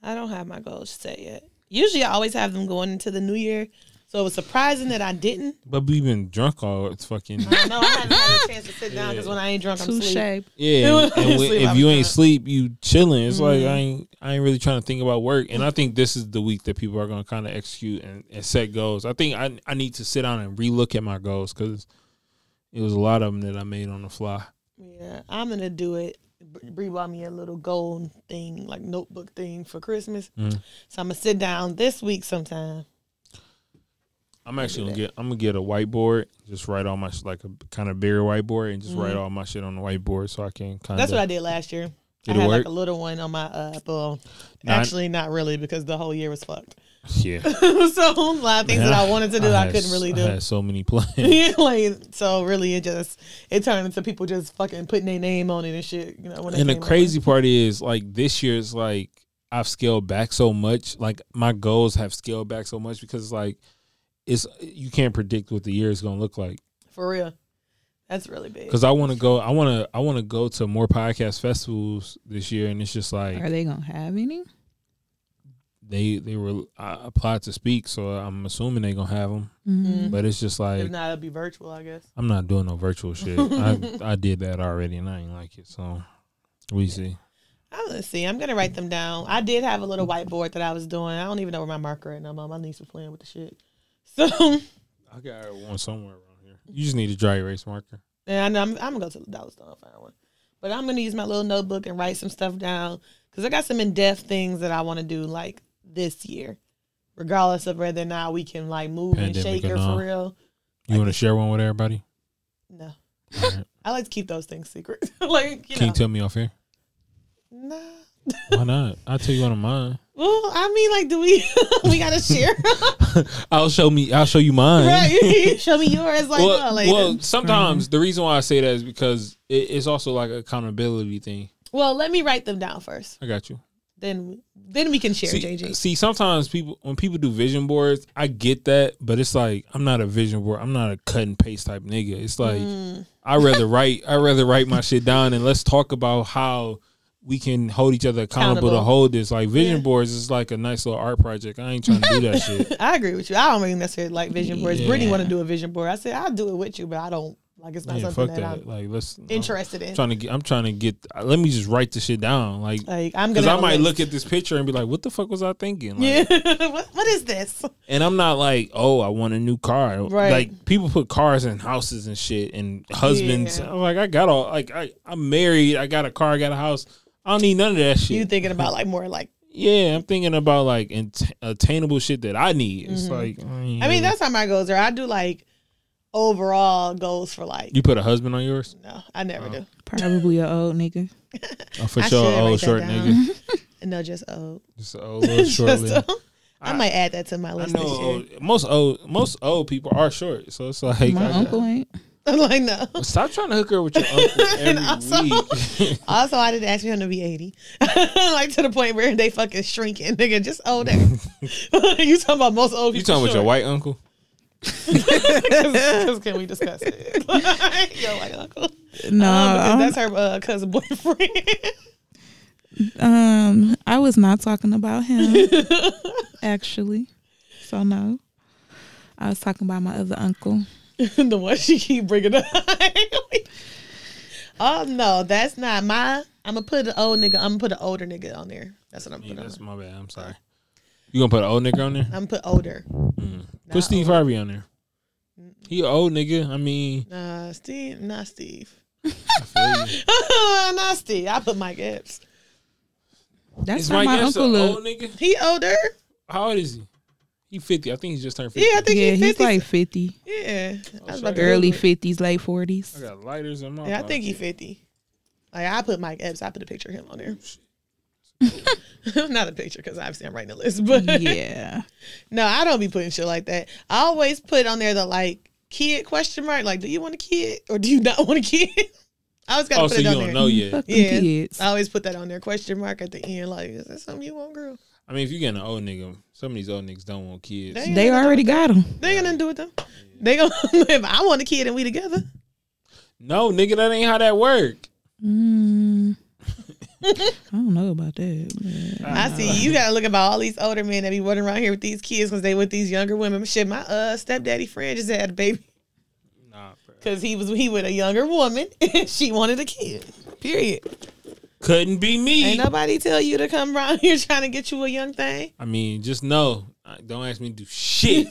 [SPEAKER 3] I don't have my goals set yet. Usually, I always have them going into the new year. So it was surprising that I didn't.
[SPEAKER 5] But we've been drunk all it's fucking
[SPEAKER 3] No, I haven't had a chance to sit down because when I ain't drunk, I'm sleepy.
[SPEAKER 4] Touche.
[SPEAKER 5] yeah. And, and
[SPEAKER 3] Sleep,
[SPEAKER 5] we-
[SPEAKER 3] I
[SPEAKER 5] if
[SPEAKER 3] was
[SPEAKER 5] you ain't
[SPEAKER 3] drunk.
[SPEAKER 5] sleep, you chilling. It's like I ain't I ain't really trying to think about work. And I think this is the week that people are gonna kind of execute and, and set goals. I think I I need to sit down and relook at my goals because it was a lot of them that I made on the fly.
[SPEAKER 3] Yeah, I'm gonna do it. Br- Bree bought me a little gold thing, like notebook thing for Christmas.
[SPEAKER 5] Mm.
[SPEAKER 3] So I'm gonna sit down this week sometime.
[SPEAKER 5] I'm actually gonna get. I'm gonna get a whiteboard. Just write all my sh- like a kind of bigger whiteboard, and just write all my shit on the whiteboard so I can kind
[SPEAKER 3] Mm-hmm. That's
[SPEAKER 5] of.
[SPEAKER 3] what I did last year.
[SPEAKER 5] Did
[SPEAKER 3] I
[SPEAKER 5] it
[SPEAKER 3] had
[SPEAKER 5] work?
[SPEAKER 3] like a little one on my uh well,
[SPEAKER 5] Nine-
[SPEAKER 3] actually not really because the whole year was fucked.
[SPEAKER 5] Yeah,
[SPEAKER 3] so a lot of things that I wanted to do I,
[SPEAKER 5] had
[SPEAKER 3] couldn't
[SPEAKER 5] s-
[SPEAKER 3] really
[SPEAKER 5] I
[SPEAKER 3] do.
[SPEAKER 5] had so many plans.
[SPEAKER 3] Yeah, like so really it just it turned into people just fucking putting their name on it and shit, you know, when it
[SPEAKER 5] and the
[SPEAKER 3] came out.
[SPEAKER 5] crazy part is, like this year is like I've scaled back so much. Like my goals have scaled back so much because like it's you can't predict what the year is gonna look like.
[SPEAKER 3] for real. That's really big.
[SPEAKER 5] Because I want to go. I want to. I want to go to more podcast festivals this year, and it's just like
[SPEAKER 4] Are they gonna have any?
[SPEAKER 5] they they were I applied to speak, so I'm assuming they gonna have them.
[SPEAKER 3] Mm-hmm.
[SPEAKER 5] But it's just
[SPEAKER 3] If
[SPEAKER 5] like
[SPEAKER 3] not, it'll be virtual, I guess.
[SPEAKER 5] I'm not doing no virtual shit. I I did that already, and I ain't like it. So we see.
[SPEAKER 3] I'm gonna see. I'm gonna write them down. I did have a little whiteboard that I was doing. I don't even know where my marker is. No, my niece was playing with the shit. So
[SPEAKER 5] I got one somewhere around here.
[SPEAKER 3] Mm-hmm.
[SPEAKER 5] You just need a dry erase marker.
[SPEAKER 3] Yeah, I know. I'm, I'm gonna go to the dollar store and find one. But I'm gonna use my little notebook and write some stuff down because I got some in depth things that I want to do like this year, regardless of whether or not we can like move and
[SPEAKER 5] Pandemic
[SPEAKER 3] shake her
[SPEAKER 5] and all.
[SPEAKER 3] for real.
[SPEAKER 5] You want to share one with everybody?
[SPEAKER 3] No,
[SPEAKER 5] All right.
[SPEAKER 3] I like to keep those things secret. like you
[SPEAKER 5] Can
[SPEAKER 3] know,
[SPEAKER 5] you tell me off here?
[SPEAKER 3] nah.
[SPEAKER 5] Why not? I'll tell you one of mine.
[SPEAKER 3] Well, I mean, like, do we we gotta share?
[SPEAKER 5] I'll show me. I'll show you mine.
[SPEAKER 3] right? Show me yours, like,
[SPEAKER 5] Well,
[SPEAKER 3] no, like
[SPEAKER 5] well, sometimes the reason why I say that is because it, it's also like an accountability thing.
[SPEAKER 3] well, let me write them down first.
[SPEAKER 5] I got you.
[SPEAKER 3] Then then we can share,
[SPEAKER 5] see,
[SPEAKER 3] JJ.
[SPEAKER 5] see, sometimes people when people do vision boards, I get that, but it's like I'm not a vision board. I'm not a cut and paste type
[SPEAKER 3] Mm.
[SPEAKER 5] nigga. It's like I rather write. I rather write my shit down and let's talk about how we can hold each other accountable to
[SPEAKER 3] Accountable.
[SPEAKER 5] hold this. Like vision
[SPEAKER 3] Yeah.
[SPEAKER 5] boards is like a nice little art project. I ain't trying to do that shit.
[SPEAKER 3] I agree with you. I don't even necessarily like vision boards. Brittany
[SPEAKER 4] Yeah.
[SPEAKER 3] want to do a vision board. I said I'll do it with you, but I don't like. It's not
[SPEAKER 5] Yeah,
[SPEAKER 3] something
[SPEAKER 5] fuck
[SPEAKER 3] that,
[SPEAKER 5] that.
[SPEAKER 3] I'm
[SPEAKER 5] Like let's. I'm
[SPEAKER 3] interested in.
[SPEAKER 5] trying to get. I'm trying to get. uh, Let me just write this shit down. Like
[SPEAKER 3] Like I'm
[SPEAKER 5] because
[SPEAKER 3] gonna.
[SPEAKER 5] I might look at this picture and be like, what the fuck was I thinking? Like,
[SPEAKER 3] Yeah. what, what is this?
[SPEAKER 5] And I'm not like, oh, I want a new car.
[SPEAKER 3] Right.
[SPEAKER 5] Like people put cars in houses and shit and husbands.
[SPEAKER 3] Yeah.
[SPEAKER 5] I'm like, I got all like I, I'm married, I got a car, I got a house. I don't need none of that shit.
[SPEAKER 3] You thinking about like more like.
[SPEAKER 5] yeah, I'm thinking about like int- attainable shit that I need. It's like
[SPEAKER 3] Mm-hmm.
[SPEAKER 5] oh,
[SPEAKER 3] I mean, that's how my goals are. I do like overall goals for like.
[SPEAKER 5] you Uh-huh. put a husband on yours?
[SPEAKER 3] No, I never do.
[SPEAKER 4] Probably a old nigga.
[SPEAKER 5] Oh, for
[SPEAKER 3] I
[SPEAKER 5] sure,
[SPEAKER 3] should write
[SPEAKER 5] old
[SPEAKER 3] that
[SPEAKER 5] short
[SPEAKER 3] down.
[SPEAKER 5] nigga.
[SPEAKER 3] No, just old.
[SPEAKER 5] Just an old little short.
[SPEAKER 3] Just
[SPEAKER 5] little-
[SPEAKER 3] old. I, might add that to my
[SPEAKER 5] I
[SPEAKER 3] list.
[SPEAKER 5] know
[SPEAKER 3] this year.
[SPEAKER 5] old, most old most old people are short, so it's like
[SPEAKER 4] My
[SPEAKER 5] I-
[SPEAKER 4] uncle ain't.
[SPEAKER 3] I'm like no.
[SPEAKER 5] Stop trying to hook her with your uncle every week.
[SPEAKER 3] Also, I didn't ask for him to be 80. like to the point where they fucking shrinking, nigga. Just older. you talking about most old people.
[SPEAKER 5] you talking about your white uncle?
[SPEAKER 3] wife? can we discuss it? your white uncle.
[SPEAKER 4] No,
[SPEAKER 3] Um,
[SPEAKER 4] I'm-
[SPEAKER 3] because that's her uh, cousin boyfriend.
[SPEAKER 4] Um, I was not talking about him, actually. So no, I was talking about my other uncle.
[SPEAKER 3] the one she keep bringing up. oh, no, that's not my. I'm going to put an old nigga. I'm going to put an older nigga on there. That's what I'm
[SPEAKER 5] Yeah,
[SPEAKER 3] putting
[SPEAKER 5] that's
[SPEAKER 3] on.
[SPEAKER 5] my bad. I'm sorry. uh, You gonna put an old nigga on there?
[SPEAKER 3] I'm going to put older.
[SPEAKER 5] Put Steve Harvey on there. He a old nigga. I mean,
[SPEAKER 3] Nah, Steve. Not Steve.
[SPEAKER 5] I feel you.
[SPEAKER 3] not Steve. I put Mike Epps.
[SPEAKER 4] That's
[SPEAKER 5] is
[SPEAKER 4] how
[SPEAKER 5] Mike
[SPEAKER 4] my
[SPEAKER 5] Epps a
[SPEAKER 4] uncle
[SPEAKER 5] old
[SPEAKER 4] look.
[SPEAKER 5] nigga?
[SPEAKER 3] He older.
[SPEAKER 5] How old is he? He fifty. I think he just turned fifty.
[SPEAKER 3] Yeah, I think
[SPEAKER 4] Yeah,
[SPEAKER 3] he's
[SPEAKER 4] he's
[SPEAKER 3] 50.
[SPEAKER 4] like fifty,
[SPEAKER 3] yeah,
[SPEAKER 5] Oh,
[SPEAKER 3] I was about to
[SPEAKER 4] early
[SPEAKER 3] Google it.
[SPEAKER 4] fifties, late
[SPEAKER 5] I
[SPEAKER 4] forties.
[SPEAKER 5] got lighters in Oh, my.
[SPEAKER 3] Yeah, I think he
[SPEAKER 5] pocket.
[SPEAKER 3] fifty. Like I put Mike Epps. I put a picture of him on there.
[SPEAKER 5] Oh,
[SPEAKER 3] Not a picture because obviously I'm writing a list, but
[SPEAKER 4] Yeah,
[SPEAKER 3] no, I don't be putting shit like that. I always put on there the like kid question mark. Like, do you want a kid or do you not want a kid? I always gotta
[SPEAKER 5] Oh,
[SPEAKER 3] put
[SPEAKER 5] so
[SPEAKER 3] it
[SPEAKER 5] you
[SPEAKER 3] on
[SPEAKER 5] don't
[SPEAKER 3] there.
[SPEAKER 5] know yet?
[SPEAKER 4] fuck them
[SPEAKER 3] Yeah,
[SPEAKER 4] kids.
[SPEAKER 3] I always put that on there question mark at the end. Like, is that something you want, girl?
[SPEAKER 5] I mean, if you getting an old nigga, some of these old niggas don't want kids.
[SPEAKER 3] They-
[SPEAKER 4] They already got him.
[SPEAKER 3] They ain't gonna do it though. They gonna if I want a kid and we together.
[SPEAKER 5] No, nigga, that ain't how that work.
[SPEAKER 4] Mm. I don't know about that. man.
[SPEAKER 5] Uh-huh.
[SPEAKER 3] I see. You gotta look about all these older men that be running around here with these kids because they with these younger women. Shit, my uh stepdaddy friend just had a baby
[SPEAKER 5] Nah, bro.
[SPEAKER 3] because he was he with a younger woman and she wanted a kid. Period.
[SPEAKER 5] Couldn't be me.
[SPEAKER 3] Ain't nobody tell you to come around here trying to get you a young thing.
[SPEAKER 5] I mean, just know. uh, Don't ask me to do shit.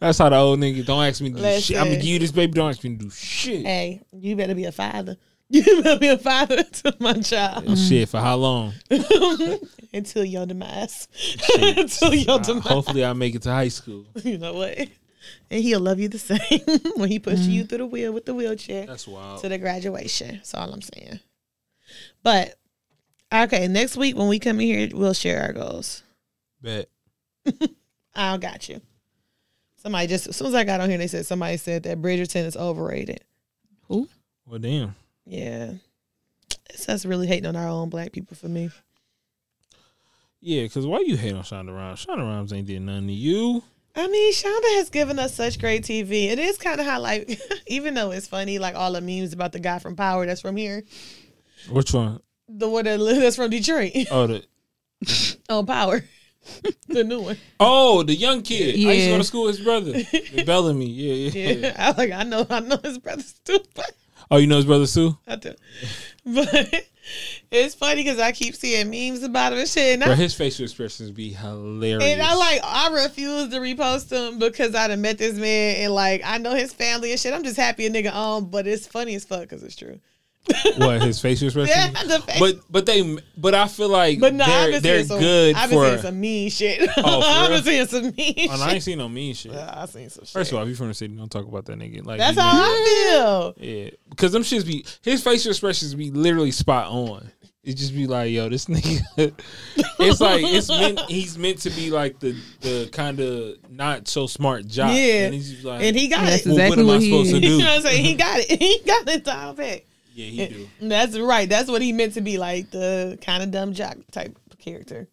[SPEAKER 5] That's how the old nigga. Don't ask me to do shit. I'm gonna
[SPEAKER 3] Listen.
[SPEAKER 5] give you this baby. Don't ask me to do shit.
[SPEAKER 3] Hey, you better be a father. You better be a father to my child
[SPEAKER 5] Oh,
[SPEAKER 3] Mm-hmm.
[SPEAKER 5] Shit. For how long?
[SPEAKER 3] until your demise.
[SPEAKER 5] Shit.
[SPEAKER 3] until your
[SPEAKER 5] Uh,
[SPEAKER 3] demise.
[SPEAKER 5] hopefully, I make it to high school.
[SPEAKER 3] You know what? And he'll love you the same when he pushes
[SPEAKER 5] Mm-hmm.
[SPEAKER 3] you through the wheel with the wheelchair.
[SPEAKER 5] That's wild.
[SPEAKER 3] to the graduation. That's all I'm saying. But okay, next week when we come in here, we'll share our goals.
[SPEAKER 5] Bet.
[SPEAKER 3] I got you. Somebody just as soon as I got on here, they said somebody said that Bridgerton is overrated.
[SPEAKER 4] Who?
[SPEAKER 5] Well, damn.
[SPEAKER 3] Yeah, it's us really hating on our own black people. For me,
[SPEAKER 5] Yeah, because why you hate on Shonda Rhimes? Shonda Rhimes ain't did nothing to you.
[SPEAKER 3] I mean, Shonda has given us such great TV. It is kind of how like, even though it's funny, like all the memes about the guy from Power that's from here,
[SPEAKER 5] Which one?
[SPEAKER 3] the one that that's from Detroit
[SPEAKER 5] Oh, the
[SPEAKER 3] on Power, the new one.
[SPEAKER 5] oh the young kid. I used to
[SPEAKER 4] Yeah.
[SPEAKER 5] go to school with his brother, The Bellamy. Yeah, yeah,
[SPEAKER 3] Yeah, I was like, I know, I know his brother's stupid.
[SPEAKER 5] Oh, you know his brother Sue?
[SPEAKER 3] I do. But it's funny because I keep seeing memes about him and shit. And
[SPEAKER 5] Bro,
[SPEAKER 3] I,
[SPEAKER 5] his facial expressions be hilarious.
[SPEAKER 3] and I like, I refuse to repost him because I done met this man and like, I know his family and shit. I'm just happy a nigga on, but it's funny as fuck because it's true.
[SPEAKER 5] what his facial
[SPEAKER 3] Yeah,
[SPEAKER 5] expressions.
[SPEAKER 3] the face. But,
[SPEAKER 5] But but they but I feel like
[SPEAKER 3] no, I've
[SPEAKER 5] they're
[SPEAKER 3] been
[SPEAKER 5] they're
[SPEAKER 3] seeing some,
[SPEAKER 5] good
[SPEAKER 3] I've been
[SPEAKER 5] for. Oh,
[SPEAKER 3] seeing some mean shit.
[SPEAKER 5] for
[SPEAKER 3] I've
[SPEAKER 5] real?
[SPEAKER 3] been seeing some mean
[SPEAKER 5] and I
[SPEAKER 3] shit.
[SPEAKER 5] ain't seen no mean shit.
[SPEAKER 3] I seen some shit.
[SPEAKER 5] First of all, if you from the city, don't talk about that nigga. Like
[SPEAKER 3] That's
[SPEAKER 5] he
[SPEAKER 3] how
[SPEAKER 5] made-
[SPEAKER 3] I feel.
[SPEAKER 5] Yeah, because them shits be his facial expressions be literally spot on. It just be like, yo, this nigga. it's like it's meant he's meant to be like the the kind of not so smart jock.
[SPEAKER 3] Yeah.
[SPEAKER 5] and he's just like,
[SPEAKER 3] And he got it.
[SPEAKER 4] That's
[SPEAKER 5] well,
[SPEAKER 4] exactly
[SPEAKER 5] what am
[SPEAKER 4] what
[SPEAKER 5] I
[SPEAKER 4] he
[SPEAKER 5] supposed to
[SPEAKER 4] is.
[SPEAKER 5] do?
[SPEAKER 3] You know what I'm saying? He got it. He got it down back.
[SPEAKER 5] yeah, he do.
[SPEAKER 3] That's right. That's what he meant to be like the kind of dumb jock type character.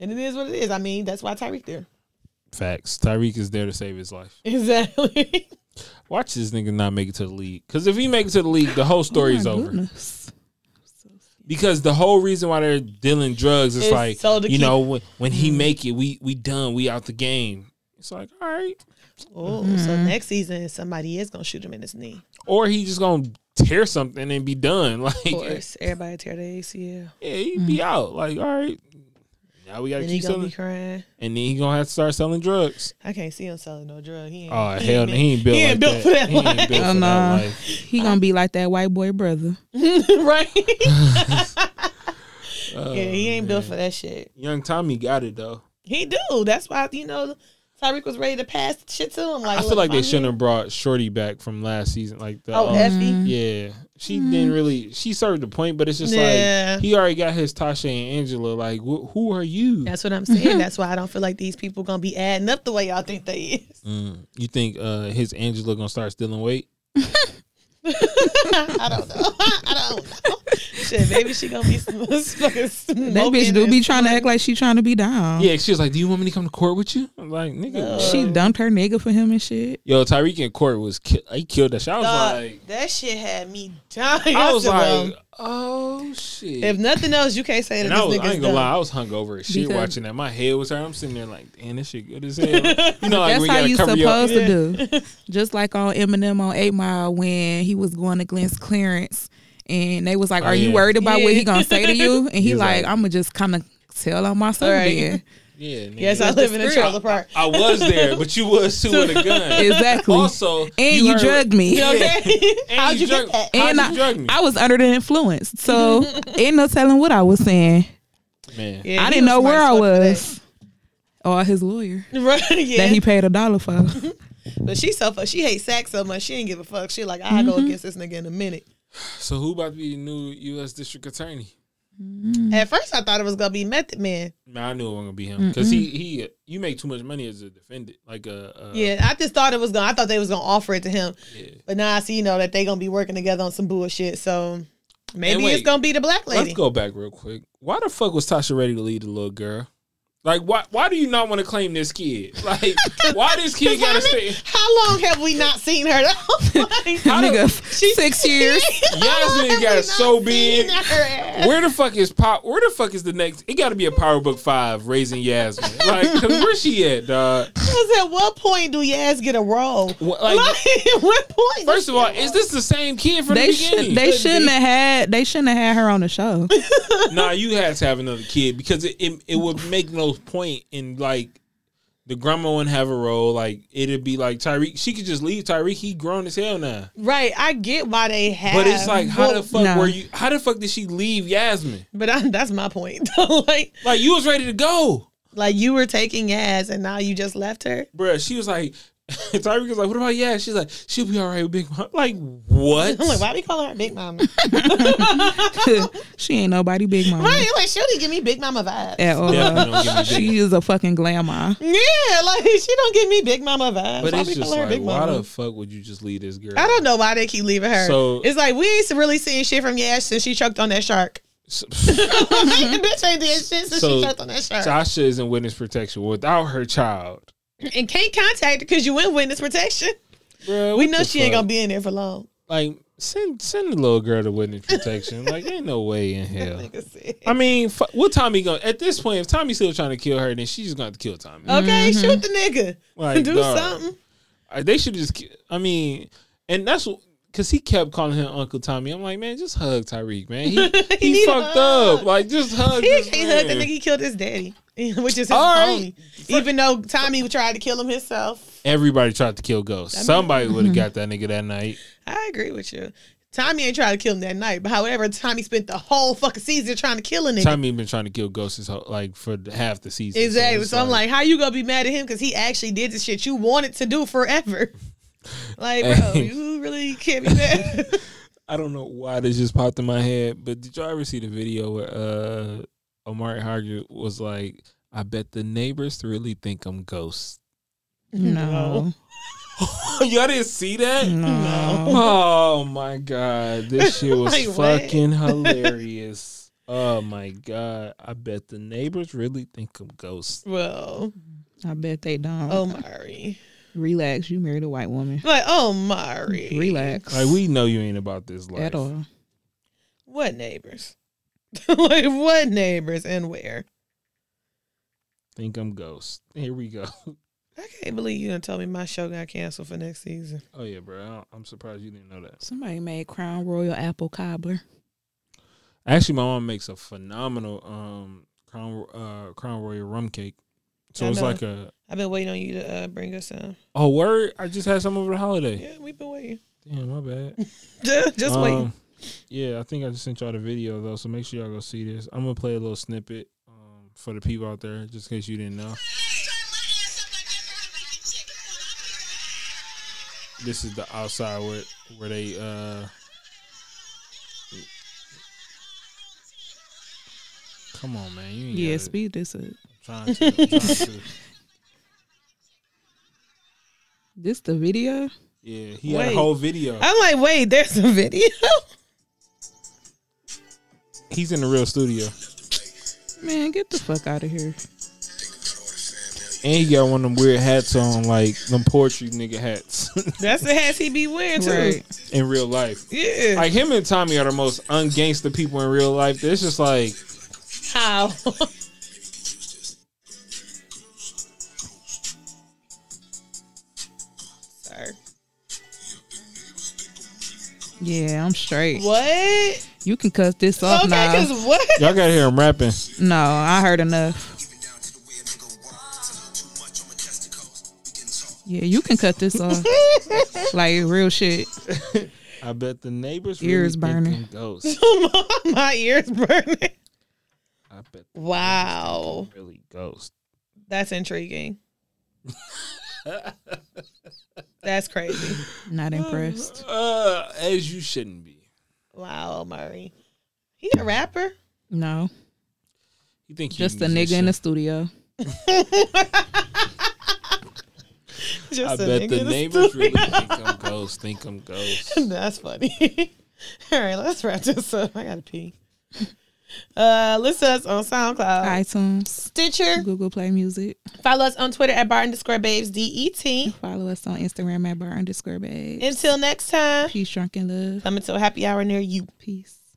[SPEAKER 3] And it is what it is. I mean, that's why Tyreek there.
[SPEAKER 5] Facts. Tyreek is there to save his life.
[SPEAKER 3] Exactly.
[SPEAKER 5] Watch this nigga not make it to the league. Because if he make it to the league, the whole
[SPEAKER 3] Oh
[SPEAKER 5] story's
[SPEAKER 4] Oh My
[SPEAKER 5] over.
[SPEAKER 4] goodness.
[SPEAKER 5] Because the whole reason why they're dealing drugs is
[SPEAKER 3] It's
[SPEAKER 5] like,
[SPEAKER 3] so to
[SPEAKER 5] you
[SPEAKER 3] keep- Mm-hmm.
[SPEAKER 5] know, when, when he make it, we we done, we out the game. It's like, all right.
[SPEAKER 3] Oh, so
[SPEAKER 5] Mm-hmm.
[SPEAKER 3] next season somebody is gonna shoot him in his knee.
[SPEAKER 5] Or he just gonna tear something and be done. Like,
[SPEAKER 3] Of course, everybody tear their ACL,
[SPEAKER 5] yeah, he be out. Like, all right. Now we gotta
[SPEAKER 3] and he
[SPEAKER 5] keep
[SPEAKER 3] gonna
[SPEAKER 5] selling,
[SPEAKER 3] be crying.
[SPEAKER 5] and then he gonna have to start selling drugs.
[SPEAKER 3] I can't see him selling no drug. He ain't,
[SPEAKER 5] Oh hell, no, he ain't built.
[SPEAKER 3] he
[SPEAKER 5] like
[SPEAKER 3] ain't built
[SPEAKER 5] that.
[SPEAKER 3] for that
[SPEAKER 5] He ain't
[SPEAKER 3] life.
[SPEAKER 5] built
[SPEAKER 4] Oh,
[SPEAKER 5] for that
[SPEAKER 4] no.
[SPEAKER 5] life.
[SPEAKER 4] He gonna be like that white boy brother.
[SPEAKER 3] right? yeah, he ain't
[SPEAKER 5] Oh,
[SPEAKER 3] built for that shit.
[SPEAKER 5] Young Tommy got it though.
[SPEAKER 3] He do. That's why you know Tyreek was ready to pass shit to him. Like
[SPEAKER 5] I feel
[SPEAKER 3] look,
[SPEAKER 5] like they
[SPEAKER 3] my
[SPEAKER 5] shouldn't have brought Shorty back from last season. Like the
[SPEAKER 3] man- Oh,
[SPEAKER 5] um,
[SPEAKER 3] Effie.
[SPEAKER 5] yeah, she didn't really. She served the point, but it's just
[SPEAKER 3] Yeah.
[SPEAKER 5] like he already got his Tasha and Angela. Like, wh- who are you?
[SPEAKER 3] That's what I'm saying. That's why I don't feel like these people gonna be adding up the way y'all think they is.
[SPEAKER 5] Mm. You think uh, his Angela gonna start stealing weight?
[SPEAKER 3] I don't know. I don't know. Shit, maybe she gonna be sm- fucking smoking.
[SPEAKER 4] That bitch do be
[SPEAKER 3] and-
[SPEAKER 4] trying to act like she trying to be down.
[SPEAKER 5] Yeah, she was like, "Do you want me to come to court with you?" I'm like, nigga,
[SPEAKER 3] No.
[SPEAKER 5] what?
[SPEAKER 4] She dumped her nigga for him and shit.
[SPEAKER 5] yo, Tyreek in court was ki- he killed that. shit. I was
[SPEAKER 3] Dog,
[SPEAKER 5] like,
[SPEAKER 3] that shit had me dying.
[SPEAKER 5] I was
[SPEAKER 3] said, well,
[SPEAKER 5] like, oh shit.
[SPEAKER 3] if nothing else, you can't say that
[SPEAKER 5] and I,
[SPEAKER 3] this
[SPEAKER 5] was,
[SPEAKER 3] nigga's
[SPEAKER 5] I ain't gonna
[SPEAKER 3] dumb.
[SPEAKER 5] lie, I was hungover as shit
[SPEAKER 4] Because-
[SPEAKER 5] watching that. My head was hurt. I'm sitting there like, damn, this shit good as hell. You know, like
[SPEAKER 4] That's
[SPEAKER 5] we
[SPEAKER 4] how
[SPEAKER 5] gotta
[SPEAKER 4] you
[SPEAKER 5] cover your
[SPEAKER 4] supposed to do. Just like on Eminem on Eight Mile when he was going to Glenn's clearance, and they was like,
[SPEAKER 5] Oh,
[SPEAKER 4] "Are you
[SPEAKER 5] yeah.
[SPEAKER 4] worried about what
[SPEAKER 3] Yeah.
[SPEAKER 4] he gonna say to you?" And he
[SPEAKER 5] He's
[SPEAKER 4] like,
[SPEAKER 5] like-
[SPEAKER 4] "I'm gonna just kind of tell on myself."
[SPEAKER 3] Right.
[SPEAKER 4] Then.
[SPEAKER 5] Yeah, nigga.
[SPEAKER 3] Yes, I live in a trailer park.
[SPEAKER 5] I was there, but you was too with a gun.
[SPEAKER 4] Exactly.
[SPEAKER 5] Also,
[SPEAKER 4] and you,
[SPEAKER 5] heard-
[SPEAKER 4] drugged me.
[SPEAKER 3] Okay.
[SPEAKER 5] And
[SPEAKER 3] How'd
[SPEAKER 5] you
[SPEAKER 3] you get
[SPEAKER 5] drugged,
[SPEAKER 3] that?
[SPEAKER 4] And
[SPEAKER 5] How'd you
[SPEAKER 4] I,
[SPEAKER 5] drug me?
[SPEAKER 4] I was under the influence, so ain't no telling what I was saying.
[SPEAKER 5] Man,
[SPEAKER 3] Yeah,
[SPEAKER 4] I
[SPEAKER 3] he
[SPEAKER 4] didn't know
[SPEAKER 3] smart
[SPEAKER 4] where
[SPEAKER 3] as
[SPEAKER 4] I
[SPEAKER 3] fuck for that.
[SPEAKER 4] was. Or his lawyer
[SPEAKER 3] Right, yeah.
[SPEAKER 4] that he paid a dollar for.
[SPEAKER 3] but she so fuck. She hates sack so much. She ain't give a fuck. She like I will
[SPEAKER 4] Mm-hmm.
[SPEAKER 3] go against this nigga in a minute.
[SPEAKER 5] so who about to be the new U.S. District Attorney?
[SPEAKER 3] At first, I thought it was gonna be Method Man.
[SPEAKER 5] Man, I knew it wasn't gonna be him because he he you make too much money as a defendant, like uh, a, a
[SPEAKER 3] Yeah, I just thought it was gonna. I thought they was gonna offer it to him.
[SPEAKER 5] Yeah.
[SPEAKER 3] But now I see, you know, that they gonna be working together on some bullshit. So maybe
[SPEAKER 5] And wait,
[SPEAKER 3] it's gonna be the black lady.
[SPEAKER 5] Let's go back real quick. Why the fuck was Tasha ready to leave the little girl? Like, why why do you not want to claim this kid? Like, why this kid gotta stay?
[SPEAKER 3] How long have we not seen her? though? Like,
[SPEAKER 4] Nigga, six years.
[SPEAKER 3] how long
[SPEAKER 5] Yasmin
[SPEAKER 3] have we
[SPEAKER 5] got
[SPEAKER 3] not
[SPEAKER 5] so
[SPEAKER 3] seen
[SPEAKER 5] big.
[SPEAKER 3] her ass?
[SPEAKER 5] Where the fuck is pop? Where the fuck is the next? It got to be a Power Book Five raising Yasmin. Like, 'cause where she at, dog?
[SPEAKER 3] 'Cause at what point do Yaz get a role?
[SPEAKER 5] What-
[SPEAKER 3] Like,
[SPEAKER 5] like-
[SPEAKER 3] at what point? does
[SPEAKER 5] First of
[SPEAKER 3] she
[SPEAKER 5] all,
[SPEAKER 3] get a
[SPEAKER 5] is
[SPEAKER 3] role?
[SPEAKER 5] this the same kid from
[SPEAKER 4] They
[SPEAKER 5] the
[SPEAKER 4] should
[SPEAKER 5] beginning?
[SPEAKER 4] they shouldn't have had they shouldn't have had her on the show.
[SPEAKER 5] nah, you had to have another kid because it, it it would make no point in like the grandma wouldn't have a role. Like it'd be like Tyreek. She could just leave Tyreek. He grown as hell now.
[SPEAKER 3] right? I get why they have,
[SPEAKER 5] But it's like, how the
[SPEAKER 3] but-
[SPEAKER 5] fuck
[SPEAKER 4] no.
[SPEAKER 5] were you? How the fuck did she leave Yasmin?
[SPEAKER 3] But I, that's my point. like,
[SPEAKER 5] Like you was ready to go,
[SPEAKER 3] like you were taking Yaz, and now you just left her.
[SPEAKER 5] bruh. She was like. Tyreek was like, "What about Yas?" She's like, "She'll be all right with Big Mom." Like, what?
[SPEAKER 3] I'm like, why we calling her Big Mama?
[SPEAKER 4] she ain't nobody big mama
[SPEAKER 3] right? Like, she don't give me Big Mama vibes.
[SPEAKER 4] at all.
[SPEAKER 5] Definitely don't give me big-
[SPEAKER 4] She is a fucking glamour.
[SPEAKER 3] Yeah, like she don't give me Big Mama vibes.
[SPEAKER 5] But
[SPEAKER 3] Why
[SPEAKER 5] it's
[SPEAKER 3] we
[SPEAKER 5] just
[SPEAKER 3] call her
[SPEAKER 5] like,
[SPEAKER 3] Big
[SPEAKER 5] why
[SPEAKER 3] Mama?
[SPEAKER 5] the fuck would you just leave this girl?
[SPEAKER 3] I don't know why they keep leaving her.
[SPEAKER 5] So-
[SPEAKER 3] it's like we ain't really seeing shit from Yash since she choked on that shark.
[SPEAKER 5] So-
[SPEAKER 3] like, the bitch ain't did shit since
[SPEAKER 5] So-
[SPEAKER 3] she choked on that shark.
[SPEAKER 5] Tasha is in witness protection without her child.
[SPEAKER 3] and can't contact her because you in witness protection.
[SPEAKER 5] Bruh,
[SPEAKER 3] We
[SPEAKER 5] what
[SPEAKER 3] know
[SPEAKER 5] the
[SPEAKER 3] she ain't
[SPEAKER 5] fuck?
[SPEAKER 3] gonna be in there for long.
[SPEAKER 5] like send send the little girl to witness protection. like ain't no way in hell.
[SPEAKER 3] Nigga said.
[SPEAKER 5] I mean, fu what Tommy going to at this point? If Tommy's still trying to kill her, then she's just going to kill Tommy.
[SPEAKER 3] Okay, shoot the nigga.
[SPEAKER 5] Like,
[SPEAKER 3] Do
[SPEAKER 5] dog.
[SPEAKER 3] something.
[SPEAKER 5] Uh, They should just. ki- I mean, and that's because he kept calling him Uncle Tommy. I'm like, man, just hug Tyreek, man. He, he,
[SPEAKER 3] need a
[SPEAKER 5] fucked
[SPEAKER 3] hug.
[SPEAKER 5] up. Like just hug.
[SPEAKER 3] He
[SPEAKER 5] this
[SPEAKER 3] can't hug the
[SPEAKER 5] man.
[SPEAKER 3] nigga. He killed his daddy, which is his
[SPEAKER 5] All right.
[SPEAKER 3] homie. Even though Tommy tried to kill him himself.
[SPEAKER 5] Everybody tried to kill Ghost. Somebody would have got that nigga that night.
[SPEAKER 3] I agree with you. Tommy ain't trying to kill him that night, but however, Tommy spent the whole fucking season trying to kill a nigga.
[SPEAKER 5] Tommy been trying to kill Ghost his whole, like for the- half the season.
[SPEAKER 3] exactly.
[SPEAKER 5] it's
[SPEAKER 3] So I'm like, how you gonna be mad at him because he actually did the shit you wanted to do forever? like, bro,
[SPEAKER 5] Hey.
[SPEAKER 3] you really can't be mad.
[SPEAKER 5] I don't know why this just popped in my head, but did y'all ever see the video where uh Omari Harger was like, I bet the neighbors really think I'm Ghost.
[SPEAKER 4] No.
[SPEAKER 5] y'all didn't see that?
[SPEAKER 4] No.
[SPEAKER 5] Oh my god. This shit was
[SPEAKER 3] Like, what?
[SPEAKER 5] fucking hilarious. Oh my god. I bet the neighbors really think I'm Ghost.
[SPEAKER 3] well,
[SPEAKER 4] oh. I bet they don't.
[SPEAKER 3] Omari,
[SPEAKER 4] Relax. You married a white woman.
[SPEAKER 3] Like, oh, Mari.
[SPEAKER 4] Relax.
[SPEAKER 5] Like we know you ain't about this life
[SPEAKER 4] at all.
[SPEAKER 3] What neighbors? like, what neighbors and where?
[SPEAKER 5] Think I'm ghost. Here we go.
[SPEAKER 3] I can't believe you done tell me my show got canceled for next season.
[SPEAKER 5] Oh yeah, bro. I don't- I'm surprised you didn't know that.
[SPEAKER 4] Somebody made Crown Royal apple cobbler.
[SPEAKER 5] Actually, my mom makes a phenomenal um crown uh crown royal rum cake. So
[SPEAKER 3] I
[SPEAKER 5] it's
[SPEAKER 3] know.
[SPEAKER 5] like a
[SPEAKER 3] I've been waiting on you to uh, bring us some.
[SPEAKER 5] oh word. I just had some over the holiday.
[SPEAKER 3] Yeah, we've been waiting.
[SPEAKER 5] Damn, my bad.
[SPEAKER 3] Just waiting.
[SPEAKER 5] Um, Yeah, I think I just sent y'all the video though, so make sure y'all go see this. I'm gonna play a little snippet um, for the people out there, just in case you didn't know. This is the outside where where they uh. Come on, man! You ain't
[SPEAKER 4] Yeah,
[SPEAKER 5] gotta-
[SPEAKER 4] speed this up.
[SPEAKER 5] I'm trying to. I'm trying to.
[SPEAKER 4] This the video?
[SPEAKER 5] Yeah, he had
[SPEAKER 3] Wait.
[SPEAKER 5] a whole video.
[SPEAKER 3] I'm like, wait, there's a video.
[SPEAKER 5] He's in the real studio,
[SPEAKER 4] Man, get the fuck out of here.
[SPEAKER 5] and he got one of them weird hats on, like them poetry nigga hats,
[SPEAKER 3] That's the hats he be wearing too.
[SPEAKER 4] Right.
[SPEAKER 5] in real life.
[SPEAKER 3] Yeah.
[SPEAKER 5] like him and Tommy are the most ungangster people in real life. It's just like
[SPEAKER 3] How? Sorry.
[SPEAKER 4] Yeah, I'm straight.
[SPEAKER 3] What?
[SPEAKER 4] You can cuss this off
[SPEAKER 3] Okay,
[SPEAKER 4] now.
[SPEAKER 3] because what?
[SPEAKER 5] y'all gotta hear him rapping.
[SPEAKER 4] No, I heard enough. Yeah, you can cut this off. like real shit.
[SPEAKER 5] I bet the neighbors
[SPEAKER 4] Ears
[SPEAKER 5] really think
[SPEAKER 4] burning.
[SPEAKER 5] I'm ghosts.
[SPEAKER 3] My ears burning.
[SPEAKER 5] I bet they
[SPEAKER 3] Wow.
[SPEAKER 4] Oh.
[SPEAKER 5] really ghosts.
[SPEAKER 3] That's intriguing. That's crazy.
[SPEAKER 4] Not impressed.
[SPEAKER 5] Uh, as you shouldn't be.
[SPEAKER 3] Wow, Murray. He a rapper?
[SPEAKER 4] No.
[SPEAKER 5] You think he
[SPEAKER 4] Just a nigga in the studio.
[SPEAKER 3] Just
[SPEAKER 5] I
[SPEAKER 3] a
[SPEAKER 5] bet
[SPEAKER 3] nigga
[SPEAKER 5] the
[SPEAKER 3] in
[SPEAKER 5] neighbors
[SPEAKER 3] studio.
[SPEAKER 5] really think I'm ghosts. Think I'm ghosts.
[SPEAKER 3] That's funny. All right, let's wrap this up. I gotta pee. Uh, listen to us on SoundCloud,
[SPEAKER 4] iTunes,
[SPEAKER 3] Stitcher.
[SPEAKER 4] Google Play Music.
[SPEAKER 3] Follow us on Twitter at bar underscore babes d e t.
[SPEAKER 4] Follow us on Instagram at bar underscore babe.
[SPEAKER 3] Until next time,
[SPEAKER 4] Peace, drunk, and love.
[SPEAKER 3] coming to a happy hour near you.
[SPEAKER 4] Peace.